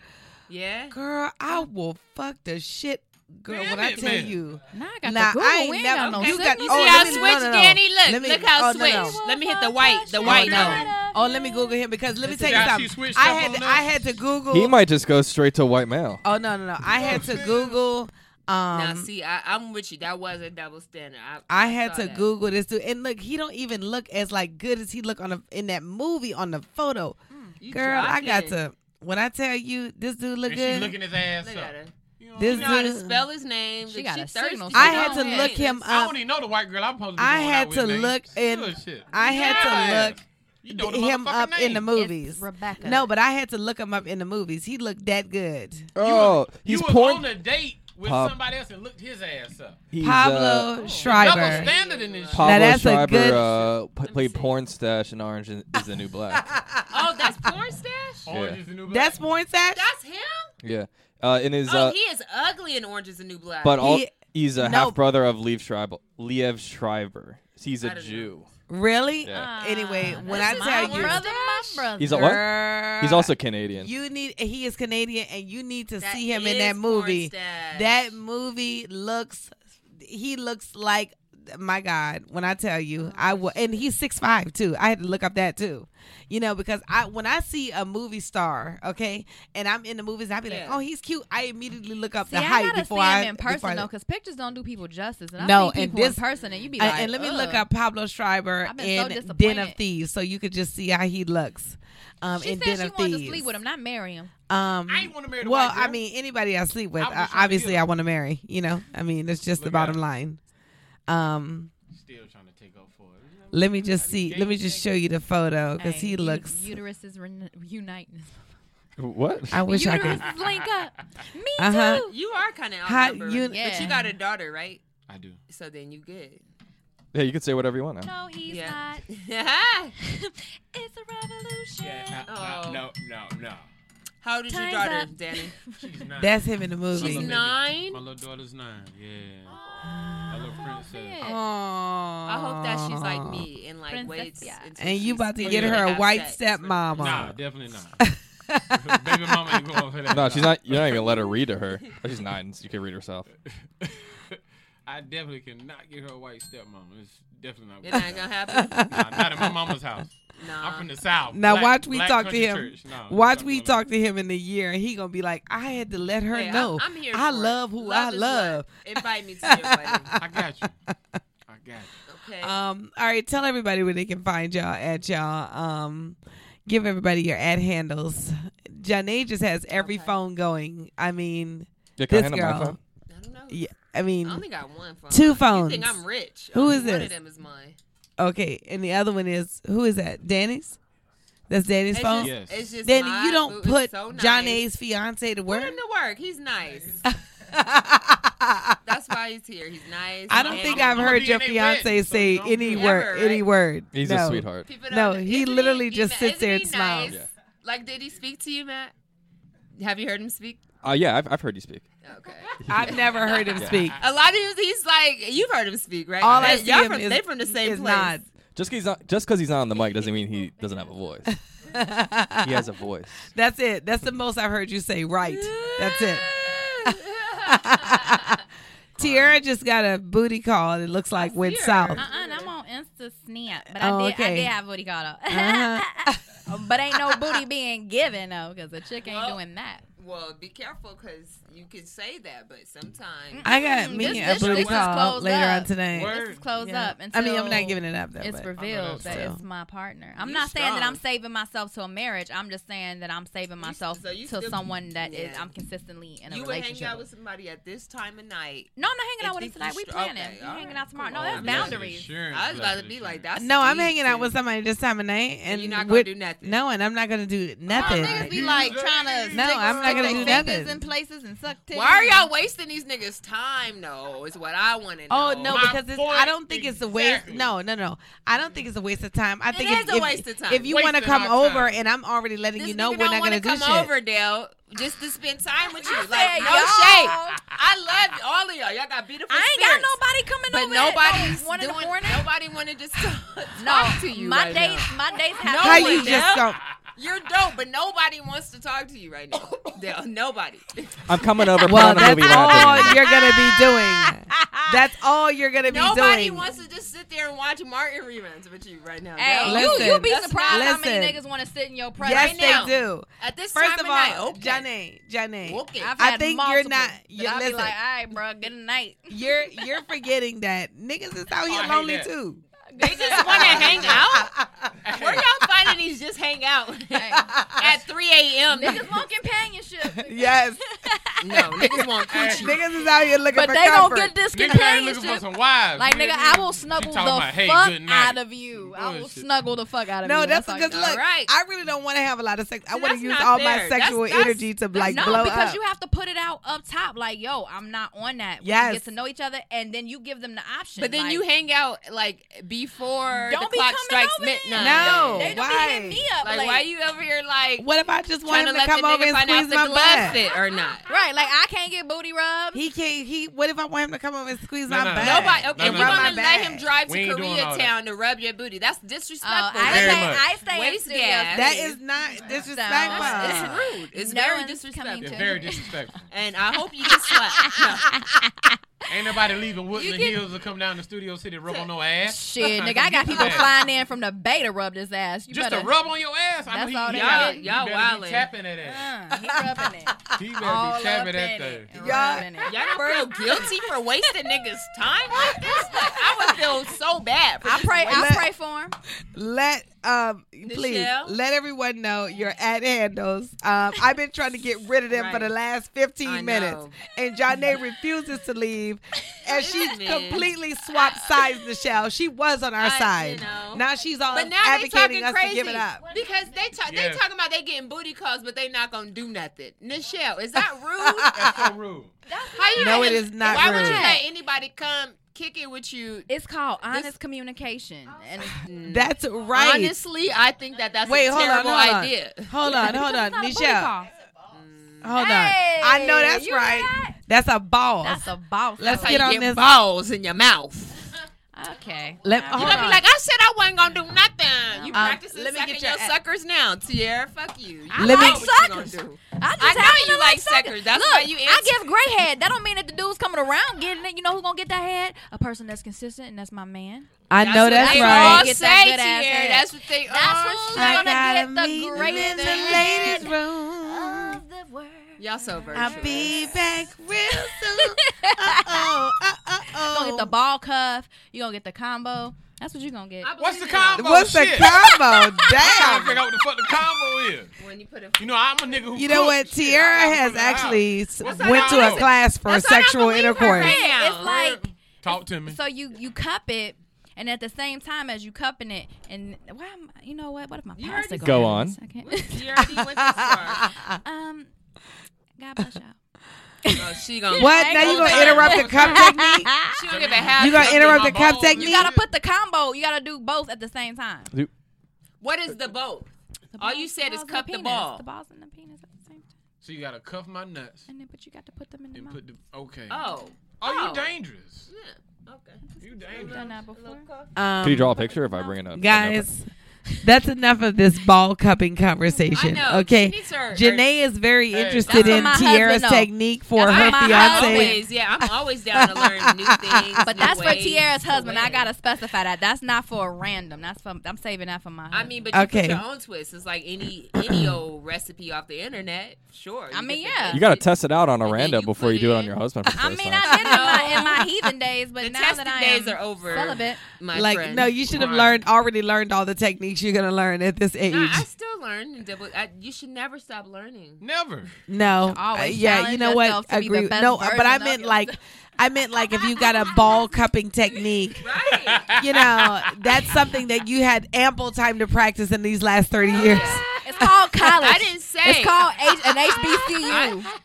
Speaker 10: yeah.
Speaker 2: girl, I will fuck the shit girl
Speaker 3: Damn
Speaker 2: when I
Speaker 3: it,
Speaker 2: tell
Speaker 3: man.
Speaker 2: you.
Speaker 12: Now I got
Speaker 2: Nah,
Speaker 12: the Google.
Speaker 2: I ain't
Speaker 12: we ain't
Speaker 2: never-
Speaker 12: got no
Speaker 2: you got-
Speaker 12: signal.
Speaker 2: oh,
Speaker 10: See
Speaker 2: let
Speaker 10: how
Speaker 2: me- no,
Speaker 10: switch,
Speaker 2: no, no.
Speaker 10: Danny? Look,
Speaker 2: Let me-
Speaker 10: look how
Speaker 2: oh, no,
Speaker 10: switch.
Speaker 2: no.
Speaker 10: Let me hit the white, the white
Speaker 12: Oh,
Speaker 10: note.
Speaker 12: no.
Speaker 2: Oh, let me Google him because let me tell
Speaker 3: See
Speaker 2: you
Speaker 3: how she
Speaker 2: something.
Speaker 3: switched
Speaker 2: I
Speaker 3: up
Speaker 2: had
Speaker 3: on
Speaker 2: to,
Speaker 3: us?
Speaker 2: I had to Google
Speaker 4: He might just go straight to white male.
Speaker 2: Oh no no no! I had to Google Um,
Speaker 10: now, see, I, I'm with you. That was a double standard. I,
Speaker 2: I had
Speaker 10: saw
Speaker 2: to
Speaker 10: that.
Speaker 2: Google this dude, and look, he don't even look as like good as he look on the in that movie on the photo.
Speaker 10: Hmm, You
Speaker 2: Girl, I got
Speaker 10: joking.
Speaker 2: to. When I tell you this dude look
Speaker 3: And she
Speaker 2: good,
Speaker 3: looking his ass
Speaker 10: Look
Speaker 3: up.
Speaker 10: at her.
Speaker 2: this
Speaker 10: You know how to
Speaker 2: dude.
Speaker 10: spell his name.
Speaker 12: She
Speaker 10: She
Speaker 12: got
Speaker 10: she
Speaker 12: a signal
Speaker 10: thirsty.
Speaker 2: I
Speaker 12: Go
Speaker 2: had to
Speaker 12: ahead.
Speaker 2: look him
Speaker 3: I
Speaker 2: up.
Speaker 3: don't even know the white girl I'm supposed to be
Speaker 2: I
Speaker 3: going
Speaker 2: had
Speaker 3: out
Speaker 2: to
Speaker 3: with, man.
Speaker 2: look in-
Speaker 3: Good shit.
Speaker 2: I had to look
Speaker 3: You know the
Speaker 2: him
Speaker 3: motherfucking
Speaker 2: up in the
Speaker 3: name.
Speaker 2: movies.
Speaker 12: Rebecca.
Speaker 2: No, but I had to look him up in the movies. He looked that good.
Speaker 4: Oh, he's
Speaker 3: you was on
Speaker 4: porn.
Speaker 3: a date with
Speaker 4: Pop.
Speaker 3: somebody else and looked his ass up.
Speaker 4: He's, uh,
Speaker 2: Pablo
Speaker 3: Double
Speaker 2: Schreiber.
Speaker 3: standard in this shit.
Speaker 4: Pablo
Speaker 2: that's a
Speaker 4: Schreiber
Speaker 2: good-
Speaker 4: uh, p- played porn stash in Orange is the New Black.
Speaker 10: Oh, that's porn stash?
Speaker 3: Orange is the new black.
Speaker 2: That's porn stash.
Speaker 10: That's him?
Speaker 4: yeah, uh, in his
Speaker 10: Oh,
Speaker 4: uh,
Speaker 10: he is ugly in Orange is the New Black.
Speaker 4: but all,
Speaker 2: he-
Speaker 4: he's a
Speaker 2: no.
Speaker 4: half brother of Liev Schreiber. Liev Schreiber. He's
Speaker 10: I
Speaker 4: a
Speaker 10: don't know.
Speaker 4: Jew.
Speaker 2: Really?
Speaker 4: Yeah.
Speaker 2: Anyway, when I
Speaker 10: This is
Speaker 2: tell
Speaker 10: my
Speaker 2: you,
Speaker 10: brother.
Speaker 4: He's a what? He's
Speaker 2: Girl,
Speaker 4: also Canadian.
Speaker 2: You need. He is Canadian, and you need to
Speaker 10: That
Speaker 2: see him in
Speaker 10: is
Speaker 2: that
Speaker 10: porn
Speaker 2: movie.
Speaker 10: stash.
Speaker 2: That movie looks. He looks like my God. When I tell you,
Speaker 12: Oh,
Speaker 2: I will. And he's six five too. I had to look up that too. You know, because I when I see a movie star, okay, and I'm in the movies, I be like,
Speaker 10: Yeah.
Speaker 2: oh, he's cute. I immediately look up
Speaker 12: See,
Speaker 2: the
Speaker 12: I
Speaker 2: height
Speaker 12: gotta
Speaker 2: before
Speaker 12: see
Speaker 2: I
Speaker 12: him in
Speaker 2: before I-
Speaker 12: person though, because pictures don't do people justice. And
Speaker 2: No,
Speaker 12: I see
Speaker 2: and
Speaker 12: people
Speaker 2: this-
Speaker 12: in person, and you be
Speaker 2: And,
Speaker 12: like,
Speaker 2: and let me look
Speaker 12: "Ugh."
Speaker 2: up Pablo Schreiber
Speaker 12: I've been so
Speaker 2: in Den of
Speaker 12: disappointed.
Speaker 2: Thieves, so you could just see how he looks. Um,
Speaker 12: She
Speaker 2: in
Speaker 12: said
Speaker 2: Den
Speaker 12: she
Speaker 2: of
Speaker 12: wanted
Speaker 2: Thieves.
Speaker 12: to sleep with him, not marry him.
Speaker 2: Um,
Speaker 3: I ain't wanna marry the
Speaker 2: Well,
Speaker 3: white girl.
Speaker 2: I mean, anybody I sleep with,
Speaker 3: I'm just
Speaker 2: I,
Speaker 3: trying to
Speaker 2: obviously,
Speaker 3: get
Speaker 2: I want to marry. You know, I mean, that's just the
Speaker 3: Look at
Speaker 2: bottom
Speaker 3: her.
Speaker 2: line. Um,
Speaker 3: Still trying to take up for it.
Speaker 2: let me just see. Let me just show you the photo because
Speaker 12: Hey,
Speaker 2: he
Speaker 12: u-
Speaker 2: looks.
Speaker 12: Uterus is re- uniting.
Speaker 4: What?
Speaker 2: I wish I
Speaker 12: uterus
Speaker 2: could.
Speaker 12: is link up. Me
Speaker 2: Uh-huh.
Speaker 12: too.
Speaker 10: you are kind of
Speaker 2: How
Speaker 10: outnumbered.
Speaker 2: you-
Speaker 12: Yeah.
Speaker 10: But you got a daughter, right?
Speaker 3: I do.
Speaker 10: So then you good.
Speaker 4: Yeah, you could say whatever you want now.
Speaker 12: No, he's
Speaker 10: Yeah.
Speaker 12: not. it's a revolution.
Speaker 3: Yeah. I,
Speaker 10: Oh.
Speaker 3: I, no, no, no.
Speaker 10: How old is your
Speaker 12: Time's
Speaker 10: daughter,
Speaker 12: up.
Speaker 10: Danny?
Speaker 3: She's nine.
Speaker 2: That's him in the movie.
Speaker 10: She's
Speaker 3: baby.
Speaker 10: nine.
Speaker 3: My little daughter's nine. Yeah.
Speaker 12: Oh,
Speaker 3: My little
Speaker 12: shit.
Speaker 3: princess.
Speaker 10: I hope that she's like me and like
Speaker 12: Princess,
Speaker 10: waits.
Speaker 12: yeah.
Speaker 10: until
Speaker 2: And you
Speaker 10: she's
Speaker 2: about to
Speaker 10: clear
Speaker 2: get her a
Speaker 10: have
Speaker 2: white
Speaker 10: sex.
Speaker 2: stepmama.
Speaker 3: Nah, definitely not. Baby mama ain't going for that.
Speaker 4: No, she's not. You're not even gonna let her read to her. Oh, she's nine. So you can read herself.
Speaker 3: I definitely cannot get her a white stepmama. It's definitely not.
Speaker 10: It ain't gonna happen.
Speaker 3: Nah, not in my mama's house. I'm
Speaker 10: Nah.
Speaker 3: from the south.
Speaker 2: Now
Speaker 3: Black-
Speaker 2: watch we
Speaker 3: black
Speaker 2: talk to
Speaker 3: country
Speaker 2: him.
Speaker 3: church. Nah,
Speaker 2: Watch
Speaker 3: not
Speaker 2: we
Speaker 3: gonna
Speaker 2: talk to him in a year, and he gonna be like, "I had to let her
Speaker 10: Hey,
Speaker 2: know
Speaker 10: I'm, I'm here
Speaker 2: I
Speaker 10: for it.
Speaker 2: love who I
Speaker 10: is
Speaker 2: love."
Speaker 10: love. Invite me to your wedding.
Speaker 3: lie. I got you. I got you.
Speaker 10: Okay.
Speaker 2: Um, all right, tell everybody where they can find y'all at y'all. Um, give everybody your ad handles. Janae just has every
Speaker 10: Okay.
Speaker 2: phone going. I mean,
Speaker 4: Yeah, can I
Speaker 2: This
Speaker 4: hand her my
Speaker 2: girl.
Speaker 4: phone?
Speaker 10: I don't know.
Speaker 2: yeah, I
Speaker 10: I only
Speaker 2: mean,
Speaker 10: got one phone.
Speaker 2: Two
Speaker 10: You think
Speaker 2: phones.
Speaker 10: I'm rich?
Speaker 2: Who
Speaker 10: Only
Speaker 2: is
Speaker 10: One
Speaker 2: this?
Speaker 10: of them is mine.
Speaker 2: okay. And the other one is who is that? Danny's. That's Danny's
Speaker 10: It's
Speaker 2: phone.
Speaker 10: just,
Speaker 3: Yes.
Speaker 10: it's just
Speaker 2: Danny,
Speaker 10: my
Speaker 2: you don't
Speaker 10: food is
Speaker 2: put
Speaker 10: so nice.
Speaker 2: Janae's fiance to
Speaker 10: Put
Speaker 2: work.
Speaker 10: him to work. He's nice. That's why he's here. He's nice.
Speaker 2: I don't
Speaker 10: And
Speaker 2: think
Speaker 3: I'm-
Speaker 2: I've
Speaker 3: I'm
Speaker 2: heard
Speaker 3: gonna
Speaker 2: your
Speaker 3: be in they
Speaker 2: fiance
Speaker 3: wedding, so
Speaker 2: say
Speaker 3: don't do
Speaker 2: any
Speaker 10: that.
Speaker 2: word.
Speaker 10: Ever,
Speaker 2: Any
Speaker 10: right?
Speaker 2: word.
Speaker 4: He's
Speaker 2: no.
Speaker 4: a sweetheart.
Speaker 10: people
Speaker 2: No,
Speaker 10: don't-
Speaker 2: he
Speaker 10: isn't
Speaker 2: literally
Speaker 10: he-
Speaker 2: just
Speaker 10: Matt,
Speaker 2: sits
Speaker 10: isn't
Speaker 2: there
Speaker 10: he
Speaker 2: and smiles.
Speaker 10: nice? Like, did he speak to you, Matt? Have you heard him speak?
Speaker 4: Uh, yeah, I've, I've heard you speak.
Speaker 10: Okay.
Speaker 2: I've never heard him speak.
Speaker 10: A lot of him, he's like, you've heard him speak, right?
Speaker 2: All I
Speaker 10: They-
Speaker 2: see
Speaker 10: y'all
Speaker 2: him
Speaker 10: from,
Speaker 2: is
Speaker 10: they from the same
Speaker 2: is
Speaker 10: place.
Speaker 2: nods.
Speaker 4: Just 'cause he's not, just 'cause he's not on the mic doesn't mean he doesn't have a voice. he has a voice.
Speaker 2: That's it. That's the most I've heard you say. Right. That's it. Tierra just got a booty call. and It looks like went
Speaker 10: Tierra.
Speaker 2: south.
Speaker 12: Uh-uh, and I'm on Insta Snap, but
Speaker 2: Oh,
Speaker 12: I did
Speaker 2: okay.
Speaker 12: I did have booty called up.
Speaker 2: Uh-huh.
Speaker 12: but ain't no booty being given though, because a chick ain't
Speaker 10: Well,
Speaker 12: doing that.
Speaker 10: well, be careful because you could say that, but sometimes.
Speaker 2: I got
Speaker 12: Mm,
Speaker 2: me
Speaker 12: this-
Speaker 2: a
Speaker 12: this-
Speaker 2: booty
Speaker 12: this is
Speaker 2: call
Speaker 12: closed
Speaker 2: later
Speaker 12: up.
Speaker 2: on today.
Speaker 3: Word.
Speaker 12: This is closed
Speaker 2: Yeah.
Speaker 12: up.
Speaker 2: I
Speaker 12: Until
Speaker 2: mean, I'm not giving it up though.
Speaker 12: It's
Speaker 2: but-
Speaker 12: revealed
Speaker 3: that's
Speaker 12: that
Speaker 2: true.
Speaker 12: it's my partner. I'm
Speaker 10: You
Speaker 12: not saying that
Speaker 10: strong.
Speaker 12: I'm saving myself to a marriage. I'm just saying that I'm saving myself
Speaker 10: so you
Speaker 12: to
Speaker 10: still-
Speaker 12: someone that is-
Speaker 10: yeah.
Speaker 12: I'm consistently in a
Speaker 10: you would hang
Speaker 12: relationship.
Speaker 10: out with somebody at this time of night.
Speaker 12: no, I'm not hanging
Speaker 10: I
Speaker 12: out with him
Speaker 10: think you
Speaker 12: tonight. We
Speaker 10: str-
Speaker 12: planning.
Speaker 10: okay,
Speaker 12: we
Speaker 10: all
Speaker 12: hanging
Speaker 10: right,
Speaker 12: out tomorrow.
Speaker 10: come
Speaker 12: No,
Speaker 10: on.
Speaker 12: that's
Speaker 10: That's
Speaker 12: boundaries.
Speaker 3: Insurance,
Speaker 10: I was about to
Speaker 3: that's
Speaker 10: be
Speaker 3: insurance.
Speaker 10: like, that's
Speaker 2: no, I'm
Speaker 10: deep,
Speaker 2: hanging out
Speaker 10: too.
Speaker 2: with somebody this time of night, and
Speaker 10: And you're not
Speaker 2: we're-
Speaker 10: gonna do nothing.
Speaker 2: No, and I'm not gonna do nothing.
Speaker 12: All niggas be like trying to
Speaker 2: No,
Speaker 12: stick-
Speaker 2: I'm not
Speaker 12: stick
Speaker 2: gonna
Speaker 12: they
Speaker 2: do
Speaker 12: fingers
Speaker 2: nothing.
Speaker 12: in places and suck titties.
Speaker 10: Why are y'all wasting these niggas' time? though? is what I want to know.
Speaker 2: Oh no,
Speaker 3: My
Speaker 2: because it's, I
Speaker 3: point
Speaker 2: don't think it's a waste.
Speaker 3: exactly.
Speaker 2: No, no, no. I don't think it's a waste of time. I think
Speaker 10: is
Speaker 2: if,
Speaker 10: a
Speaker 2: if-
Speaker 10: waste of time.
Speaker 2: If you want to
Speaker 3: Wasting
Speaker 2: come
Speaker 3: our
Speaker 2: over,
Speaker 3: time.
Speaker 2: and I'm already letting
Speaker 10: This
Speaker 2: you know
Speaker 10: nigga
Speaker 2: Oh, we're
Speaker 10: don't
Speaker 2: not
Speaker 10: wanna
Speaker 2: gonna do
Speaker 10: come
Speaker 2: shit.
Speaker 10: over, Dale, just to spend time with you.
Speaker 12: I
Speaker 10: Like
Speaker 12: said,
Speaker 10: no
Speaker 12: y'all.
Speaker 10: shade. I love all of y'all. Y'all got beautiful.
Speaker 12: I ain't got
Speaker 10: spirits.
Speaker 12: nobody coming
Speaker 10: But
Speaker 12: over.
Speaker 10: nobody's
Speaker 12: one in the
Speaker 10: doing-
Speaker 12: morning.
Speaker 10: Nobody wanted to talk,
Speaker 12: No,
Speaker 10: talk to you.
Speaker 12: my
Speaker 10: right
Speaker 12: days,
Speaker 10: now.
Speaker 12: my days have
Speaker 2: How
Speaker 10: No
Speaker 2: you
Speaker 10: one,
Speaker 2: just
Speaker 10: Dale.
Speaker 2: go?
Speaker 10: You're dope, but nobody wants to talk to you right now. Dale, nobody.
Speaker 4: I'm coming over. put
Speaker 2: Well,
Speaker 4: on the
Speaker 2: that's
Speaker 4: movie. We're not doing
Speaker 2: all
Speaker 4: it.
Speaker 2: you're gonna be doing. That's all you're gonna be
Speaker 10: Nobody
Speaker 2: doing.
Speaker 10: wants to just sit there and watch Martin reruns with you right now.
Speaker 12: Hey,
Speaker 10: No.
Speaker 2: Listen,
Speaker 12: you, you be
Speaker 10: that's
Speaker 12: surprised how
Speaker 2: not-
Speaker 12: many
Speaker 2: listen.
Speaker 12: niggas want to sit in your
Speaker 2: yes,
Speaker 12: presence.
Speaker 10: Right now.
Speaker 2: they do.
Speaker 10: At this
Speaker 2: First
Speaker 10: time
Speaker 2: of
Speaker 10: night,
Speaker 2: all,
Speaker 10: okay.
Speaker 2: Janae, Janae,
Speaker 10: Okay.
Speaker 12: I've
Speaker 2: I
Speaker 12: had
Speaker 2: think
Speaker 12: multiple,
Speaker 2: you're not-
Speaker 12: that
Speaker 2: you're-
Speaker 12: I'll be
Speaker 2: listen.
Speaker 12: like, all right, bro, good night.
Speaker 2: you're you're forgetting that niggas is out
Speaker 3: Oh, I
Speaker 2: here
Speaker 3: hate
Speaker 2: lonely
Speaker 3: that.
Speaker 2: too.
Speaker 10: They just want to hang out. Where y'all finding these just hang out
Speaker 12: Hey,
Speaker 10: at 3 a.m.?
Speaker 12: niggas want companionship,
Speaker 2: Yes,
Speaker 10: No, niggas want coochie.
Speaker 2: niggas is out here looking
Speaker 12: but
Speaker 2: for
Speaker 12: they don't
Speaker 2: comfort.
Speaker 12: get this
Speaker 3: Niggas out here looking for
Speaker 12: companionship.
Speaker 3: some wives.
Speaker 12: Like
Speaker 3: You
Speaker 12: nigga,
Speaker 3: hear me?
Speaker 12: I will snuggle
Speaker 3: She
Speaker 12: the
Speaker 3: talking about, hey,
Speaker 12: fuck
Speaker 3: good night.
Speaker 12: out of you. I will
Speaker 3: Bullshit.
Speaker 12: snuggle the fuck out of you.
Speaker 2: no, that's
Speaker 12: all
Speaker 2: because
Speaker 12: you
Speaker 2: look,
Speaker 10: Right.
Speaker 2: I really don't want to have a lot of sex. I
Speaker 10: See,
Speaker 2: want to
Speaker 10: that's
Speaker 2: use
Speaker 10: not
Speaker 2: all my
Speaker 10: fair. That's-
Speaker 2: sexual
Speaker 10: that's-
Speaker 2: energy to like
Speaker 12: no,
Speaker 2: blow
Speaker 12: because
Speaker 2: up.
Speaker 12: you have to put it out up top. Like, yo, I'm not on that. We
Speaker 2: Yes.
Speaker 12: get to know each other, and then you give them the option.
Speaker 10: But then
Speaker 12: like,
Speaker 10: you hang out like before
Speaker 12: Don't
Speaker 10: the
Speaker 12: be
Speaker 10: clock
Speaker 12: coming
Speaker 10: strikes
Speaker 12: over there.
Speaker 10: midnight.
Speaker 2: No.
Speaker 12: They don't
Speaker 2: Why?
Speaker 12: be hitting me up.
Speaker 10: Like, why you over here like
Speaker 2: what if I just want him
Speaker 10: trying to
Speaker 2: to,
Speaker 10: let the
Speaker 2: come over
Speaker 10: nigga
Speaker 2: and
Speaker 10: find out
Speaker 2: squeeze
Speaker 10: the
Speaker 2: my
Speaker 10: glove
Speaker 2: butt?
Speaker 10: fit or not?
Speaker 12: right? Like, I can't get booty rubs.
Speaker 2: He can't. He. What if I want him to come over and squeeze
Speaker 5: No,
Speaker 2: my
Speaker 5: no, no.
Speaker 2: butt?
Speaker 10: Nobody.
Speaker 5: No,
Speaker 10: Okay,
Speaker 5: no,
Speaker 10: we're
Speaker 5: no.
Speaker 10: gonna let him drive
Speaker 3: We
Speaker 10: to
Speaker 3: ain't doing all
Speaker 10: Koreatown to rub your booty. That's
Speaker 12: Oh,
Speaker 10: disrespectful.
Speaker 12: I
Speaker 9: Very
Speaker 12: stay,
Speaker 9: much.
Speaker 12: I stay in
Speaker 10: Waist
Speaker 12: studios.
Speaker 10: gas.
Speaker 2: That is not
Speaker 12: That's-
Speaker 2: disrespectful.
Speaker 12: Uh,
Speaker 10: it's rude. It's
Speaker 12: no
Speaker 10: very
Speaker 12: one's coming
Speaker 10: disrespectful.
Speaker 12: to-
Speaker 3: It's very disrespectful.
Speaker 10: And I hope you get slapped. No.
Speaker 3: Ain't nobody leaving Woodland
Speaker 12: can-
Speaker 3: Hills to come down to Studio City to rub on no ass.
Speaker 12: Shit, nigga, I got people flying in from the bay to rub this ass. You
Speaker 3: Just
Speaker 12: better,
Speaker 3: to rub on your ass. I know
Speaker 12: That's
Speaker 3: he,
Speaker 12: all they
Speaker 3: y'all,
Speaker 12: got.
Speaker 10: Y'all
Speaker 3: y'all
Speaker 10: wildin'.
Speaker 3: tapping at that.
Speaker 12: Uh, he rubbing it.
Speaker 3: He better
Speaker 12: All
Speaker 3: be
Speaker 12: up
Speaker 3: tapping
Speaker 12: in
Speaker 3: that
Speaker 12: it.
Speaker 3: thing.
Speaker 12: and
Speaker 2: Y'all-
Speaker 12: rubbing it.
Speaker 10: Y'all don't feel guilty for wasting niggas' time like this? Like, I would feel so bad. For
Speaker 12: I pray. I
Speaker 2: Let-
Speaker 12: pray for him.
Speaker 2: Let um please
Speaker 10: Michelle?
Speaker 2: let everyone know your ad handles. Um, I've been trying to get rid of them for
Speaker 10: Right.
Speaker 2: the last
Speaker 10: I
Speaker 2: fifteen minutes,
Speaker 10: know.
Speaker 2: and Janae refuses to leave, and she
Speaker 10: Listen.
Speaker 2: completely swapped sides. Michelle, she was on our
Speaker 10: I- you
Speaker 2: side.
Speaker 10: know.
Speaker 2: Now she's on
Speaker 10: But now they
Speaker 2: advocating
Speaker 10: talking
Speaker 2: us
Speaker 10: crazy
Speaker 2: to give it up.
Speaker 10: because they talk,
Speaker 3: Yeah.
Speaker 10: they talking about they getting booty calls, but they not gonna do nothing. Nichelle, is that rude?
Speaker 3: That's so rude.
Speaker 10: How you
Speaker 2: No,
Speaker 10: letting-
Speaker 2: it is not
Speaker 10: Why would you
Speaker 2: rude.
Speaker 10: let anybody come kick it with you?
Speaker 12: It's called honest communication. And mm.
Speaker 2: That's right.
Speaker 10: Honestly, I think that that's
Speaker 2: Wait,
Speaker 10: a
Speaker 2: hold on,
Speaker 10: terrible
Speaker 2: hold on.
Speaker 10: idea.
Speaker 2: Hold on, hold on,
Speaker 12: Not a booty
Speaker 2: Michelle.
Speaker 12: call.
Speaker 2: Hold
Speaker 12: Hey,
Speaker 2: on. I know that's
Speaker 12: you
Speaker 2: right.
Speaker 12: hear
Speaker 2: That's a ball.
Speaker 12: That's a boss.
Speaker 2: Let's
Speaker 10: How
Speaker 2: get
Speaker 10: you
Speaker 2: on
Speaker 10: get
Speaker 2: this.
Speaker 10: balls in your mouth.
Speaker 12: okay.
Speaker 2: Let-
Speaker 12: Now,
Speaker 2: hold
Speaker 10: You
Speaker 12: hold
Speaker 10: gonna
Speaker 2: on.
Speaker 10: be like, I said I wasn't gonna do nothing. You
Speaker 2: Um,
Speaker 10: practicing
Speaker 2: let me get
Speaker 10: sucking
Speaker 2: your
Speaker 10: your,
Speaker 2: a-
Speaker 10: suckers now, Tierra. Fuck you. You
Speaker 12: I
Speaker 2: Let
Speaker 10: know
Speaker 2: me-
Speaker 10: what you gonna
Speaker 12: suckers.
Speaker 10: do.
Speaker 12: I, just
Speaker 10: I know
Speaker 12: happen to
Speaker 10: you like suckers. That's
Speaker 12: Look,
Speaker 10: why you
Speaker 12: I
Speaker 10: answer.
Speaker 12: give great head. That don't mean that the dude's coming around getting it. You know who gonna get that head? A person that's consistent, and that's my man.
Speaker 2: I know
Speaker 10: That's
Speaker 2: that's
Speaker 10: what
Speaker 2: right.
Speaker 10: They all
Speaker 12: Get that
Speaker 10: say
Speaker 12: good ass
Speaker 10: Tierra.
Speaker 12: head.
Speaker 10: That's what they
Speaker 12: That's
Speaker 10: all
Speaker 12: who's
Speaker 10: say.
Speaker 12: gonna
Speaker 2: gotta
Speaker 12: get the
Speaker 2: meet them
Speaker 12: greatest
Speaker 2: in the
Speaker 12: head
Speaker 2: ladies' room.
Speaker 12: of the world.
Speaker 10: Y'all so virtuous.
Speaker 2: I'll be back real soon. Uh oh, uh oh,
Speaker 12: You gonna get the ball cuff. You gonna get the combo. That's what you gonna get.
Speaker 10: I believe
Speaker 3: What's the
Speaker 10: it.
Speaker 3: combo?
Speaker 2: What's the
Speaker 3: shit?
Speaker 2: combo?
Speaker 3: I gotta
Speaker 2: Damn.
Speaker 3: figure out what the fuck the combo is.
Speaker 10: When you put a
Speaker 3: You know, I'm a nigga who
Speaker 2: You know what?
Speaker 3: cooks. Shit, I
Speaker 2: Tiara
Speaker 3: like
Speaker 2: has
Speaker 3: cooking out.
Speaker 2: actually s-
Speaker 3: What's
Speaker 2: went
Speaker 3: that
Speaker 2: to a
Speaker 3: about?
Speaker 2: class for
Speaker 10: That's why I
Speaker 2: sexual
Speaker 10: believe her,
Speaker 2: intercourse.
Speaker 10: right?
Speaker 12: Yeah,
Speaker 10: Yeah.
Speaker 12: it's like
Speaker 3: Talk to me.
Speaker 12: so you you cup it, and at the same time as you cupping it, and why am I- you know what? What if my
Speaker 10: You
Speaker 12: pasta
Speaker 10: already-
Speaker 4: Go
Speaker 12: out in a
Speaker 4: on.
Speaker 12: second?
Speaker 10: you already went this far.
Speaker 12: um, God bless y'all.
Speaker 10: Oh, she gonna
Speaker 2: What? Now you gonna interrupt the cup technique?
Speaker 10: She gonna give a half.
Speaker 2: You gonna
Speaker 10: cup
Speaker 2: interrupt
Speaker 10: to
Speaker 2: the
Speaker 10: my
Speaker 2: cup
Speaker 10: bowl.
Speaker 2: technique?
Speaker 12: You gotta put the combo. You gotta do both at the same time.
Speaker 10: What is the boat?
Speaker 12: The
Speaker 10: All you
Speaker 12: balls-
Speaker 10: said is
Speaker 12: balls and
Speaker 10: cup the
Speaker 12: penis.
Speaker 10: ball.
Speaker 12: The balls and the penis at the same time,
Speaker 3: So you gotta cuff my nuts
Speaker 12: and then but you got to put them in the
Speaker 3: and
Speaker 12: mouth.
Speaker 3: put the okay.
Speaker 10: Oh.
Speaker 3: Oh,
Speaker 10: Oh.
Speaker 3: you dangerous.
Speaker 10: Yeah. Okay.
Speaker 3: You
Speaker 12: You've
Speaker 3: dangerous.
Speaker 12: done that before.
Speaker 2: Um,
Speaker 4: Could you draw a picture if I bring it up?
Speaker 2: guys that's enough of this ball cupping
Speaker 10: I
Speaker 2: conversation
Speaker 10: know.
Speaker 2: okay
Speaker 10: She needs her- her-
Speaker 2: Janae is very
Speaker 3: Hey.
Speaker 2: interested
Speaker 12: That's what
Speaker 2: in
Speaker 12: my
Speaker 2: Tiara's
Speaker 12: husband know.
Speaker 2: technique for
Speaker 12: That's
Speaker 2: her
Speaker 12: what my
Speaker 2: fiance.
Speaker 10: Always, yeah. I'm always down to learn new things.
Speaker 12: But
Speaker 10: new
Speaker 12: that's for
Speaker 10: ways
Speaker 12: Tiara's
Speaker 10: to
Speaker 12: husband. I
Speaker 10: win.
Speaker 12: gotta specify that. That's not for random. That's for I'm saving that for my.
Speaker 10: I
Speaker 12: Husband.
Speaker 10: mean, but you
Speaker 2: Okay.
Speaker 10: put your own twist. It's like any any old recipe off the internet. Sure.
Speaker 12: I
Speaker 10: you
Speaker 12: mean,
Speaker 10: get
Speaker 12: yeah.
Speaker 10: the-
Speaker 4: You gotta test it out on a
Speaker 10: then
Speaker 4: random
Speaker 10: you
Speaker 4: before
Speaker 10: put
Speaker 4: you do
Speaker 10: it
Speaker 4: it on
Speaker 10: in.
Speaker 4: your husband for the
Speaker 12: I
Speaker 4: first
Speaker 12: mean,
Speaker 4: time.
Speaker 12: I did in my in my heathen days, but
Speaker 10: The
Speaker 12: now that
Speaker 10: testing
Speaker 12: I am
Speaker 10: days are over.
Speaker 12: celibate,
Speaker 10: My
Speaker 2: like
Speaker 10: friend.
Speaker 2: no, you should have
Speaker 3: Right.
Speaker 2: learned already learned all the techniques you're gonna learn at this age.
Speaker 10: Nah, I still learn. and double- I, you should never stop learning.
Speaker 3: Never.
Speaker 2: no,
Speaker 12: Always
Speaker 2: Uh, yeah, you
Speaker 12: challenge
Speaker 2: know what?
Speaker 12: yourself to be the
Speaker 2: Agree.
Speaker 12: best
Speaker 2: No, uh, but I
Speaker 12: version of
Speaker 2: meant like,
Speaker 12: yourself.
Speaker 2: I meant like if you got a ball cupping technique,
Speaker 10: Right.
Speaker 2: you know, that's something that you had ample time to practice in these last thirty years.
Speaker 12: it's called college.
Speaker 10: I didn't say.
Speaker 12: It's called H- an HBCU.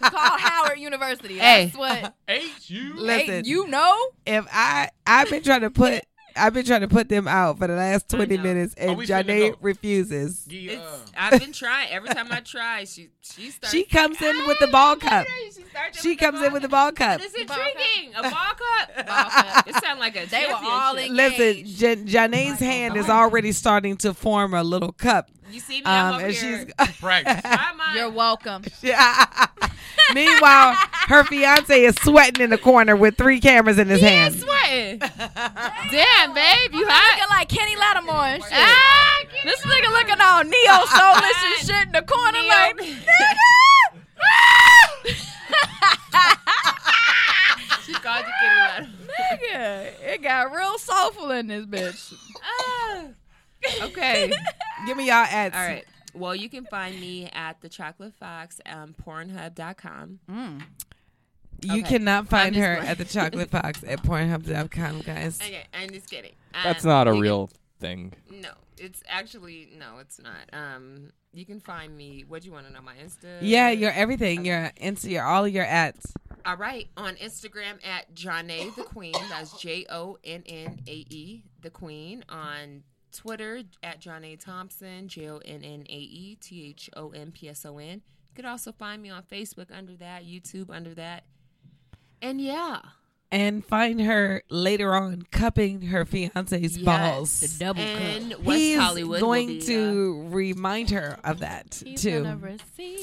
Speaker 12: it's called Howard University.
Speaker 10: Hey.
Speaker 12: That's what
Speaker 3: H you.
Speaker 2: Listen,
Speaker 12: hey, you know.
Speaker 2: if I I've been trying to put I've been trying to put them out for the last twenty
Speaker 10: know.
Speaker 2: minutes,
Speaker 3: Are
Speaker 2: and
Speaker 3: we finna
Speaker 2: Janae
Speaker 3: go?
Speaker 2: refuses.
Speaker 3: Yeah.
Speaker 4: uh,
Speaker 10: It's, I've been trying. Every time I try, she she starts.
Speaker 2: She comes in with the
Speaker 3: Ah,
Speaker 2: ball cup.
Speaker 10: She, starts
Speaker 2: She
Speaker 10: with
Speaker 2: comes in with the ball cup.
Speaker 10: But it's
Speaker 12: ball cup.
Speaker 10: intriguing. A ball cup.
Speaker 12: Ball cup.
Speaker 10: It sounds like a
Speaker 12: They were all
Speaker 10: championship.
Speaker 12: in-
Speaker 2: Listen,
Speaker 12: engaged.
Speaker 2: Jan- Janae's hand is already starting to form a little cup,
Speaker 10: You see me? I'm
Speaker 2: um,
Speaker 10: over
Speaker 2: and
Speaker 10: here.
Speaker 2: she's
Speaker 3: Practice.
Speaker 10: Why am I-
Speaker 12: You're welcome.
Speaker 2: Yeah. Meanwhile, her fiance is sweating in the corner with three cameras in his hand.
Speaker 13: sweating. Damn, babe, you hot.
Speaker 12: Looking like Kenny Lattimore and shit.
Speaker 13: Ah,
Speaker 12: This nigga looking all neo soulless and shit in the corner like,
Speaker 13: she called you Kitty Lattimore.
Speaker 12: nigga, it got real soulful in this bitch.
Speaker 13: Okay.
Speaker 2: Give me y'all ads.
Speaker 10: All right. Well, you can find me at the Chocolate Fox, um, Pornhub.com.
Speaker 2: Mm. You
Speaker 10: Okay.
Speaker 2: cannot find
Speaker 10: just
Speaker 2: her
Speaker 10: playing.
Speaker 2: at the chocolate fox at pornhub.com, guys.
Speaker 10: Okay, I'm just kidding.
Speaker 4: That's
Speaker 10: Um,
Speaker 4: not a
Speaker 10: you can-
Speaker 4: real thing.
Speaker 10: no, it's actually no, it's not. Um, you can find me. What do you want to know? My Insta.
Speaker 2: Yeah, your everything, your Insta, your all of your ads.
Speaker 10: All right, on Instagram at Johnne the Queen. That's J O N N A E the Queen. On Twitter at Johnne Thompson. J O N N A E T H O M P S O N. You could also find me on Facebook under that, YouTube under that, and yeah,
Speaker 2: And find her later on cupping her fiance's
Speaker 10: Yes.
Speaker 2: balls.
Speaker 12: The double
Speaker 10: and
Speaker 12: cup.
Speaker 10: West
Speaker 2: He's
Speaker 10: Hollywood will
Speaker 2: going
Speaker 10: be, uh,
Speaker 2: to remind her of that too.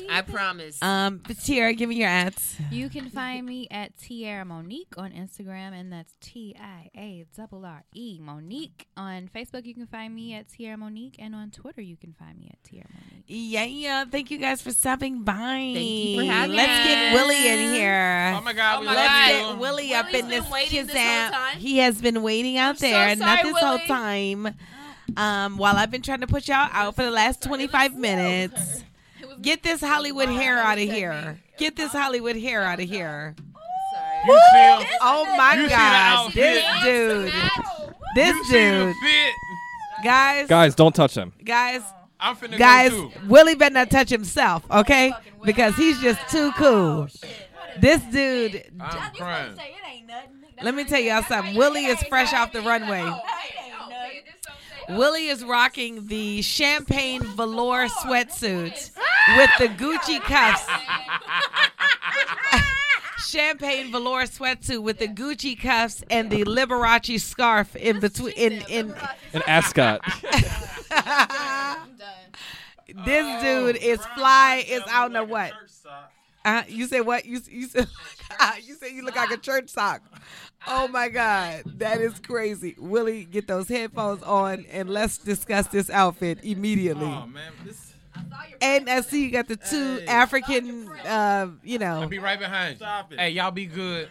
Speaker 10: I promise.
Speaker 2: Um, but Tiara, give me your ads.
Speaker 12: You can find me at Tiara Monique on Instagram, and that's T I A R R E Monique. On Facebook, you can find me at Tiara Monique, and on Twitter, you can find me at Tiara Monique.
Speaker 2: Yeah, yeah. Thank you guys for stopping by. Thank
Speaker 10: you for having
Speaker 2: Let's
Speaker 10: us.
Speaker 2: get Willie in here.
Speaker 3: Oh my God! we
Speaker 10: my
Speaker 3: love
Speaker 2: Let's
Speaker 10: God.
Speaker 3: you.
Speaker 2: get Willie up
Speaker 10: Willie's
Speaker 2: in
Speaker 10: been
Speaker 2: this
Speaker 10: waiting
Speaker 2: kizam.
Speaker 10: this whole time?
Speaker 2: He has been waiting out
Speaker 13: so
Speaker 2: there, not
Speaker 13: sorry,
Speaker 2: this whole
Speaker 13: Willie.
Speaker 2: time. Um, while I've been trying to push y'all out for the last 25 minutes. Get this Hollywood hair out of here. Get
Speaker 10: Oh,
Speaker 2: this Hollywood hair out of here.
Speaker 3: You feel?
Speaker 2: Oh my
Speaker 3: You see the
Speaker 2: gosh,
Speaker 3: outfit?
Speaker 2: this dude. This dude.
Speaker 3: Fit.
Speaker 2: Guys,
Speaker 4: Guys, don't touch them.
Speaker 2: guys,
Speaker 3: I'm finna
Speaker 2: guys,
Speaker 3: go too.
Speaker 2: Willie better not touch himself, okay? Because he's just too cool. This dude
Speaker 3: I'm crying.
Speaker 2: Let me tell y'all something. Willie is fresh off the runway. Willie is rocking the champagne velour sweatsuit with the Gucci cuffs. champagne velour sweatsuit with the Gucci cuffs and the Liberace scarf in between. In in
Speaker 4: An ascot.
Speaker 2: this
Speaker 11: Oh,
Speaker 2: dude is fly. Is I don't know what. Uh, you say what? You you say you say you look like a church sock. Oh my God, that is crazy. Willie, get those headphones on and let's discuss this outfit immediately.
Speaker 3: Oh man, this.
Speaker 2: And I see you got the two African, uh, you
Speaker 3: I'll
Speaker 2: know.
Speaker 3: be right behind. Stop it. Hey, y'all be good.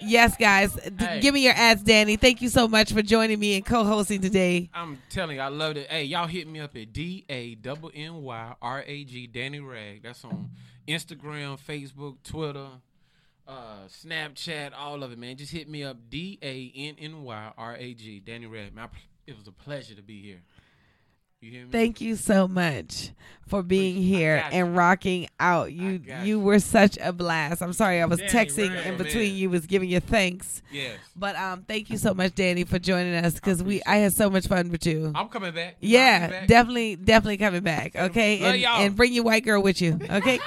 Speaker 2: Yes, guys, D-
Speaker 3: Hey.
Speaker 2: give me your ads, Danny. Thank you so much for joining me and co-hosting today.
Speaker 3: I'm telling you, I love it. Hey, y'all hit me up at D A N N Y R A G Danny Rag. That's on Instagram, Facebook, Twitter, uh, Snapchat, all of it, man. Just hit me up D A N N Y R A G Danny Rag. Man, I- it was a pleasure to be here. You hear me?
Speaker 2: Thank you so much for being here
Speaker 3: got
Speaker 2: and rocking out. You
Speaker 3: got
Speaker 2: you
Speaker 3: you.
Speaker 2: were such a blast. I'm sorry I was
Speaker 3: Danny,
Speaker 2: texting
Speaker 3: right,
Speaker 2: in
Speaker 3: man.
Speaker 2: between you was giving you thanks.
Speaker 3: Yes.
Speaker 2: But um, thank you so much, Danny, for joining us because we I had so much fun with you.
Speaker 3: I'm coming back. Y'all
Speaker 2: yeah,
Speaker 3: be back.
Speaker 2: definitely, definitely coming back. Okay,
Speaker 3: Love
Speaker 2: and,
Speaker 3: y'all.
Speaker 2: and bring your white girl with you. Okay.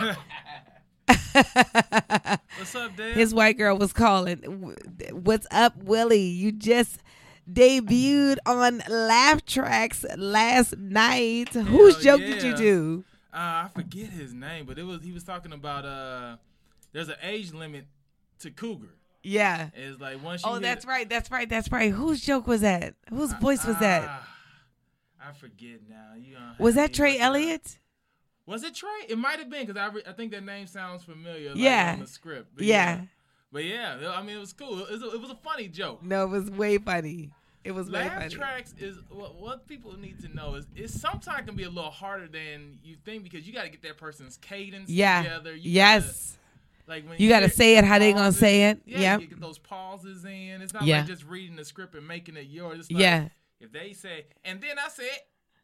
Speaker 3: What's up, Dan?
Speaker 2: His white girl was calling. W- What's up, Willie? You just debuted on Laugh Tracks last night. Whose
Speaker 11: Hell
Speaker 2: joke did
Speaker 11: oh, yeah.
Speaker 2: you do?
Speaker 11: Uh, I forget his name, but it was he was talking about uh, there's an age limit to cougar.
Speaker 2: Yeah.
Speaker 11: It's like once you
Speaker 2: Oh,
Speaker 11: hit-
Speaker 2: that's right. That's right. That's right. Whose joke was that? Whose voice was that?
Speaker 11: Ah, I forget now. You gonna have
Speaker 2: Was
Speaker 11: me
Speaker 2: that Trey
Speaker 11: look it up.
Speaker 2: Elliott?
Speaker 11: Was it Trey? It might have been because I, re- I think that name sounds familiar. Like,
Speaker 2: Yeah.
Speaker 11: on the script. But
Speaker 2: Yeah.
Speaker 11: But yeah, I mean it was cool. It was a, it was a funny joke.
Speaker 2: No, it was way funny. It was way
Speaker 11: Laugh
Speaker 2: funny.
Speaker 11: tracks is what, what people need to know is it sometimes can be a little harder than you think because you got to get that person's cadence
Speaker 2: Yeah.
Speaker 11: together. You
Speaker 2: yes.
Speaker 11: gotta, like when
Speaker 2: You gotta
Speaker 11: hear
Speaker 2: say it how they gonna
Speaker 11: pauses,
Speaker 2: say it.
Speaker 11: Yeah,
Speaker 2: Yep.
Speaker 11: you get those pauses in. It's not
Speaker 2: Yeah.
Speaker 11: like just reading the script and making it yours. It's like,
Speaker 2: Yeah.
Speaker 11: If they say and then I said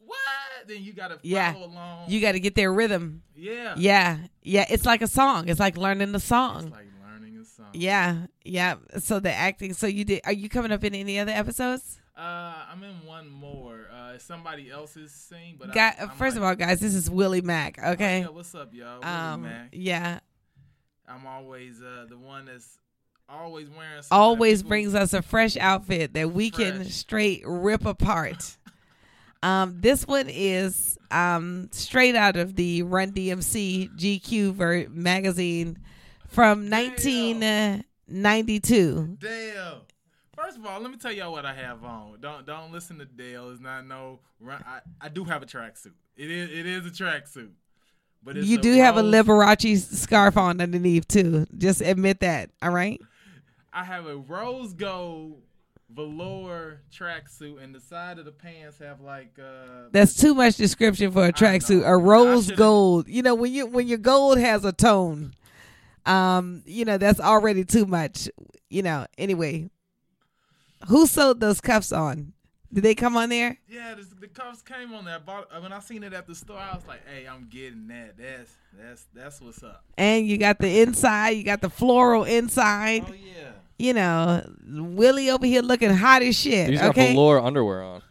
Speaker 11: what, then you gotta follow
Speaker 2: Yeah.
Speaker 11: along.
Speaker 2: You got to get their rhythm.
Speaker 11: yeah.
Speaker 2: Yeah. Yeah. It's like a song. It's like learning the
Speaker 11: It's
Speaker 2: song.
Speaker 11: like learning a song.
Speaker 2: Yeah, yeah. So the acting. So you did. Are you coming up in any other episodes?
Speaker 11: Uh, I'm in one more. Uh, it's somebody else's scene, but
Speaker 2: Guy,
Speaker 11: I, I'm like,
Speaker 2: first of all, guys, this is Willie Mack. Okay.
Speaker 11: yeah, what's up, y'all? Willie
Speaker 2: Um.
Speaker 11: Mack.
Speaker 2: Yeah.
Speaker 11: I'm always uh, the one that's always wearing. something that
Speaker 2: Always
Speaker 11: people-
Speaker 2: brings us a fresh outfit that we can
Speaker 11: Fresh.
Speaker 2: straight rip apart. um, this one is um straight out of the Run DMC GQ ver- magazine from 1992.
Speaker 11: Dale. First of all, let me tell y'all what I have on. Don't don't listen to Dale. It's not no. run- I I do have a tracksuit. It is it is a tracksuit. But it's
Speaker 2: You do have a
Speaker 11: rose-
Speaker 2: Liberace scarf on underneath too. Just admit that. All right.
Speaker 11: I have a rose gold velour tracksuit, and the side of the pants have like uh.
Speaker 2: That's too much description for a tracksuit. A rose gold. You know when you when your gold has a tone, um, you know that's already too much. You know. Anyway, who sewed those cuffs on? Did they come on there?
Speaker 11: Yeah, this, the cuffs came on there. I bought when I seen it at the store. I was like, "Hey, I'm getting that. That's that's that's what's up."
Speaker 2: And you got the inside. You got the floral inside. Oh
Speaker 11: yeah.
Speaker 2: You know, Willie over here looking hot as shit.
Speaker 4: He's got
Speaker 2: okay.
Speaker 4: velour underwear on.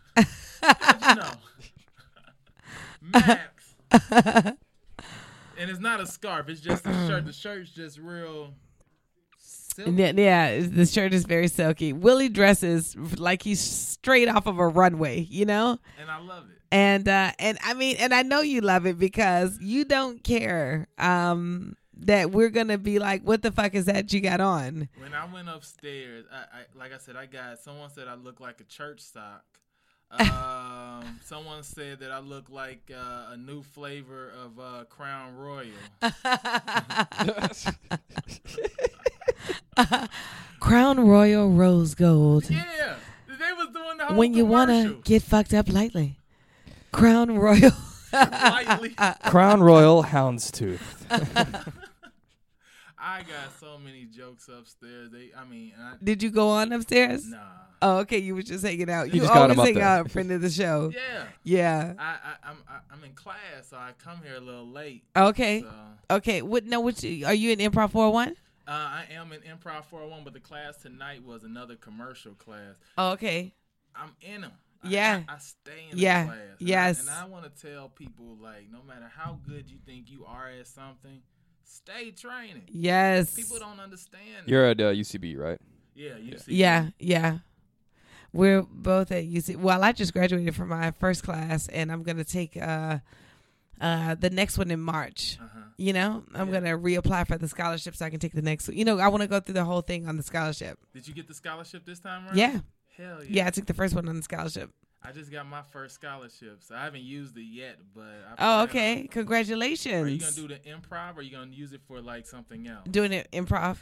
Speaker 11: Max. and it's not a scarf. It's just a shirt. The shirt's just real.
Speaker 2: And then- Yeah, the shirt is very silky. Willie dresses like he's straight off of a runway, you know?
Speaker 11: And I love it.
Speaker 2: And uh and I mean and I know you love it because you don't care um that we're going to be like what the fuck is that you got on?
Speaker 11: When I went upstairs, I, I like I said, I got someone said I look like a church sock. Um, someone said that I look like uh, a new flavor of uh, Crown Royal.
Speaker 2: Crown Royal Rose Gold.
Speaker 11: Yeah, they was doing the whole
Speaker 2: When you want to
Speaker 11: commercial.
Speaker 2: get fucked up lightly. Crown Royal.
Speaker 4: Crown Royal Houndstooth.
Speaker 11: I got so many jokes upstairs. They, I mean, and I,
Speaker 2: Did you go on upstairs?
Speaker 11: Nah.
Speaker 2: Oh, okay. You were just hanging out.
Speaker 4: You
Speaker 2: You,
Speaker 4: just got
Speaker 2: always
Speaker 4: him up
Speaker 2: hang
Speaker 4: there.
Speaker 2: out in front of the show.
Speaker 11: Yeah.
Speaker 2: Yeah.
Speaker 11: I, I I'm I, I'm in class, so I come here a little late.
Speaker 2: Okay.
Speaker 11: So, uh,
Speaker 2: Okay. What? No. What? You, are you in improv 401?
Speaker 11: I am in improv 401, but the class tonight was another commercial class.
Speaker 2: Oh, okay.
Speaker 11: I'm in them.
Speaker 2: Yeah.
Speaker 11: I, I stay in
Speaker 2: Yeah.
Speaker 11: the class. And I-
Speaker 2: Yes.
Speaker 11: And I, want to tell people like, no matter how good you think you are at something, stay training.
Speaker 2: Yes.
Speaker 11: People don't understand.
Speaker 4: You're at uh, UCB, right?
Speaker 11: Yeah, you see.
Speaker 2: Yeah. Yeah. We're both at UC. Well, I just graduated from my first class, and I'm gonna take uh, uh, the next one in March.
Speaker 11: Uh-huh.
Speaker 2: You know, I'm gonna reapply for the scholarship so I can take the next. You know, I want to go through the whole thing on the scholarship.
Speaker 11: Did you get the scholarship this time around?
Speaker 2: Yeah.
Speaker 11: Hell yeah.
Speaker 2: Yeah, I took the first one on the scholarship.
Speaker 11: I just got my first scholarship, so I haven't used it yet, but I plan
Speaker 2: Oh,
Speaker 11: on-
Speaker 2: okay.
Speaker 11: Are you
Speaker 2: Congratulations.
Speaker 11: gonna do the improv, or are you gonna use it for like something else?
Speaker 2: doing it improv.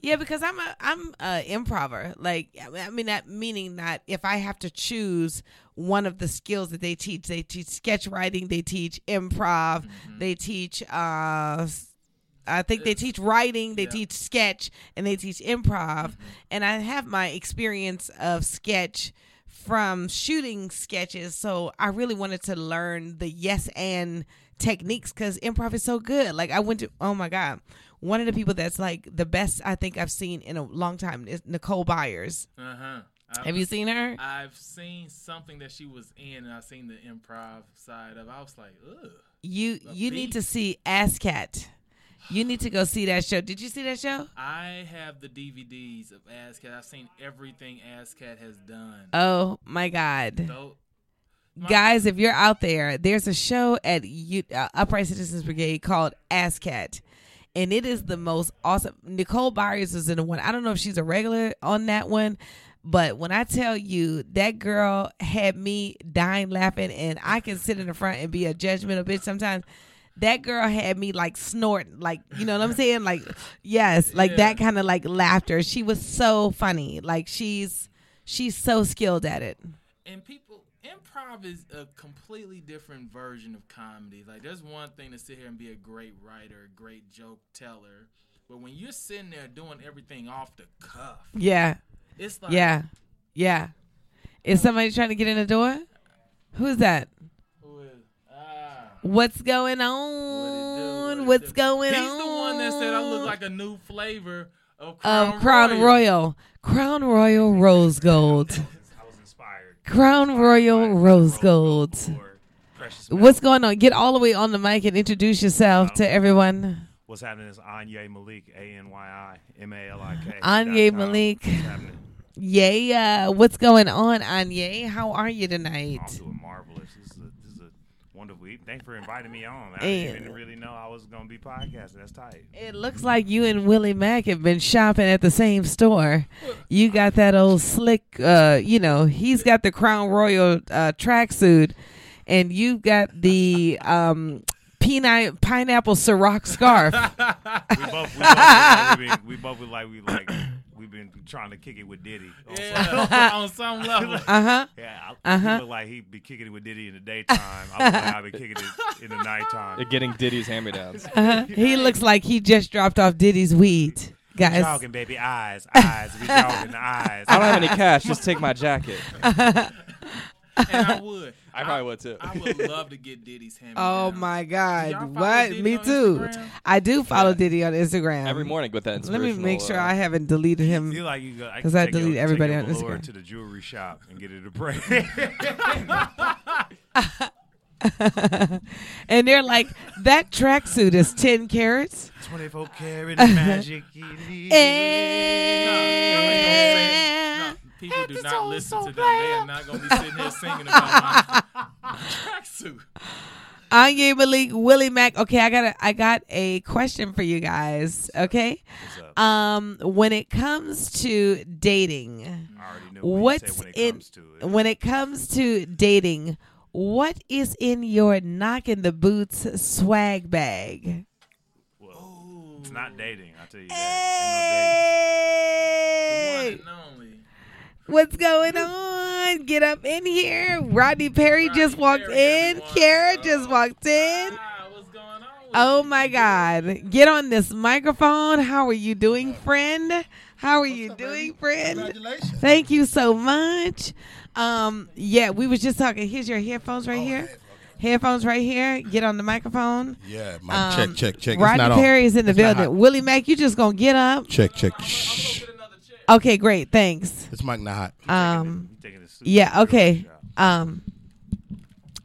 Speaker 2: Yeah, because I'm a I'm a improver. Like I mean- I mean that meaning that if I have to choose one of the skills that they teach, they teach sketch writing, they teach improv, they teach uh s- I think they teach writing, they teach sketch, and they teach improv. And I have my experience of sketch from shooting sketches, so I really wanted to learn the yes and techniques because improv is so good. Like I went to oh my god, one of the people that's like the best I think I've seen in a long time is Nicole Byers.
Speaker 11: Uh huh.
Speaker 2: Have you seen her?
Speaker 11: I've seen something that she was in, and I've seen the improv side of. it. I was like, ugh.
Speaker 2: You you need to see Ass Cat. You need to go see that show. Did you see that show?
Speaker 11: I have the DVDs of ASCAT. I've seen everything ASCAT has done.
Speaker 2: Oh my God.
Speaker 11: So,
Speaker 2: Guys, if you're out there, there's a show at U- uh, Upright Citizens Brigade called Ass Cat. And it is the most awesome. Nicole Byers is in the one. I don't know if she's a regular on that one, but when I tell you that girl had me dying laughing, and I can sit in the front and be a judgmental bitch sometimes. That girl had me like snorting, like you know what I'm saying, like yes, like that kind of like laughter. She was so funny, like she's she's so skilled at it.
Speaker 11: and people, improv is a completely different version of comedy. Like, there's one thing to sit here and be a great writer, a great joke teller, but when you're sitting there doing everything off the cuff,
Speaker 2: Yeah.
Speaker 11: It's like-
Speaker 2: yeah, yeah. Is somebody trying to get in the door? Who's that?
Speaker 11: Ah.
Speaker 2: What's going on? What's going
Speaker 11: he's
Speaker 2: on?
Speaker 11: the one that said I look like a new flavor of Crown,
Speaker 2: Um, Crown Royal. Crown Royal Rose Gold. Crown Royal Rose Gold. What's going on? Get all the way on the mic and introduce
Speaker 11: Oh.
Speaker 2: yourself to everyone.
Speaker 14: What's happening is Anya Malik, A N Y I M A L I K.
Speaker 2: Anya
Speaker 14: dot com.
Speaker 2: Malik. uh,
Speaker 14: What's happening?
Speaker 2: Yeah, what's going on, Anya? How are you tonight?
Speaker 14: I'm doing marvelous. This is a, this is a wonderful evening. Thanks for inviting me on. I
Speaker 2: And-
Speaker 14: didn't even really know I was gonna be podcasting. That's tight.
Speaker 2: It looks like you and Willie Mack have been shopping at the same store. You got that old slick, uh, you know, he's got the Crown Royal uh, tracksuit, and you got the um, peni- pineapple Ciroc scarf.
Speaker 14: we both we both, like we, been, we both was like we like we've been trying to kick it with Diddy. On
Speaker 2: Yeah, on some level. Uh-huh.
Speaker 14: Yeah. I,
Speaker 2: Uh-huh.
Speaker 14: He looked like he be kicking it with Diddy in the daytime. I was like I've been kicking it in the nighttime.
Speaker 4: They're getting Diddy's hand-me-downs.
Speaker 2: Uh-huh. He looks like he just dropped off Diddy's weed,
Speaker 14: We
Speaker 2: guys.
Speaker 14: jogging, baby. Ah, Eyes, eyes. We jogging, eyes.
Speaker 4: I don't have any cash. Just take my jacket.
Speaker 2: And
Speaker 11: I would.
Speaker 4: I probably would too.
Speaker 11: I would love to get Diddy's hand.
Speaker 2: Oh my
Speaker 11: y'all
Speaker 2: God!
Speaker 11: follow
Speaker 2: What?
Speaker 11: Diddy
Speaker 2: Me
Speaker 11: on
Speaker 2: too.
Speaker 11: Instagram?
Speaker 2: I do follow Diddy on Instagram
Speaker 4: Every morning with that
Speaker 2: Let me
Speaker 4: inspirational,
Speaker 2: make sure
Speaker 4: uh,
Speaker 2: I haven't deleted him
Speaker 14: Feel like you go- I
Speaker 2: because
Speaker 14: can
Speaker 2: I
Speaker 14: take your-
Speaker 2: delete
Speaker 14: take
Speaker 2: everybody
Speaker 14: your
Speaker 2: on
Speaker 14: velour
Speaker 2: Instagram.
Speaker 14: to the jewelry shop and get it a break.
Speaker 2: and they're like, that tracksuit is ten carats.
Speaker 14: 24 karat magic you need.
Speaker 2: And-
Speaker 11: People do not listen to them. They are not going to be sitting here singing about my tracksuit.
Speaker 2: Anya Malik, Willie Mack. Okay, I got a, I got a question for you guys. Okay, um, when it comes to dating, what's in when it comes to dating, what is in your knock in the boots swag bag?
Speaker 14: It's not dating, I tell you that.
Speaker 2: Hey, what's going on? Get up in here. Rodney Perry Ah, just walked in. Kara just walked in. Oh my God. Get on this microphone. How are you doing, friend? How are you doing, friend? Congratulations. Thank you so much. Um, yeah, we was just talking. Here's your Oh, headphones right here. Headphones right here. Get on the microphone. Um,
Speaker 15: Yeah, mic check, check, check. It's
Speaker 2: Rodney
Speaker 15: not on.
Speaker 2: Perry is in the
Speaker 15: It's not
Speaker 2: building.
Speaker 15: hot.
Speaker 2: Willie Mack, you just gonna get up.
Speaker 15: Check, check. Shh.
Speaker 2: Okay, great. Thanks.
Speaker 15: It's mic not hot.
Speaker 2: Um, yeah, okay. Um,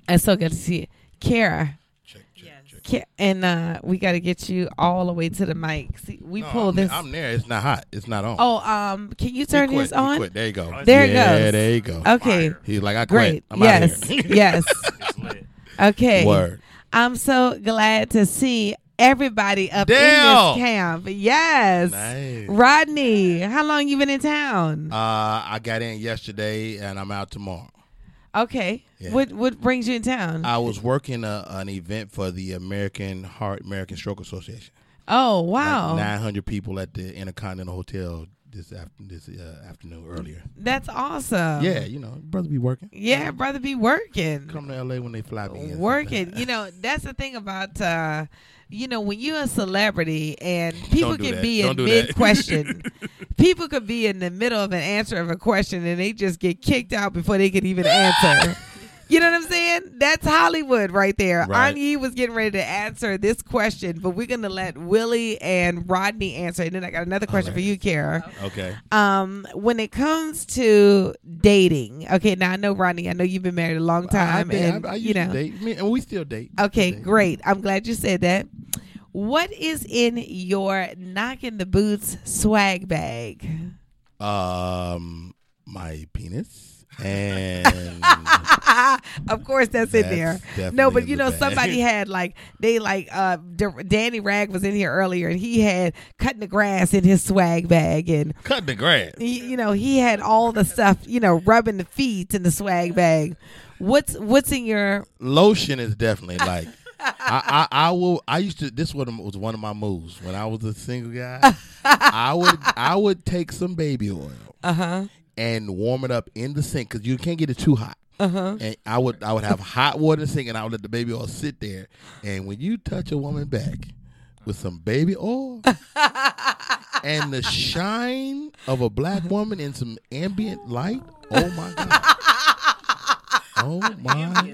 Speaker 2: it's so good to see you, Kara. Ka- And uh, we got to get you all the way to the mic. See, we
Speaker 15: No,
Speaker 2: pull
Speaker 15: I'm,
Speaker 2: this.
Speaker 15: I'm there. It's not hot. It's not on.
Speaker 2: Oh, um, can you
Speaker 15: He
Speaker 2: turn
Speaker 15: quit.
Speaker 2: this on?
Speaker 15: He quit. There you go.
Speaker 2: There it
Speaker 15: yeah,
Speaker 2: goes.
Speaker 15: there you go.
Speaker 2: Okay.
Speaker 15: He's like, I quit.
Speaker 2: Great.
Speaker 15: I'm outta
Speaker 2: yes.
Speaker 15: here.
Speaker 2: yes. Okay.
Speaker 15: Word.
Speaker 2: I'm so glad to see everybody up
Speaker 15: Dale.
Speaker 2: in this camp. Yes.
Speaker 15: Nice.
Speaker 2: Rodney, how long you been in town?
Speaker 15: Uh, I got in yesterday and I'm out tomorrow.
Speaker 2: Okay.
Speaker 15: Yeah.
Speaker 2: What what brings you in town?
Speaker 15: I was working a, an event for the American Heart American Stroke Association.
Speaker 2: oh wow.
Speaker 15: Like 900 people at the Intercontinental Hotel this after, this uh, afternoon earlier.
Speaker 2: That's awesome.
Speaker 15: Yeah, you know, brother be working.
Speaker 2: Yeah, brother be working.
Speaker 15: Come to LA when they fly me. in
Speaker 2: Working. You know, that's the thing about uh you know, when you're a celebrity and people
Speaker 15: do
Speaker 2: can
Speaker 15: that.
Speaker 2: be
Speaker 15: Don't
Speaker 2: in
Speaker 15: do that.
Speaker 2: mid question. people could be in the middle of an answer of a question and they just get kicked out before they could even answer. You know what I'm saying? That's Hollywood right there.
Speaker 15: Right.
Speaker 2: Anya was getting ready to answer this question, but we're gonna let Willie and Rodney answer. And then I got another question for you, Kara.
Speaker 15: Okay.
Speaker 2: Um, when it comes to dating, okay. Now I know Rodney. I know you've been married a long time,
Speaker 15: I, date-
Speaker 2: and
Speaker 15: I, I used
Speaker 2: you know.
Speaker 15: to date, Me- and we still date.
Speaker 2: Okay, great. I'm glad you said that. What is in your knock in the boots swag bag?
Speaker 15: Um, my penis and
Speaker 2: of course, that's, in
Speaker 15: That's
Speaker 2: there.
Speaker 15: definitely
Speaker 2: No, but
Speaker 15: in
Speaker 2: you
Speaker 15: the
Speaker 2: know,
Speaker 15: bag.
Speaker 2: somebody had like they like uh D- Danny Rag was in here earlier, and he had cutting the grass in his swag bag, and
Speaker 15: cutting the grass.
Speaker 2: he, you know he had all the stuff, you know, rubbing the feet in the swag bag. What's what's in your
Speaker 15: Lotion is definitely like. I, I I will. I used to. This one was one of my moves when I was a single guy. I would I would take some baby oil
Speaker 2: Uh-huh.
Speaker 15: and warm it up in the sink because you can't get it too hot.
Speaker 2: Uh-huh.
Speaker 15: And I would I would have hot water in the sink and I would let the baby oil sit there. And when you touch a woman back with some baby oil and the shine of a black woman in some ambient light, oh my god. Oh my!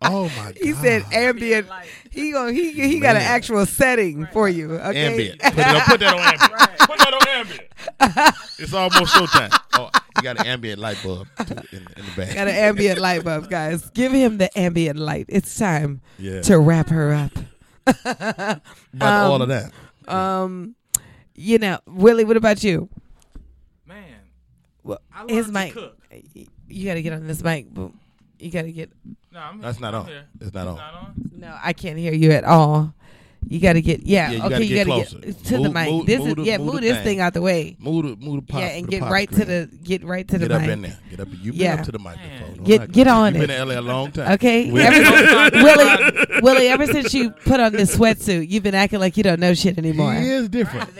Speaker 15: Oh my! God.
Speaker 2: He said ambient. He gonna he he got an
Speaker 15: Man.
Speaker 2: actual setting for you. Okay?
Speaker 15: Ambient. Put, it on, put that on ambient. Put that on ambient. It's almost showtime. Oh, you got an ambient light bulb too in, in the back.
Speaker 2: Got an ambient light bulb, guys. Give him the ambient light. It's time
Speaker 15: Yeah.
Speaker 2: to wrap her up. about
Speaker 15: About all of that.
Speaker 2: Um, you know, Willie. What about you?
Speaker 11: Man,
Speaker 2: Well,
Speaker 11: I love
Speaker 2: his
Speaker 11: to
Speaker 2: mic.
Speaker 11: cook.
Speaker 2: You got to get on this mic. Boom. You gotta get.
Speaker 16: No, I'm
Speaker 15: That's not on.
Speaker 16: here.
Speaker 15: It's not on.
Speaker 2: No, I can't hear you at all. You gotta get. Yeah.
Speaker 15: Yeah, you
Speaker 2: okay.
Speaker 15: gotta
Speaker 2: you
Speaker 15: get
Speaker 2: gotta
Speaker 15: closer.
Speaker 2: get to the
Speaker 15: Move-
Speaker 2: mic.
Speaker 15: move-
Speaker 2: this
Speaker 15: move
Speaker 2: is
Speaker 15: the-
Speaker 2: yeah.
Speaker 15: move
Speaker 2: Move,
Speaker 15: the
Speaker 2: this
Speaker 15: thing.
Speaker 2: thing out the way.
Speaker 15: Move the move the pop.
Speaker 2: yeah, and
Speaker 15: the
Speaker 2: get
Speaker 15: pop
Speaker 2: right
Speaker 15: screen.
Speaker 2: to the get right to
Speaker 15: Get
Speaker 2: the
Speaker 15: up
Speaker 2: mic.
Speaker 15: in there. Get up. You've been
Speaker 2: yeah.
Speaker 15: up to the microphone. Don't
Speaker 2: Get
Speaker 15: act
Speaker 2: get
Speaker 15: like
Speaker 2: on
Speaker 15: You've
Speaker 2: it.
Speaker 15: been in LA a long time.
Speaker 2: Okay,
Speaker 15: We-
Speaker 2: Ever- Willie, Willie. Ever since you put on this sweatsuit, you've been acting like you don't know shit anymore.
Speaker 15: He is different.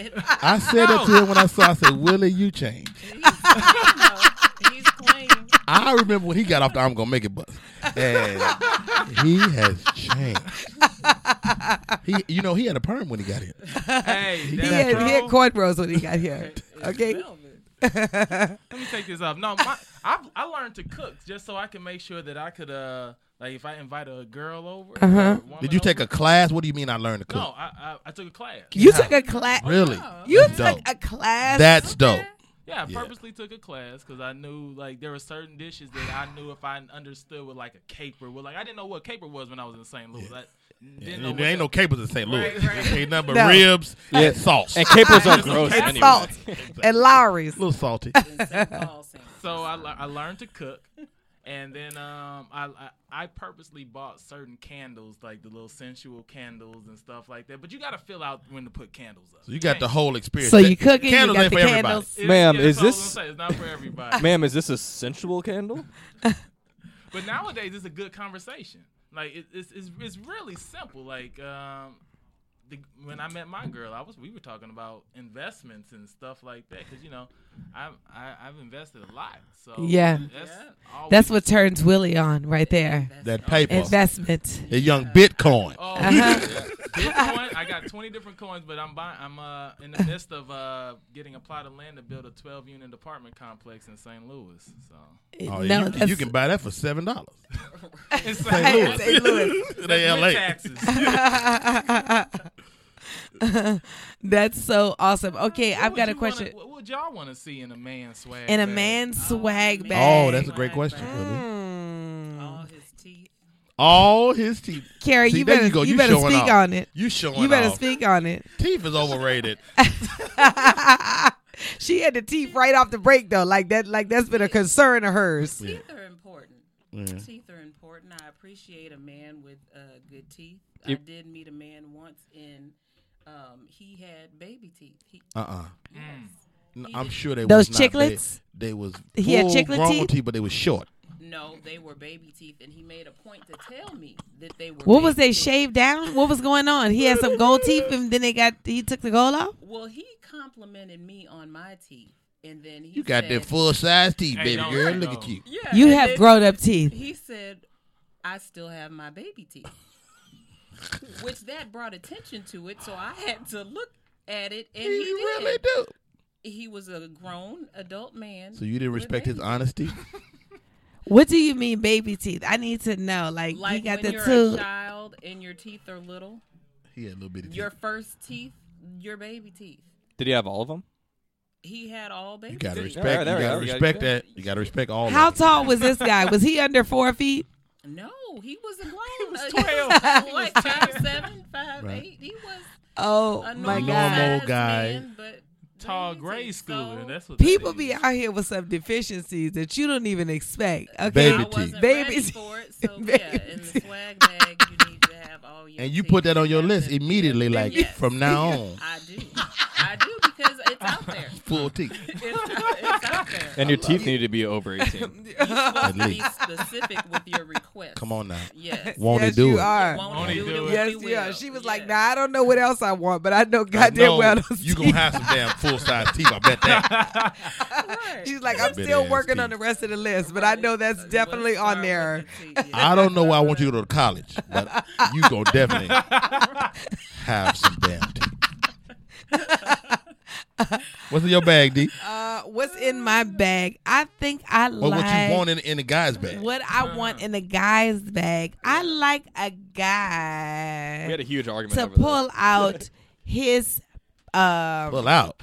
Speaker 15: I said that to him when I saw. I said, "Willie, you changed." I remember when he got off the "I'm gonna make it" bus, and he has changed. He, you know, he had a perm when he got here.
Speaker 2: Hey,
Speaker 15: He
Speaker 2: he
Speaker 15: got
Speaker 2: had,
Speaker 15: perm.
Speaker 2: he had cornrows when he got here. Okay.
Speaker 11: Let me take this off. No, my, I I learned to cook just so I can make sure that I could uh like if I invite a girl over. or a
Speaker 15: Uh-huh.
Speaker 11: woman
Speaker 15: Did you take
Speaker 11: over-
Speaker 15: a class? What do you mean? I learned to cook.
Speaker 11: No, I, I I took a class.
Speaker 2: You took a class.
Speaker 15: Really?
Speaker 2: You
Speaker 15: That's
Speaker 2: took
Speaker 15: dope.
Speaker 2: a class.
Speaker 15: That's dope.
Speaker 11: Yeah, I
Speaker 15: Yeah.
Speaker 11: purposely took a class because I knew like there were certain dishes that I knew if I understood what like a caper was. Like I didn't know what caper was when I was in St. Louis. I didn't know
Speaker 15: There
Speaker 11: what
Speaker 15: ain't no capers in St. Louis.
Speaker 11: Right, right.
Speaker 15: There ain't nothing but
Speaker 11: No.
Speaker 15: ribs
Speaker 11: Yeah.
Speaker 15: and sauce. Oh,
Speaker 4: And capers are
Speaker 15: Just
Speaker 4: gross
Speaker 15: capers.
Speaker 4: anyway. Salt.
Speaker 2: And Lowry's.
Speaker 15: A little salty.
Speaker 11: so I, le- I learned to cook, and then um, I, I I purposely bought certain candles, like the little sensual candles and stuff like that. But you got to fill out when to put candles up.
Speaker 15: So you got the whole experience.
Speaker 2: So
Speaker 15: That-
Speaker 2: you cooking, you
Speaker 15: Candles
Speaker 2: got
Speaker 15: ain't
Speaker 2: the
Speaker 15: for everybody.
Speaker 2: candles.
Speaker 4: Ma'am,
Speaker 11: yeah,
Speaker 4: is
Speaker 11: that's all I was
Speaker 4: this?
Speaker 11: gonna say. It's not for everybody.
Speaker 4: Ma'am, is this a sensual candle?
Speaker 11: But nowadays, it's a good conversation. Like it, it's, it's it's really simple. Like um, the, when I met my girl, I was we were talking about investments and stuff like that because you know I'm, I I've invested a lot. So
Speaker 2: Yeah.
Speaker 11: that's always-
Speaker 2: That's what turns Willie on right there.
Speaker 15: That paper.
Speaker 2: Investment.
Speaker 15: The young Bitcoin.
Speaker 11: Oh,
Speaker 2: Uh-huh.
Speaker 11: yeah. Bitcoin. I got 20 different coins, but I'm buying. I'm uh, in the midst of uh, getting a plot of land to build a 12 unit apartment complex in St. Louis. So
Speaker 15: Oh, yeah,
Speaker 2: No,
Speaker 15: you, can-
Speaker 2: that's-
Speaker 15: you can buy that for seven dollars.
Speaker 11: In St.
Speaker 15: Louis.
Speaker 11: St. Louis.
Speaker 15: It ain't
Speaker 11: That's with
Speaker 15: LA.
Speaker 2: That's so awesome. Okay, I've
Speaker 11: Uh, What
Speaker 2: got a
Speaker 11: would you wanna-
Speaker 2: question.
Speaker 11: what would y'all want to see in a man's swag?
Speaker 2: In a
Speaker 11: bag?
Speaker 2: man's swag bag.
Speaker 15: Oh, that's a great question. Willie.
Speaker 2: Mm.
Speaker 15: All his teeth.
Speaker 2: Carrie,
Speaker 15: See,
Speaker 2: you
Speaker 15: there
Speaker 2: better, you,
Speaker 15: you go. You
Speaker 2: better
Speaker 15: showing
Speaker 2: speak
Speaker 15: off.
Speaker 2: on it.
Speaker 15: You showing
Speaker 2: You better
Speaker 15: off.
Speaker 2: speak on it.
Speaker 15: Teeth is overrated.
Speaker 2: she had the teeth right off the break though. Like that, like that's been a concern of hers.
Speaker 13: Teeth are important.
Speaker 15: Mhm.
Speaker 13: Teeth are important. I appreciate a man with uh, good teeth. I
Speaker 4: Yep.
Speaker 13: did meet a man once, and um, he had baby teeth. Mm. He,
Speaker 15: Uh uh
Speaker 13: Yes. He
Speaker 15: I'm
Speaker 13: did-
Speaker 15: sure they
Speaker 2: Those
Speaker 15: was not- they-
Speaker 2: chiclets?
Speaker 15: They, was
Speaker 2: He had
Speaker 15: full
Speaker 2: chiclet
Speaker 15: grown
Speaker 2: teeth?
Speaker 15: teeth, but they was short.
Speaker 13: No, they were baby teeth, and he made a point to tell me that they were.
Speaker 2: What was
Speaker 13: baby
Speaker 2: they
Speaker 13: teeth.
Speaker 2: shaved down? What was going on? He had some gold teeth, and then they got he took the gold off.
Speaker 13: Well, he complimented me on my teeth, and then he
Speaker 15: You got
Speaker 13: said,
Speaker 15: that full size teeth,
Speaker 11: Hey,
Speaker 15: baby
Speaker 11: don't
Speaker 15: girl.
Speaker 11: say
Speaker 15: Look
Speaker 11: no.
Speaker 15: at you.
Speaker 13: Yeah,
Speaker 2: You
Speaker 13: and
Speaker 2: have
Speaker 13: then
Speaker 2: grown-up teeth.
Speaker 13: He said, "I still have my baby teeth," which that brought attention to it. So I had to look at it, and he, did.
Speaker 15: really do.
Speaker 13: He was a grown adult man.
Speaker 15: So you didn't
Speaker 13: with
Speaker 15: respect
Speaker 13: baby
Speaker 15: his honesty.
Speaker 2: What do you mean baby teeth? I need to know. Like,
Speaker 13: teeth. Like
Speaker 2: he got the
Speaker 13: when you're a
Speaker 2: two.
Speaker 13: child and your teeth are little,
Speaker 15: He had a little bit of teeth.
Speaker 13: your first teeth, your baby teeth.
Speaker 4: Did he have all of them?
Speaker 13: He had all baby.
Speaker 15: You gotta
Speaker 13: teeth.
Speaker 15: respect.
Speaker 4: Yeah, there
Speaker 15: you
Speaker 4: we
Speaker 15: gotta
Speaker 4: go. You gotta-
Speaker 15: respect that. You gotta respect all.
Speaker 2: How
Speaker 15: of
Speaker 2: tall was this guy? Was he under four feet?
Speaker 13: No, he was a grown. He
Speaker 11: was
Speaker 13: was
Speaker 11: 12.
Speaker 13: like five seven, five
Speaker 15: Right.
Speaker 13: eight. He was
Speaker 2: Oh
Speaker 13: a
Speaker 2: my God!
Speaker 13: normal size
Speaker 15: guy.
Speaker 13: man, but
Speaker 11: Tall grade school. and that's what that
Speaker 2: People
Speaker 11: is.
Speaker 2: be out here with some deficiencies that you don't even expect. Okay,
Speaker 15: Baby
Speaker 13: I
Speaker 15: teeth.
Speaker 13: wasn't
Speaker 2: Baby
Speaker 13: ready
Speaker 2: teeth.
Speaker 13: for it. So
Speaker 2: Baby
Speaker 13: yeah, in the swag bag, you need to have all your.
Speaker 15: And you
Speaker 13: teeth.
Speaker 15: put that on your list immediately, like
Speaker 13: Yes.
Speaker 15: from now on,
Speaker 13: I do. I do because it's out there.
Speaker 15: full teeth.
Speaker 13: It's, it's out there.
Speaker 4: And your teeth need to be over 18.
Speaker 13: You're supposed to be
Speaker 15: least.
Speaker 13: specific with your request.
Speaker 15: Come on now.
Speaker 13: Yes.
Speaker 15: Won't he
Speaker 2: yes,
Speaker 15: do
Speaker 2: you
Speaker 15: it?
Speaker 2: are.
Speaker 13: Won't
Speaker 11: Won't he
Speaker 13: do it,
Speaker 11: do
Speaker 13: we
Speaker 11: it?
Speaker 2: Yes,
Speaker 13: will.
Speaker 2: yeah. She was like,
Speaker 13: Yes.
Speaker 2: "Nah, I don't know what else I want, but I know
Speaker 15: I
Speaker 2: goddamn
Speaker 15: know
Speaker 2: well those
Speaker 15: you
Speaker 2: teeth."
Speaker 15: gonna have some damn full size teeth. I bet that.
Speaker 2: She's like,
Speaker 15: Those
Speaker 2: "I'm
Speaker 15: big
Speaker 2: still
Speaker 15: ass
Speaker 2: working on
Speaker 15: teeth.
Speaker 2: the rest of the list, but I know that's definitely on there."
Speaker 15: I don't know why I want you to go to college, but you gonna definitely have some damn teeth. What's in your bag, D?
Speaker 2: Uh, what's in my bag? I think I
Speaker 15: What
Speaker 2: like
Speaker 15: what you want in, in the guy's bag?
Speaker 2: what I want
Speaker 13: Uh-huh.
Speaker 2: in a guy's bag. I like a guy
Speaker 4: We had a huge argument
Speaker 2: to
Speaker 4: over this.
Speaker 2: pull out his um
Speaker 15: Pull out.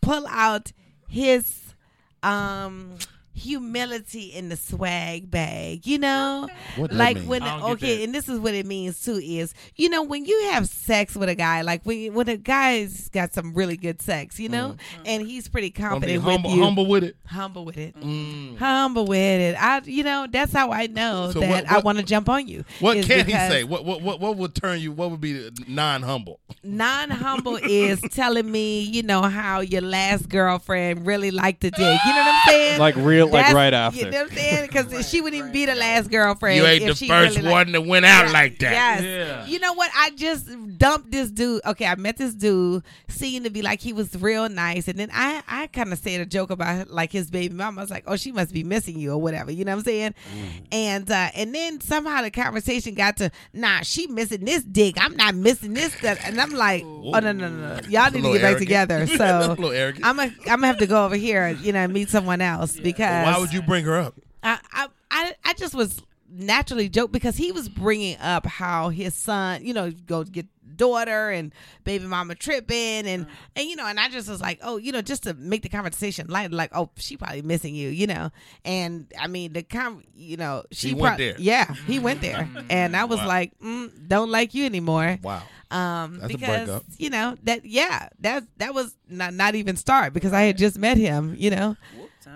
Speaker 2: pull out his um humility in the swag bag, you know?
Speaker 17: What that
Speaker 2: like
Speaker 17: mean?
Speaker 2: when
Speaker 17: I don't get
Speaker 2: okay,
Speaker 17: that.
Speaker 2: and this is what it means too is, you know, when you have sex with a guy, like when when a guy's got some really good sex, you
Speaker 15: Mm-hmm.
Speaker 2: know, and he's pretty
Speaker 15: Gonna be
Speaker 2: confident
Speaker 15: humble,
Speaker 2: with you.
Speaker 15: humble with it. Mm.
Speaker 2: Humble with it. Humble with it. I, you know, that's how I know
Speaker 15: So
Speaker 2: that
Speaker 15: what-
Speaker 2: I
Speaker 15: what-
Speaker 2: want to jump on you.
Speaker 15: What
Speaker 2: is
Speaker 15: can he
Speaker 2: because-
Speaker 15: say? What, what what what would turn you? What would be non humble?
Speaker 2: non humble is telling me, you know, how your last girlfriend really liked the dick. You know what I'm saying?
Speaker 4: Like real- like right after.
Speaker 2: You know what I'm saying? Because she wouldn't even be the last girlfriend.
Speaker 15: You ain't
Speaker 2: if
Speaker 15: the
Speaker 2: she
Speaker 15: first
Speaker 2: really liked-
Speaker 15: one that went out like that.
Speaker 2: Yes.
Speaker 15: Yeah.
Speaker 2: You know what? I just dumped this dude. Okay, I met this dude, seemed to be like he was real nice, and then I I kind of said a joke about like his baby mama. I was like, oh, she must be missing you or whatever. You know what I'm saying?
Speaker 15: Mm-hmm.
Speaker 2: And uh, and then somehow the conversation got to nah, she missing this dick. I'm not missing this stuff, and I'm like, oh no no no, no. y'all
Speaker 15: It's a
Speaker 2: need to
Speaker 15: little
Speaker 2: get back
Speaker 15: arrogant.
Speaker 2: together.
Speaker 15: It's a
Speaker 2: So
Speaker 15: little arrogant.
Speaker 2: I'm gonna I'm gonna have to go over here, you know, and meet someone else because
Speaker 15: Why would you bring her up?
Speaker 2: I, I, I, I just was naturally joke because he was bringing up how his son, you know, go get daughter and baby mama tripping and and you know and I just was like, oh, you know, just to make the conversation light, like, oh, she probably missing you, you know, and I mean the com, you know, she
Speaker 15: He went
Speaker 2: prob-
Speaker 15: there.
Speaker 2: yeah, he went there, and I was
Speaker 15: Wow.
Speaker 2: like, mm, don't like you anymore,
Speaker 15: wow,
Speaker 2: um,
Speaker 15: That's a
Speaker 2: because
Speaker 15: breakup.
Speaker 2: you know that yeah that that was not not even start because I had just met him, you know.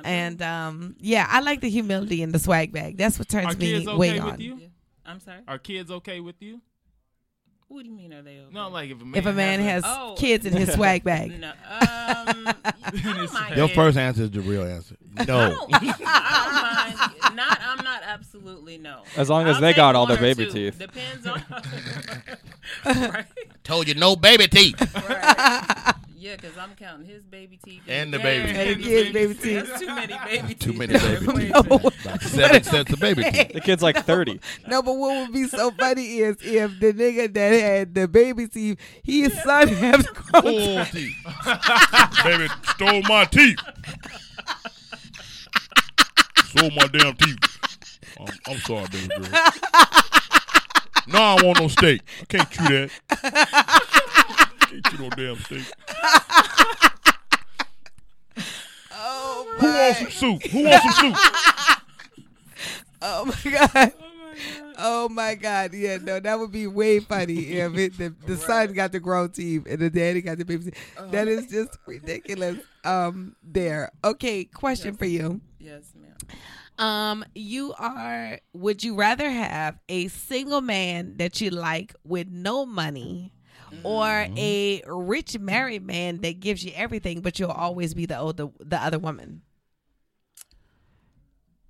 Speaker 2: And um, yeah, I like the humility and the swag bag. That's what turns
Speaker 11: Are
Speaker 2: me
Speaker 11: kids okay
Speaker 2: way
Speaker 11: with
Speaker 2: on.
Speaker 11: you?
Speaker 17: I'm sorry.
Speaker 11: Are kids okay with you?
Speaker 17: What do you mean are they okay?
Speaker 11: No, like if a man,
Speaker 2: If a man has
Speaker 17: Oh.
Speaker 2: kids in his swag bag,
Speaker 17: No, um, I don't mind
Speaker 15: Your
Speaker 17: it.
Speaker 15: first answer is the real answer. No.
Speaker 17: I don't, I don't mind. Not, I'm not absolutely no.
Speaker 4: As long as
Speaker 17: I'll
Speaker 4: they
Speaker 17: take
Speaker 4: got all
Speaker 17: one
Speaker 4: their
Speaker 17: or
Speaker 4: baby
Speaker 17: two.
Speaker 4: teeth.
Speaker 17: Depends on. right?
Speaker 15: Told you no baby teeth.
Speaker 17: Right. Yeah, because I'm counting his baby teeth
Speaker 15: And the baby
Speaker 17: Yeah,
Speaker 15: teeth.
Speaker 17: and the
Speaker 15: Kids'
Speaker 17: baby
Speaker 15: baby teeth.
Speaker 17: That's too many baby teeth.
Speaker 15: Too many baby
Speaker 17: Wait
Speaker 15: teeth.
Speaker 17: a minute.
Speaker 15: About seven cents a baby teeth.
Speaker 4: The kid's like thirty.
Speaker 2: no. But what would be so funny is if the nigga that had the baby teeth, his son has grown
Speaker 15: Full
Speaker 2: to-
Speaker 15: teeth. baby stole my teeth. Stole my damn teeth. I'm, I'm sorry, baby girl. No, I want no steak. I can't chew that. Can't chew no damn steak.
Speaker 2: Oh
Speaker 15: Who wants some soup? Who wants some soup?
Speaker 2: Oh my god. Oh my god. Yeah, no, that would be way funny if it, the, the son got the grown team and the daddy got the baby team. That
Speaker 15: Uh-huh.
Speaker 2: is just ridiculous. Um there. Okay, question for you.
Speaker 17: Yes, ma'am.
Speaker 2: Um you are would you rather have a single man that you like with no money or
Speaker 15: Mm-hmm.
Speaker 2: a rich married man that gives you everything but you'll always be the older the other woman?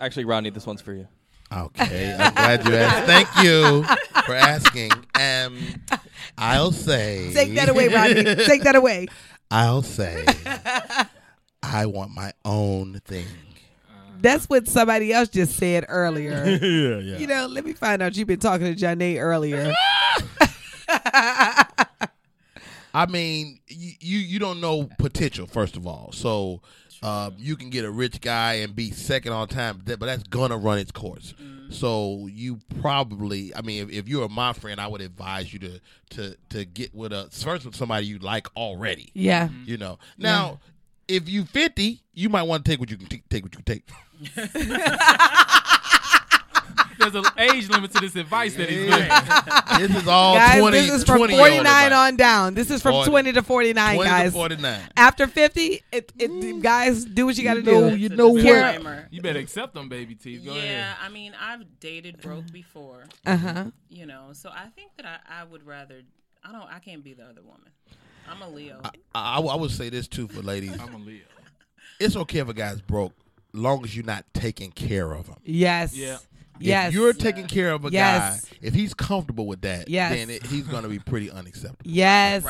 Speaker 4: Actually, Rodney, this one's for you.
Speaker 15: Okay, I'm glad you asked. Thank you for asking. Um, I'll say.
Speaker 2: Take that away, Rodney. Take that away.
Speaker 15: I'll say. I want my own thing.
Speaker 2: That's what somebody else just said earlier.
Speaker 15: Yeah, yeah.
Speaker 2: You know, let me find out you've been talking to Janae earlier.
Speaker 15: I mean, you you, you don't know potential first of all, so um, you can get a rich guy and be second all time, th- but that's gonna run its course.
Speaker 11: Mm-hmm.
Speaker 15: So you probably, I mean, if, if you are my friend, I would advise you to to to get with a first with somebody you like already.
Speaker 2: Yeah.
Speaker 11: Mm-hmm.
Speaker 15: you know. Now, if you fifty, you might want to take what you can t- take. What you can take.
Speaker 11: There's an age limit to this advice that he's giving.
Speaker 15: this is all
Speaker 2: guys,
Speaker 15: 20,
Speaker 2: this is from
Speaker 15: 20 -year-old
Speaker 2: 49
Speaker 15: advice.
Speaker 2: on down. This is from
Speaker 15: 40
Speaker 2: 20 to 49,
Speaker 15: 20 to
Speaker 2: guys.
Speaker 15: 49.
Speaker 2: After 50, it, it, guys, do what you got to
Speaker 15: know-
Speaker 2: do.
Speaker 15: Mm. you know what?
Speaker 2: Kara-
Speaker 11: You better accept them baby teeth. Go
Speaker 17: Yeah,
Speaker 11: ahead.
Speaker 17: I mean, I've dated broke before.
Speaker 2: Uh-huh.
Speaker 17: You know, so I think that I, I would rather. I don't. I can't be the other woman. I'm a Leo.
Speaker 15: I, I would say this too for ladies.
Speaker 11: I'm a Leo.
Speaker 15: It's okay if a guy's broke, long as you're not taking care of him.
Speaker 2: Yes. Yeah.
Speaker 15: If
Speaker 2: Yes.
Speaker 15: you're taking care of a
Speaker 2: Yes.
Speaker 15: guy, if he's comfortable with that,
Speaker 2: Yes.
Speaker 15: then it, he's going to be pretty unacceptable.
Speaker 2: Yes.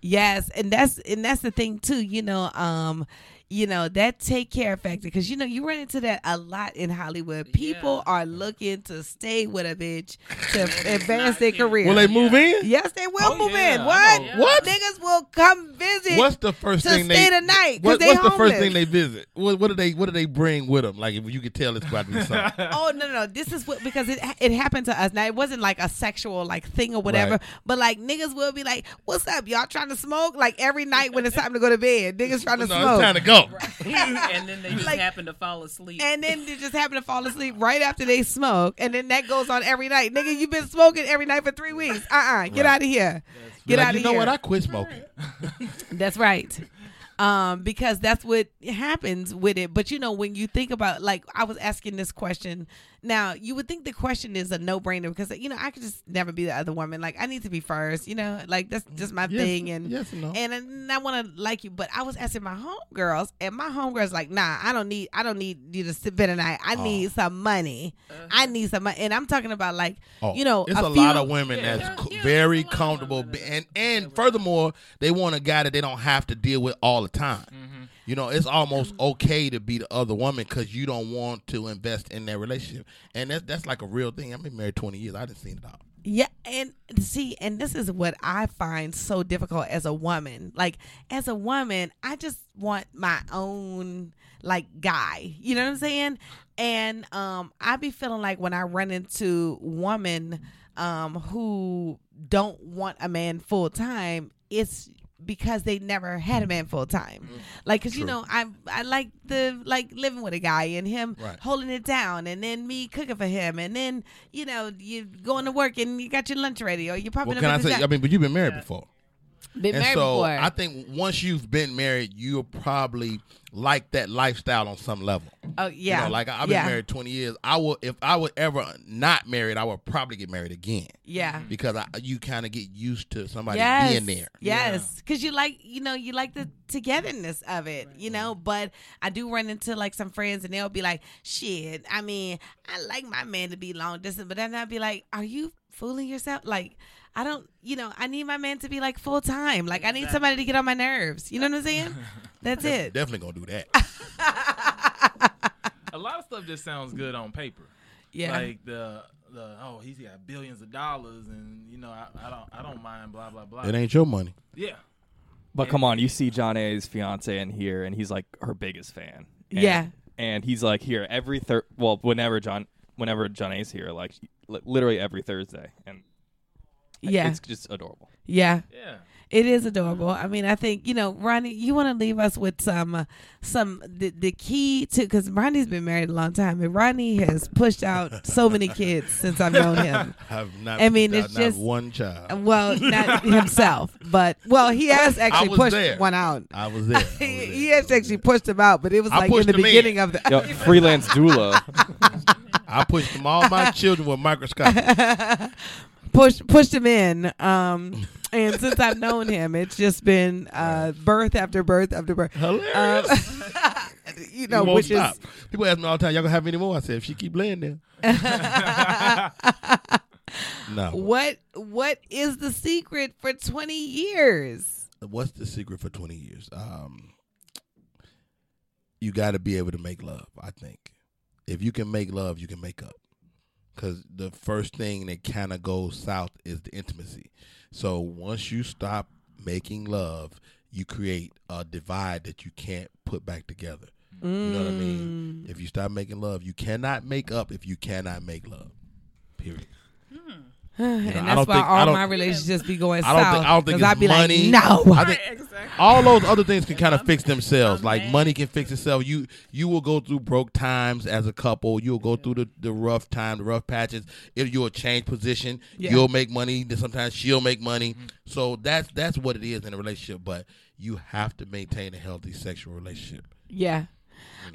Speaker 2: Yes, and that's and that's the thing too, you know, um you know that take care factor because you know you run into that a lot in Hollywood. People are looking to stay with a bitch to advance their career.
Speaker 15: Will they move in?
Speaker 2: Yes, they will move in.
Speaker 15: I
Speaker 2: What?
Speaker 15: know. What?
Speaker 2: Niggas will come visit.
Speaker 15: What's the first
Speaker 2: to
Speaker 15: thing they
Speaker 2: stay the night? 'cause
Speaker 15: What,
Speaker 2: they
Speaker 15: what's the
Speaker 2: homeless.
Speaker 15: first thing they visit? What, what do they What do they bring with them? Like if you could tell it's about to be something.
Speaker 2: oh no, no no this is what because it it happened to us now it wasn't like a sexual like thing or whatever
Speaker 15: Right.
Speaker 2: but like niggas will be like what's up y'all trying to smoke like every night when it's time to go to bed niggas trying to
Speaker 15: No, it's
Speaker 2: smoke
Speaker 15: time to go.
Speaker 1: milk.
Speaker 17: and then they just
Speaker 2: Like-
Speaker 17: happen to fall asleep.
Speaker 2: And then they just happen to fall asleep right after they smoke. And then that goes on every night. Nigga, you've been smoking every night for three weeks. Uh uh Get out of here.
Speaker 15: Be
Speaker 2: Get
Speaker 15: like,
Speaker 2: out of
Speaker 15: You know
Speaker 2: here.
Speaker 15: what? I quit smoking.
Speaker 2: That's right. Um, because that's what happens with it. But you know, when you think about like I was asking this question, now you would think the question is a no brainer because you know, I could just never be the other woman. Like I need to be first, you know, like that's just my
Speaker 15: Yes,
Speaker 2: thing and
Speaker 15: yes and no.
Speaker 2: and, uh, and I wanna like you. But I was asking my homegirls and my homegirls like, nah, I don't need I don't need you to spend a night. I
Speaker 15: Oh.
Speaker 2: need some money. I need some money and I'm talking about like
Speaker 15: Oh,
Speaker 2: you know
Speaker 15: it's a,
Speaker 2: few-
Speaker 15: lot of women that's c- very comfortable, be- and and furthermore, they want a guy that they don't have to deal with all the time. You know, it's almost okay to be the other woman because you don't want to invest in their relationship, and that's that's like a real thing. I've been married twenty years. I just seen it all.
Speaker 2: Yeah, and see, and this is what I find so difficult as a woman. Like as a woman, I just want my own like guy. You know what I'm saying? And um I be feeling like when I run into women um who don't want a man full time, it's because they never had a man full time. Like 'cause Like cuz you know, I I like the like living with a guy and him
Speaker 17: Right.
Speaker 2: holding it down and then me cooking for him and then you know you going to work and you got your lunch ready or you popping
Speaker 15: What
Speaker 2: up
Speaker 15: can I
Speaker 2: at the
Speaker 15: say?
Speaker 2: shop.
Speaker 15: I mean, but you've been married before.
Speaker 2: Been
Speaker 15: and
Speaker 2: married
Speaker 15: so
Speaker 2: before.
Speaker 15: I think once you've been married, you'll probably like that lifestyle on some level.
Speaker 2: Oh,
Speaker 15: You
Speaker 2: yeah.
Speaker 15: know, like I- I've been
Speaker 2: Yeah.
Speaker 15: married twenty years. I will if I were ever not married, I would probably get married again. Mm-hmm.
Speaker 2: Yeah.
Speaker 15: because I, you kind of get used to somebody
Speaker 2: yes.
Speaker 15: being there.
Speaker 2: Yes, because you like you know you like the togetherness of it, you know. But I do run into like some friends and they'll be like, "Shit, I mean, I like my man to be long distance," but then I'll be like, "Are you fooling yourself? Like." I don't, you know, I need my man to be like full time. Like, I need somebody to get on my nerves. You know what I'm saying? That's it.
Speaker 15: Definitely gonna do that.
Speaker 11: a lot of stuff just sounds good on paper.
Speaker 2: Yeah.
Speaker 11: Like the the oh he's got billions of dollars and you know I, I don't I don't mind blah blah blah.
Speaker 15: It ain't your money.
Speaker 11: Yeah.
Speaker 4: But come on, you see John A's fiance in here, and he's like her biggest fan. And-
Speaker 2: Yeah.
Speaker 4: and he's like here every third. Well, whenever John, whenever John A's here, like li- literally every Thursday, and
Speaker 2: Yeah.
Speaker 4: it's just adorable.
Speaker 2: Yeah. Yeah. It is adorable. I mean, I think you know, Ronnie. You want to leave us with some, uh, some the, the key to because Ronnie's been married a long time, and Ronnie has pushed out so many kids since I've known him.
Speaker 15: Have not
Speaker 2: I mean,
Speaker 15: pushed
Speaker 2: it's
Speaker 15: out not
Speaker 2: just
Speaker 15: one child.
Speaker 2: Well, not himself, but well, he has
Speaker 15: I
Speaker 2: actually
Speaker 15: was
Speaker 2: pushed
Speaker 15: there.
Speaker 2: one out.
Speaker 15: I was there.
Speaker 2: He, he has actually pushed him out, but it was
Speaker 15: I
Speaker 2: like in
Speaker 15: pushed
Speaker 2: the
Speaker 15: him in.
Speaker 2: beginning of the
Speaker 4: Yo, freelance doula.
Speaker 15: I pushed them all my children with microscope.
Speaker 2: pushed pushed him in. Um, and since I've known him, it's just been uh, birth after birth after birth. Um,
Speaker 15: Hilarious.
Speaker 2: you know,
Speaker 15: It won't
Speaker 2: which
Speaker 15: stop.
Speaker 2: is
Speaker 15: people ask me all the time, "Y'all gonna have any more?" I said, "If she keep laying there." no.
Speaker 2: what what is the secret for 20 years?
Speaker 15: What's the secret for twenty years? Um, you got to be able to make love. I think if you can make love, you can make up. Because the first thing that kind of goes south is the intimacy. So once you stop making love, you create a divide that you can't put back together. You know what I mean? If you stop making love, you cannot make up if you cannot make love. Period.
Speaker 2: and
Speaker 15: You know,
Speaker 2: that's why
Speaker 15: I
Speaker 2: all
Speaker 15: don't-
Speaker 2: my relationships be going
Speaker 15: I don't
Speaker 2: south.
Speaker 15: think I don't think
Speaker 2: 'cause
Speaker 15: it's
Speaker 2: I'd be
Speaker 15: money.
Speaker 2: Like, no,
Speaker 15: I think all those other things can kind of fix themselves. Like money can fix itself. You you will go through broke times as a couple. You'll go through the, the rough time, the rough patches. If you'll change position,
Speaker 9: Yeah.
Speaker 15: you'll make money. Then sometimes she'll make money.
Speaker 2: Mm-hmm.
Speaker 15: So that's that's what it is in a relationship. But you have to maintain a healthy sexual relationship.
Speaker 2: Yeah.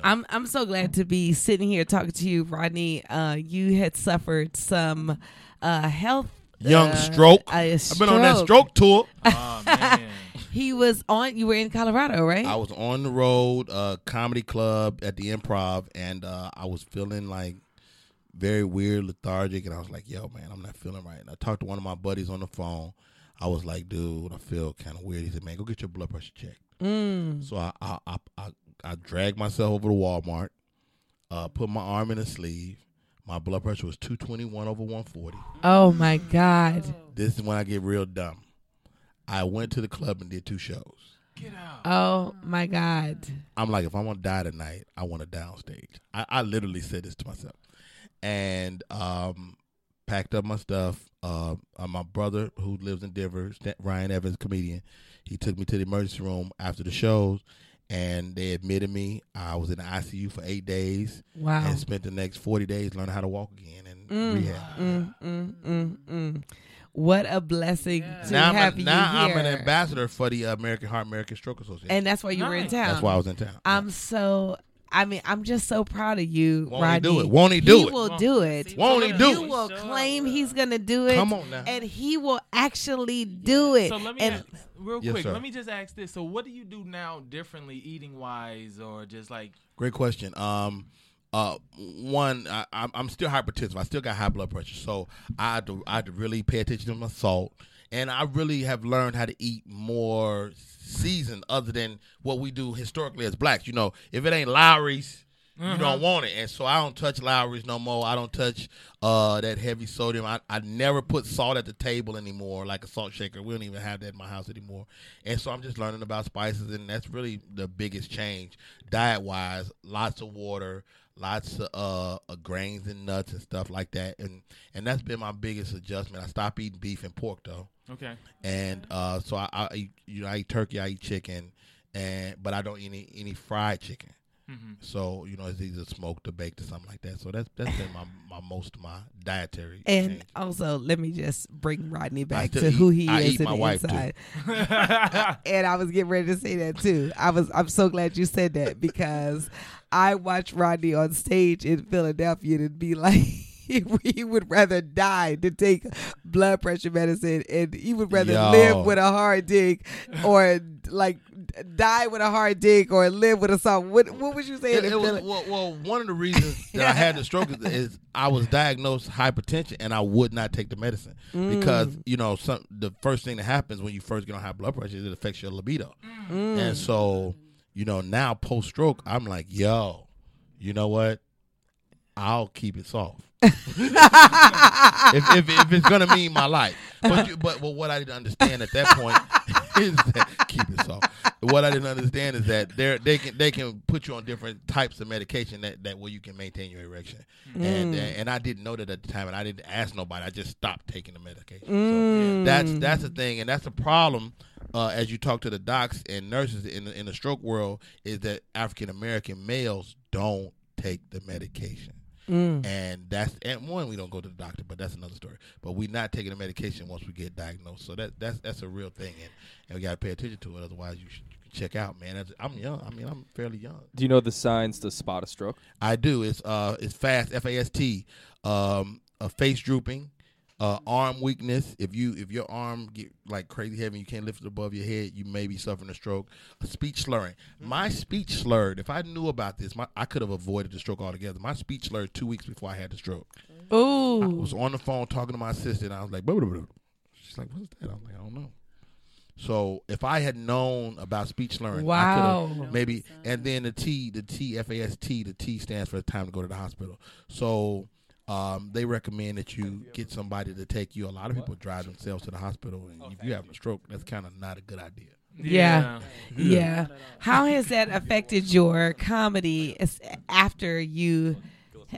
Speaker 2: I'm I'm so glad to be sitting here talking to you, Rodney. Uh, you had suffered some uh, health
Speaker 15: Young
Speaker 2: uh,
Speaker 15: stroke.
Speaker 2: a
Speaker 15: I've been on that stroke tour.
Speaker 2: Oh man. he was on. You were in Colorado, right?
Speaker 15: I was on the road, uh, comedy club at the improv, and uh, I was feeling like very weird, lethargic, and I was like, yo, man, I'm not feeling right. And I talked to one of my buddies on the phone. I was like, dude, I feel kind of weird. He said, man, go get your blood pressure checked.
Speaker 2: Mm.
Speaker 15: So I, I, I, I, I dragged myself over to Walmart, uh, put my arm in a sleeve. My blood pressure was 221 over 140.
Speaker 2: Oh my God.
Speaker 15: This is when I get real dumb. I went to the club and did two shows.
Speaker 2: Oh my God.
Speaker 15: I'm like, if I want to die tonight, I want to die on stage. I, I literally said this to myself, and um, packed up my stuff. Uh, uh, my brother who lives in Denver, Stan- Ryan Evans, comedian, he took me to the emergency room after the shows, and they admitted me. I was in the ICU for eight days.
Speaker 2: Wow.
Speaker 15: And spent the next forty days learning how to walk again and
Speaker 2: Mm,
Speaker 15: rehab.
Speaker 2: mm, mm, mm, mm. What a blessing to
Speaker 15: Now,
Speaker 2: have
Speaker 15: I'm, a-
Speaker 2: you
Speaker 15: now I'm
Speaker 2: here.
Speaker 15: an ambassador for the American Heart American Stroke Association,
Speaker 2: and that's why you were in town.
Speaker 15: That's why I was in town.
Speaker 2: I'm so. I mean, I'm just so proud of you,
Speaker 15: Won't he do
Speaker 2: Rodney.
Speaker 15: it? Won't he do it?
Speaker 2: will do it.
Speaker 15: Won't he do
Speaker 2: You
Speaker 15: it?
Speaker 2: will claim he's gonna do it.
Speaker 15: Come on now.
Speaker 2: and he will actually do it.
Speaker 11: So let me
Speaker 2: and
Speaker 11: ask, real
Speaker 15: Yes,
Speaker 11: quick.
Speaker 15: sir.
Speaker 11: Let me just ask this. So what do you do now differently, eating wise, or just like
Speaker 15: Great question. Um, uh, one, I, I'm I'm still hypertensive. I still got high blood pressure, so I had to, I had to really pay attention to my salt, and I really have learned how to eat more seasoned, other than what we do historically as blacks. You know, if it ain't Lowry's. You
Speaker 14: Mhm.
Speaker 15: don't want it, and so I don't touch Lowry's no more. I don't touch uh, that heavy sodium. I, I never put salt at the table anymore, like a salt shaker. We don't even have that in my house anymore, and so I'm just learning about spices, and that's really the biggest change diet wise. Lots of water, lots of uh, uh, grains and nuts and stuff like that, and and that's been my biggest adjustment. I stopped eating beef and pork though.
Speaker 11: Okay.
Speaker 15: And uh, so I, I eat, you know I eat turkey, I eat chicken, and but I don't eat any, any fried chicken.
Speaker 11: Mhm.
Speaker 15: So you know it's either smoked or baked or something like that. So that's that's been my, my most of my dietary.
Speaker 2: And also, let me just bring Rodney back
Speaker 15: still
Speaker 2: to who
Speaker 15: eat-
Speaker 2: he
Speaker 15: I
Speaker 2: is
Speaker 15: eat
Speaker 2: in
Speaker 15: my
Speaker 2: the
Speaker 15: wife, too.
Speaker 2: inside. and I was getting ready to say that too. I was. I'm so glad you said that because I watched Rodney on stage in Philadelphia and be like. He would rather die to take blood pressure medicine, and he would rather
Speaker 15: Yo.
Speaker 2: live with a hard dick, or like die with a hard dick, or live with a song. What What was you saying?
Speaker 15: It-
Speaker 2: in
Speaker 15: it was-
Speaker 2: Philly?
Speaker 15: well, well, one of the reasons that I had the stroke is, is I was diagnosed hypertension and I would not take the medicine because you know some the first thing that happens when you first get on high blood pressure is it affects your libido,
Speaker 14: Mm.
Speaker 15: and so you know now post stroke I'm like yo, you know what, I'll keep it soft. if, if, if it's gonna mean my life, but you, but well, what I didn't understand at that point is that keep it soft. What I didn't understand is that they they can they can put you on different types of medication that that way you can maintain your erection, and
Speaker 14: Mm.
Speaker 15: and I didn't know that at the time, and I didn't ask nobody. I just stopped taking the medication. So
Speaker 14: Mm.
Speaker 15: that's that's the thing, and that's the problem. Uh, as you talk to the docs and nurses in the, in the stroke world, is that African American males don't take the medication.
Speaker 2: Mm.
Speaker 15: And that's and one we don't go to the doctor, but that's another story. But we're not taking the medication once we get diagnosed, so that that's that's a real thing, and, and we got to pay attention to it. Otherwise, you should check out, man. That's, I'm young. I mean, I'm fairly young.
Speaker 4: Do you know the signs to spot a stroke?
Speaker 15: I do. It's uh, it's fast. F A S T. Um, a face drooping, uh, arm weakness. If you if your arm get like crazy heavy, and you can't lift it above your head, you may be suffering a stroke. A speech slurring. My speech slurred. If I knew about this, my I could have avoided the stroke altogether. My speech slurred two weeks before I had the stroke.
Speaker 2: Ooh.
Speaker 15: I was on the phone talking to my sister, and I was like, blah, blah, blah. she's like, what's that? I'm like, I don't know. So if I had known about speech learning, I could
Speaker 2: Wow.
Speaker 15: have maybe. And then the T, the T F A S T, the T stands for time to go to the hospital. So um, they recommend that you get somebody to take you. A lot of people drive themselves to the hospital, and if you have a stroke, that's kind of not a good idea.
Speaker 2: Yeah. Yeah. How has that affected your comedy as- after you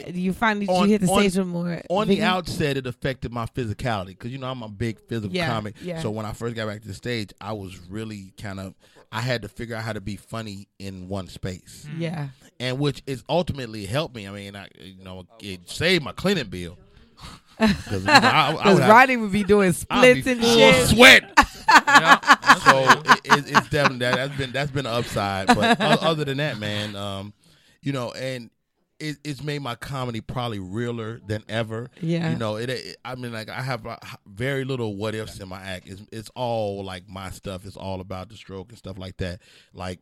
Speaker 2: you finally did you hit the stage with more
Speaker 15: on the
Speaker 2: vigor?
Speaker 15: outset it affected my physicality because you know i'm a big physical
Speaker 2: Yeah,
Speaker 15: comic
Speaker 2: yeah.
Speaker 15: so when i first got back to the stage i was really kind of i had to figure out how to be funny in one space
Speaker 2: Mm. Yeah.
Speaker 15: and which is ultimately helped me i mean i you know it saved my cleaning bill because
Speaker 2: Because Rodney would be doing splits and shit.
Speaker 15: Ah, sweat Yeah. so it, it, it's definitely that that's been that's been an upside but o- other than that man um you know and it, it's made my comedy probably realer than ever
Speaker 2: Yeah.
Speaker 15: you know it, it i mean like i have uh, very little what ifs in my act it's, it's all like my stuff it's all about the stroke and stuff like that like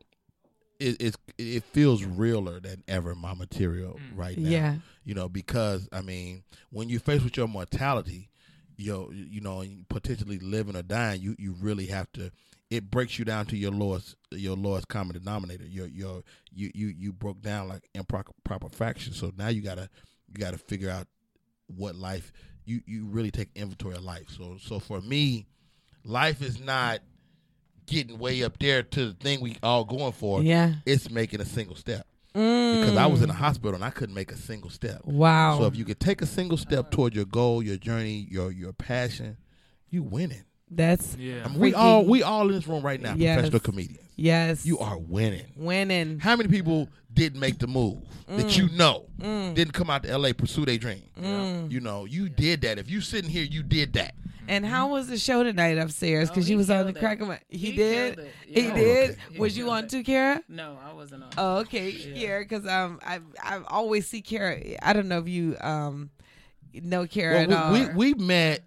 Speaker 15: it, it's it feels realer than ever my material right now
Speaker 2: Yeah.
Speaker 15: you know because i mean when you're faced with your mortality yo, you know, and potentially living or dying, you you really have to. It breaks you down to your lowest your lowest common denominator. Your your you you you broke down like improper proper fractions. So now you gotta you gotta figure out what life you you really take inventory of life. So so for me, life is not getting way up there to the thing we all going for.
Speaker 2: Yeah.
Speaker 15: it's making a single step.
Speaker 2: Mm.
Speaker 15: Because I was in a hospital and I couldn't make a single step.
Speaker 2: Wow.
Speaker 15: So if you could take a single step toward your goal, your journey, your your passion, you winning.
Speaker 2: That's
Speaker 15: I mean, we
Speaker 2: freaking-
Speaker 15: all we all in this room right now,
Speaker 2: Yes.
Speaker 15: professional comedians.
Speaker 2: Yes.
Speaker 15: You are winning.
Speaker 2: Winning.
Speaker 15: How many people didn't make the move that you
Speaker 2: Mm.
Speaker 15: know
Speaker 2: Mm.
Speaker 15: didn't come out to LA pursue their dream?
Speaker 2: Mm.
Speaker 15: You know, you did that. If you sitting here, you did that.
Speaker 2: And how was the show tonight upstairs? Because you was on the crack of my. He, did.
Speaker 17: killed it.
Speaker 2: He
Speaker 17: Yeah.
Speaker 2: did.
Speaker 17: He
Speaker 2: was you on too, Kara?
Speaker 17: No, I wasn't on.
Speaker 2: Oh, okay,
Speaker 17: Yeah.
Speaker 2: yeah. Because um, I I always see Kara. I don't know if you um know Kara
Speaker 15: Well,
Speaker 2: at all.
Speaker 15: we, we, we met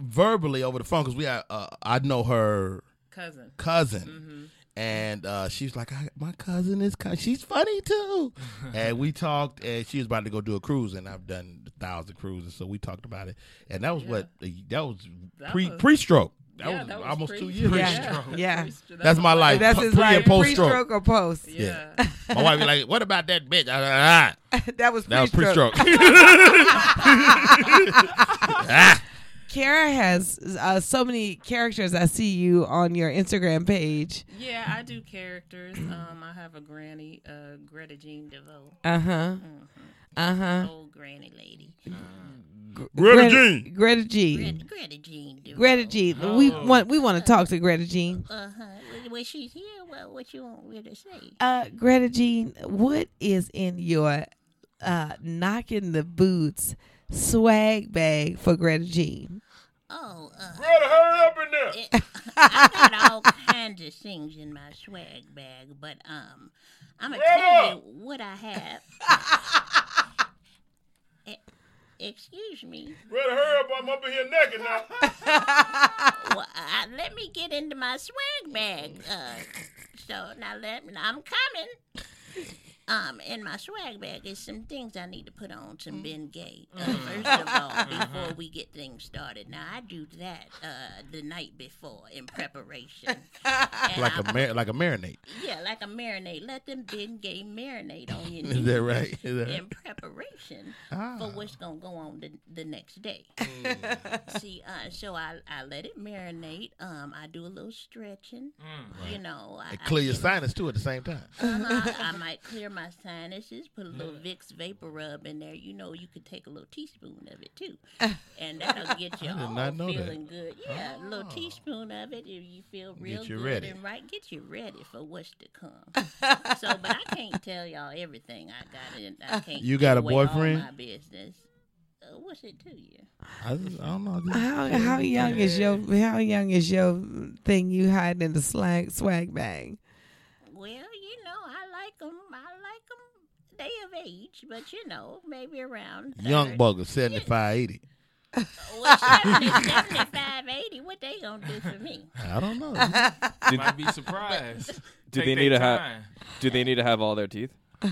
Speaker 15: verbally over the phone because we had, uh, I know her
Speaker 17: Cousin.
Speaker 15: cousin, and uh, she was like, I, "My cousin is kind. She's funny too." and we talked, and she was about to go do a cruise, and I've done a thousand cruises, so we talked about it, and that was what that was
Speaker 17: That
Speaker 15: pre
Speaker 17: was-
Speaker 15: pre stroke. That,
Speaker 17: Yeah,
Speaker 15: was
Speaker 17: that was
Speaker 15: almost
Speaker 17: pre-
Speaker 15: two years.
Speaker 2: Yeah.
Speaker 15: ago.
Speaker 2: yeah.
Speaker 15: that's my life.
Speaker 2: That's
Speaker 15: pre
Speaker 2: his
Speaker 15: pre
Speaker 2: life.
Speaker 15: and post stroke.
Speaker 2: Pre-stroke or post.
Speaker 15: Yeah. my wife be like, "What about that bitch?" I was like, "Ah."
Speaker 2: That was
Speaker 15: that was pre
Speaker 2: pre-stroke.
Speaker 15: stroke. ah.
Speaker 2: Kara has uh, so many characters. I see you on your Instagram page.
Speaker 17: Yeah, I do characters. Um, I have a granny, uh, Greta Jean DeVoe.
Speaker 2: Uh huh.
Speaker 17: Mhm.
Speaker 2: Uh huh.
Speaker 17: Old granny lady.
Speaker 2: Greta
Speaker 15: Jean. Oh.
Speaker 2: Greta
Speaker 17: Greta,
Speaker 2: Jean.
Speaker 17: Greta Jean DeVoe.
Speaker 2: Greta Jean. We want we want to talk to Greta Jean.
Speaker 17: Uh huh. When she's here, well, what you want me to say?
Speaker 2: Uh, Greta Jean, what is in your uh knocking the boots swag bag for Greta Jean?
Speaker 17: Oh, uh,
Speaker 14: Greta, hurry up in there.
Speaker 17: it- I got all kinds of things in my swag bag, but um, I'm gonna tell you what I have. E- Excuse me.
Speaker 14: Greta, hurry up. I'm up in here naked now.
Speaker 17: Well, uh, let me get into my swag bag. Uh, so now let me, I'm coming. Um, in my swag bag is some things I need to put on some Ben Gay. Uh, first of all, before we get things started, now I do that uh, the night before in preparation. And
Speaker 15: ah. like
Speaker 17: I-
Speaker 15: a mar- like a marinate.
Speaker 17: yeah, like a marinade. Let them Ben Gay marinate on your
Speaker 15: Is that right?
Speaker 17: knees
Speaker 15: Is that
Speaker 17: in
Speaker 15: right?
Speaker 17: preparation
Speaker 15: Ah.
Speaker 17: for what's gonna go on the, the next day. See, uh, so I, I let it marinate. Um, I do a little stretching. You know, I,
Speaker 15: And clear your
Speaker 17: I, get-
Speaker 15: sinus too at the same time.
Speaker 17: uh-huh. I might clear my sinuses, put a little Vicks vapor rub in there. You know, you could take a little teaspoon of it too, and that'll get you
Speaker 15: I did
Speaker 17: all
Speaker 15: not know that. Oh.
Speaker 17: feeling good. Yeah, a little teaspoon of it if you feel real
Speaker 15: you
Speaker 17: good
Speaker 15: ready.
Speaker 17: and right. Get you ready for what's to come. so, but I can't tell y'all everything I got. In, I can't.
Speaker 15: You got a
Speaker 17: give away all
Speaker 15: boyfriend?
Speaker 17: my business. Uh, what's it to you?
Speaker 15: I, just, I don't know. I just-
Speaker 2: How how young is your how young is your thing you hiding in the slag swag bag?
Speaker 17: Well, you know, I like 'em. I like 'em. They of age, but you know, maybe around
Speaker 15: young
Speaker 17: 30.
Speaker 15: bugger 75, 80?
Speaker 17: Well, 70, 75, 80, What they gonna do for me?
Speaker 15: I don't know.
Speaker 4: Did-
Speaker 3: Might be surprised.
Speaker 4: Do
Speaker 3: Take
Speaker 4: they
Speaker 3: their
Speaker 4: need to have?
Speaker 3: time.
Speaker 4: Do they need to have all their teeth?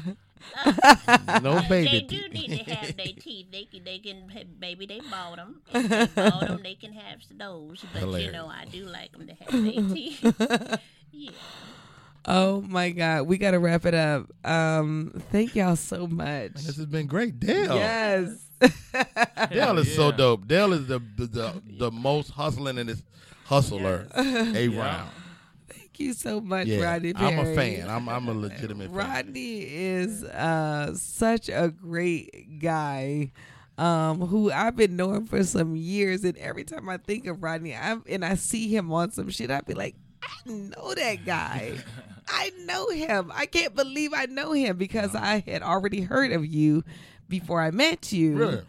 Speaker 15: No
Speaker 17: They
Speaker 15: baby
Speaker 17: do
Speaker 15: teeth.
Speaker 17: need to have their teeth. They can, they can, maybe they bought them. If they bought them, they can have those. But you know, I do like them to have their teeth. yeah.
Speaker 2: Oh my God, we gotta wrap it up. Um, thank y'all so much.
Speaker 15: This has been great. Dale.
Speaker 2: Yes.
Speaker 15: Dale is so
Speaker 2: yeah.
Speaker 15: dope. Dale is the the, the, the most hustling and this hustler around.
Speaker 2: Thank you so much,
Speaker 15: Yeah.
Speaker 2: Rodney Perry.
Speaker 15: I'm a fan. I'm I'm a legitimate fan.
Speaker 2: Rodney is uh, such a great guy um, who I've been knowing for some years. And every time I think of Rodney I'm, and I see him on some shit, I'd be like, I know that guy. I know him. I can't believe I know him because I had already heard of you before I met you.
Speaker 15: Really?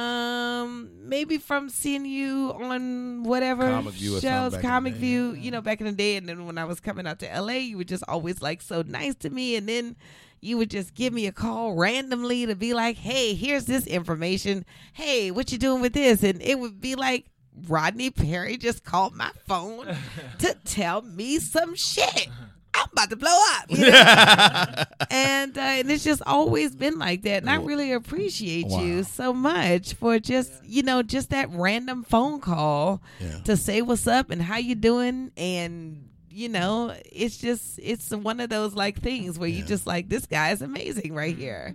Speaker 2: Um, maybe from seeing you on whatever
Speaker 15: Comic View or something
Speaker 2: shows,
Speaker 15: back in the
Speaker 2: Comic
Speaker 15: day.
Speaker 2: View, you know, back in the day. And then when I was coming out to LA, you were just always like so nice to me. And then you would just give me a call randomly to be like, hey, here's this information. Hey, what you doing with this? And it would be like, Rodney Perry just called my phone to tell me some shit. I'm about to blow up. you know? and uh, and it's just always been like that. And I really appreciate you so much for just you know just that random phone call to say what's up and how you doing and you know it's just it's one of those like things where you just like this guy is amazing right here.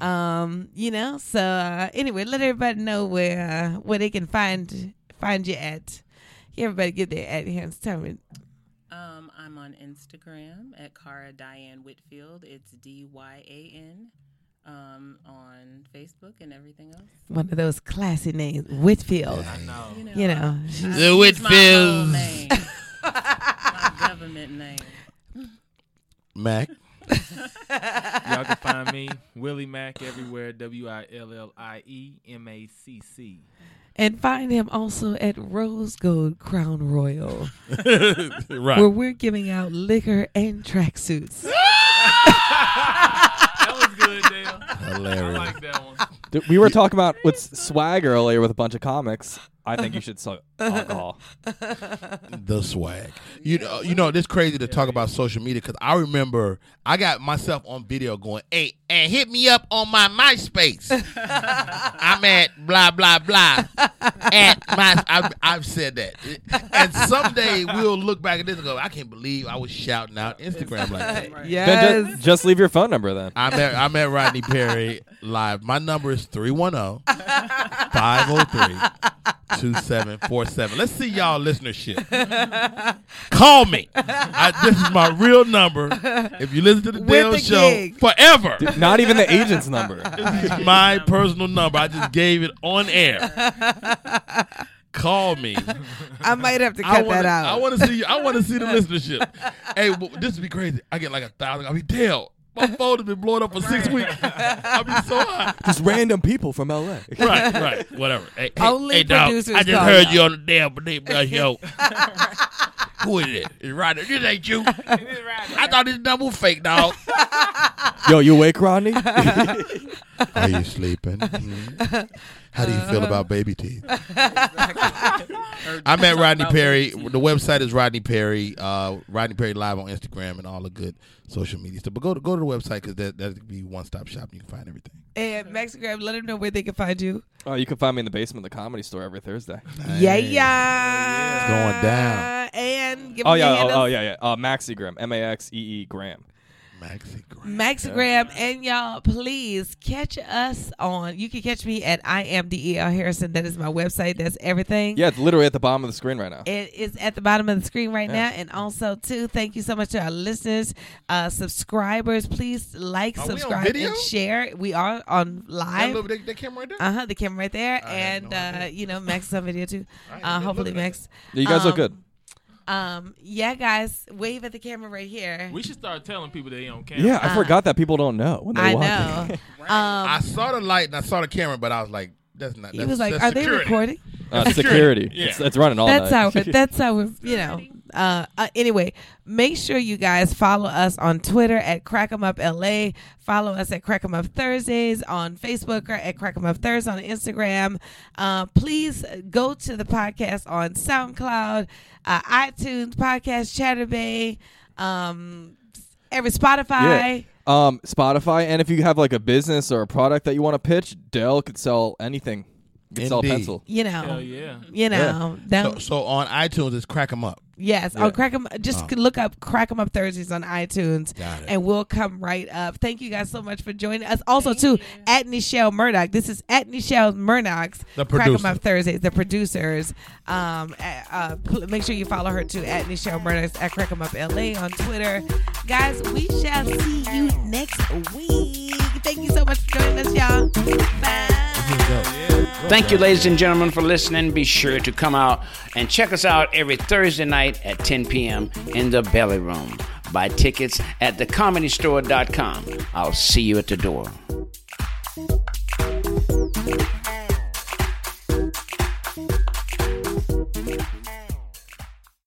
Speaker 2: Um, you know. So uh, anyway, let everybody know where uh, where they can find find you at. Everybody get their at hands. Tell me
Speaker 17: Um, I'm on Instagram at Cara Diane Whitfield. It's D Y A N. Um, on Facebook and everything else.
Speaker 2: one of those classy names, Whitfield.
Speaker 17: I know.
Speaker 2: You know,
Speaker 17: I-
Speaker 2: she's-
Speaker 17: it's my whole name. My government name.
Speaker 15: Mac.
Speaker 11: Y'all can find me, Willie Mack, everywhere. W I L L I E M A C C.
Speaker 2: And find him also at Rose Gold Crown Royal,
Speaker 11: Right.
Speaker 2: where we're giving out liquor and tracksuits.
Speaker 11: That was good, Dale.
Speaker 4: Hilarious.
Speaker 11: I like that one.
Speaker 4: Dude, we were talking about with swag earlier with a bunch of comics. I think you should sell alcohol.
Speaker 15: the swag. You know, you know, it's crazy to talk about social media because I remember I got myself on video going, "Hey, and hit me up on my MySpace. I'm at blah blah blah at my. I've, I've said that, and someday we'll look back at this and go, I can't believe I was shouting out Instagram
Speaker 4: Uh,
Speaker 15: like that.
Speaker 4: Then ju- just, leave your phone number then.
Speaker 15: I'm at I'm at Rodney Perry live. My number is 310-503-2747. Let's see y'all listenership. Call me. I, this is my real number. If you listen to the
Speaker 4: With
Speaker 15: Dale
Speaker 4: the
Speaker 15: show
Speaker 4: gig.
Speaker 15: forever.
Speaker 4: Dude, not even the agent's number.
Speaker 15: It's my personal number. I just gave it on air. Call me.
Speaker 2: I might have to
Speaker 15: I
Speaker 2: cut
Speaker 15: wanna-
Speaker 2: that out.
Speaker 15: I want to see. I want to see the listenership. hey, well, this would be crazy. I get like a thousand. I mean, Dale, my phone has been blowing up for six weeks. I'll be so hot.
Speaker 4: Just random people from LA.
Speaker 15: Right, right, whatever. Hey, hey,
Speaker 4: Only
Speaker 15: hey, dog,
Speaker 4: producers
Speaker 15: I just
Speaker 4: call
Speaker 15: heard
Speaker 4: y'all.
Speaker 15: you on the damn Benito show. Who is it? It's Ryder. This ain't you. I thought this number was fake, dog.
Speaker 4: Yo, you awake, Rodney?
Speaker 15: Are you sleeping? Mhm. How do you feel about baby teeth? I'm at Rodney Perry. The website is Rodney Perry. Uh, Rodney Perry live on Instagram and all the good social media stuff. But go to go to the website because that that could be one stop shop. and You can find everything.
Speaker 2: and Max Graham, let them know where they can find you.
Speaker 4: Oh, you can find me in the basement of the comedy store every Thursday.
Speaker 2: Yeah, yeah.
Speaker 15: It's going down.
Speaker 2: Uh, and give
Speaker 4: oh
Speaker 2: them
Speaker 4: yeah,
Speaker 2: the
Speaker 4: oh,
Speaker 2: handles.
Speaker 4: oh, yeah, yeah. Uh, Maxi Graham, M A X E E Graham.
Speaker 15: Maxi
Speaker 2: Max Graham and y'all, please catch us on. You can catch me at I am D E L Harrison. That is my website. That's everything.
Speaker 4: Yeah, it's literally at the bottom of the screen right now.
Speaker 2: It is at the bottom of the screen right
Speaker 4: Yeah.
Speaker 2: now. And also, too, thank you so much to our listeners, uh, subscribers. Please like,
Speaker 15: Are we on
Speaker 2: subscribe,
Speaker 15: video?
Speaker 2: and share. We are on live.
Speaker 15: look, that- that camera right there?
Speaker 2: Uh huh. The camera right there.
Speaker 15: I had
Speaker 2: and, uh, you know, Max is on video, too.
Speaker 15: I ain't
Speaker 2: Uh,
Speaker 15: been
Speaker 2: hopefully,
Speaker 15: looking at
Speaker 2: Max.
Speaker 4: Yeah, you guys look
Speaker 2: Um,
Speaker 4: good.
Speaker 2: Um, yeah, guys, wave at the camera right here. Uh,
Speaker 11: We should start telling people they on camera.
Speaker 4: Yeah, I forgot that people don't know when they
Speaker 2: I
Speaker 4: walk in.
Speaker 2: know.
Speaker 15: I saw the light and I saw the camera, but I was like, that's not.
Speaker 2: He
Speaker 15: that's,
Speaker 2: was like,
Speaker 15: that's
Speaker 2: "Are they
Speaker 15: security.
Speaker 2: recording?"
Speaker 4: Uh, it's security.
Speaker 15: Yeah.
Speaker 4: It's, it's running all
Speaker 2: that's
Speaker 4: night.
Speaker 2: How, that's how we're, you know. Uh, uh, anyway, make sure you guys follow us on Twitter at Crack 'em Up LA. Follow us at Crack 'em Up Thursdays on Facebook or at Crack 'em Up Thursdays on Instagram. Uh, please go to the podcast on SoundCloud, uh, iTunes, Podcast Chatterbay, um, every
Speaker 4: Yeah.
Speaker 2: Spotify.
Speaker 4: Um, Spotify, and if you have like a business or a product that you want to pitch, Dell could sell anything. You could sell a
Speaker 15: Indeed.
Speaker 4: pencil.
Speaker 2: You know,
Speaker 11: Hell yeah.
Speaker 2: you know,
Speaker 15: Yeah.
Speaker 2: down-
Speaker 15: So, so on iTunes, it's crack 'em up.
Speaker 2: Yes, on Crack 'em. Just
Speaker 15: Oh.
Speaker 2: look up Crack 'em Up Thursdays on iTunes,
Speaker 15: Got it.
Speaker 2: and we'll come right up. Thank you guys so much for joining us. Also, too, at Nichelle Murdoch. This is at Nichelle Murdoch's
Speaker 15: The
Speaker 2: Crack 'em
Speaker 15: producer.
Speaker 2: Up Thursdays. The producers. Um, uh, uh, pl- make sure you follow her too at Nichelle Murdoch's at Crack 'em Up LA on Twitter. Guys, we shall see you next week. Thank you so much for joining us, y'all.
Speaker 1: Thank you, ladies and gentlemen, for listening. Be sure to come out and check us out every Thursday night at 10 p.m. in the Belly Room. Buy tickets at thecomedystore.com. I'll see you at the door.
Speaker 6: Bye.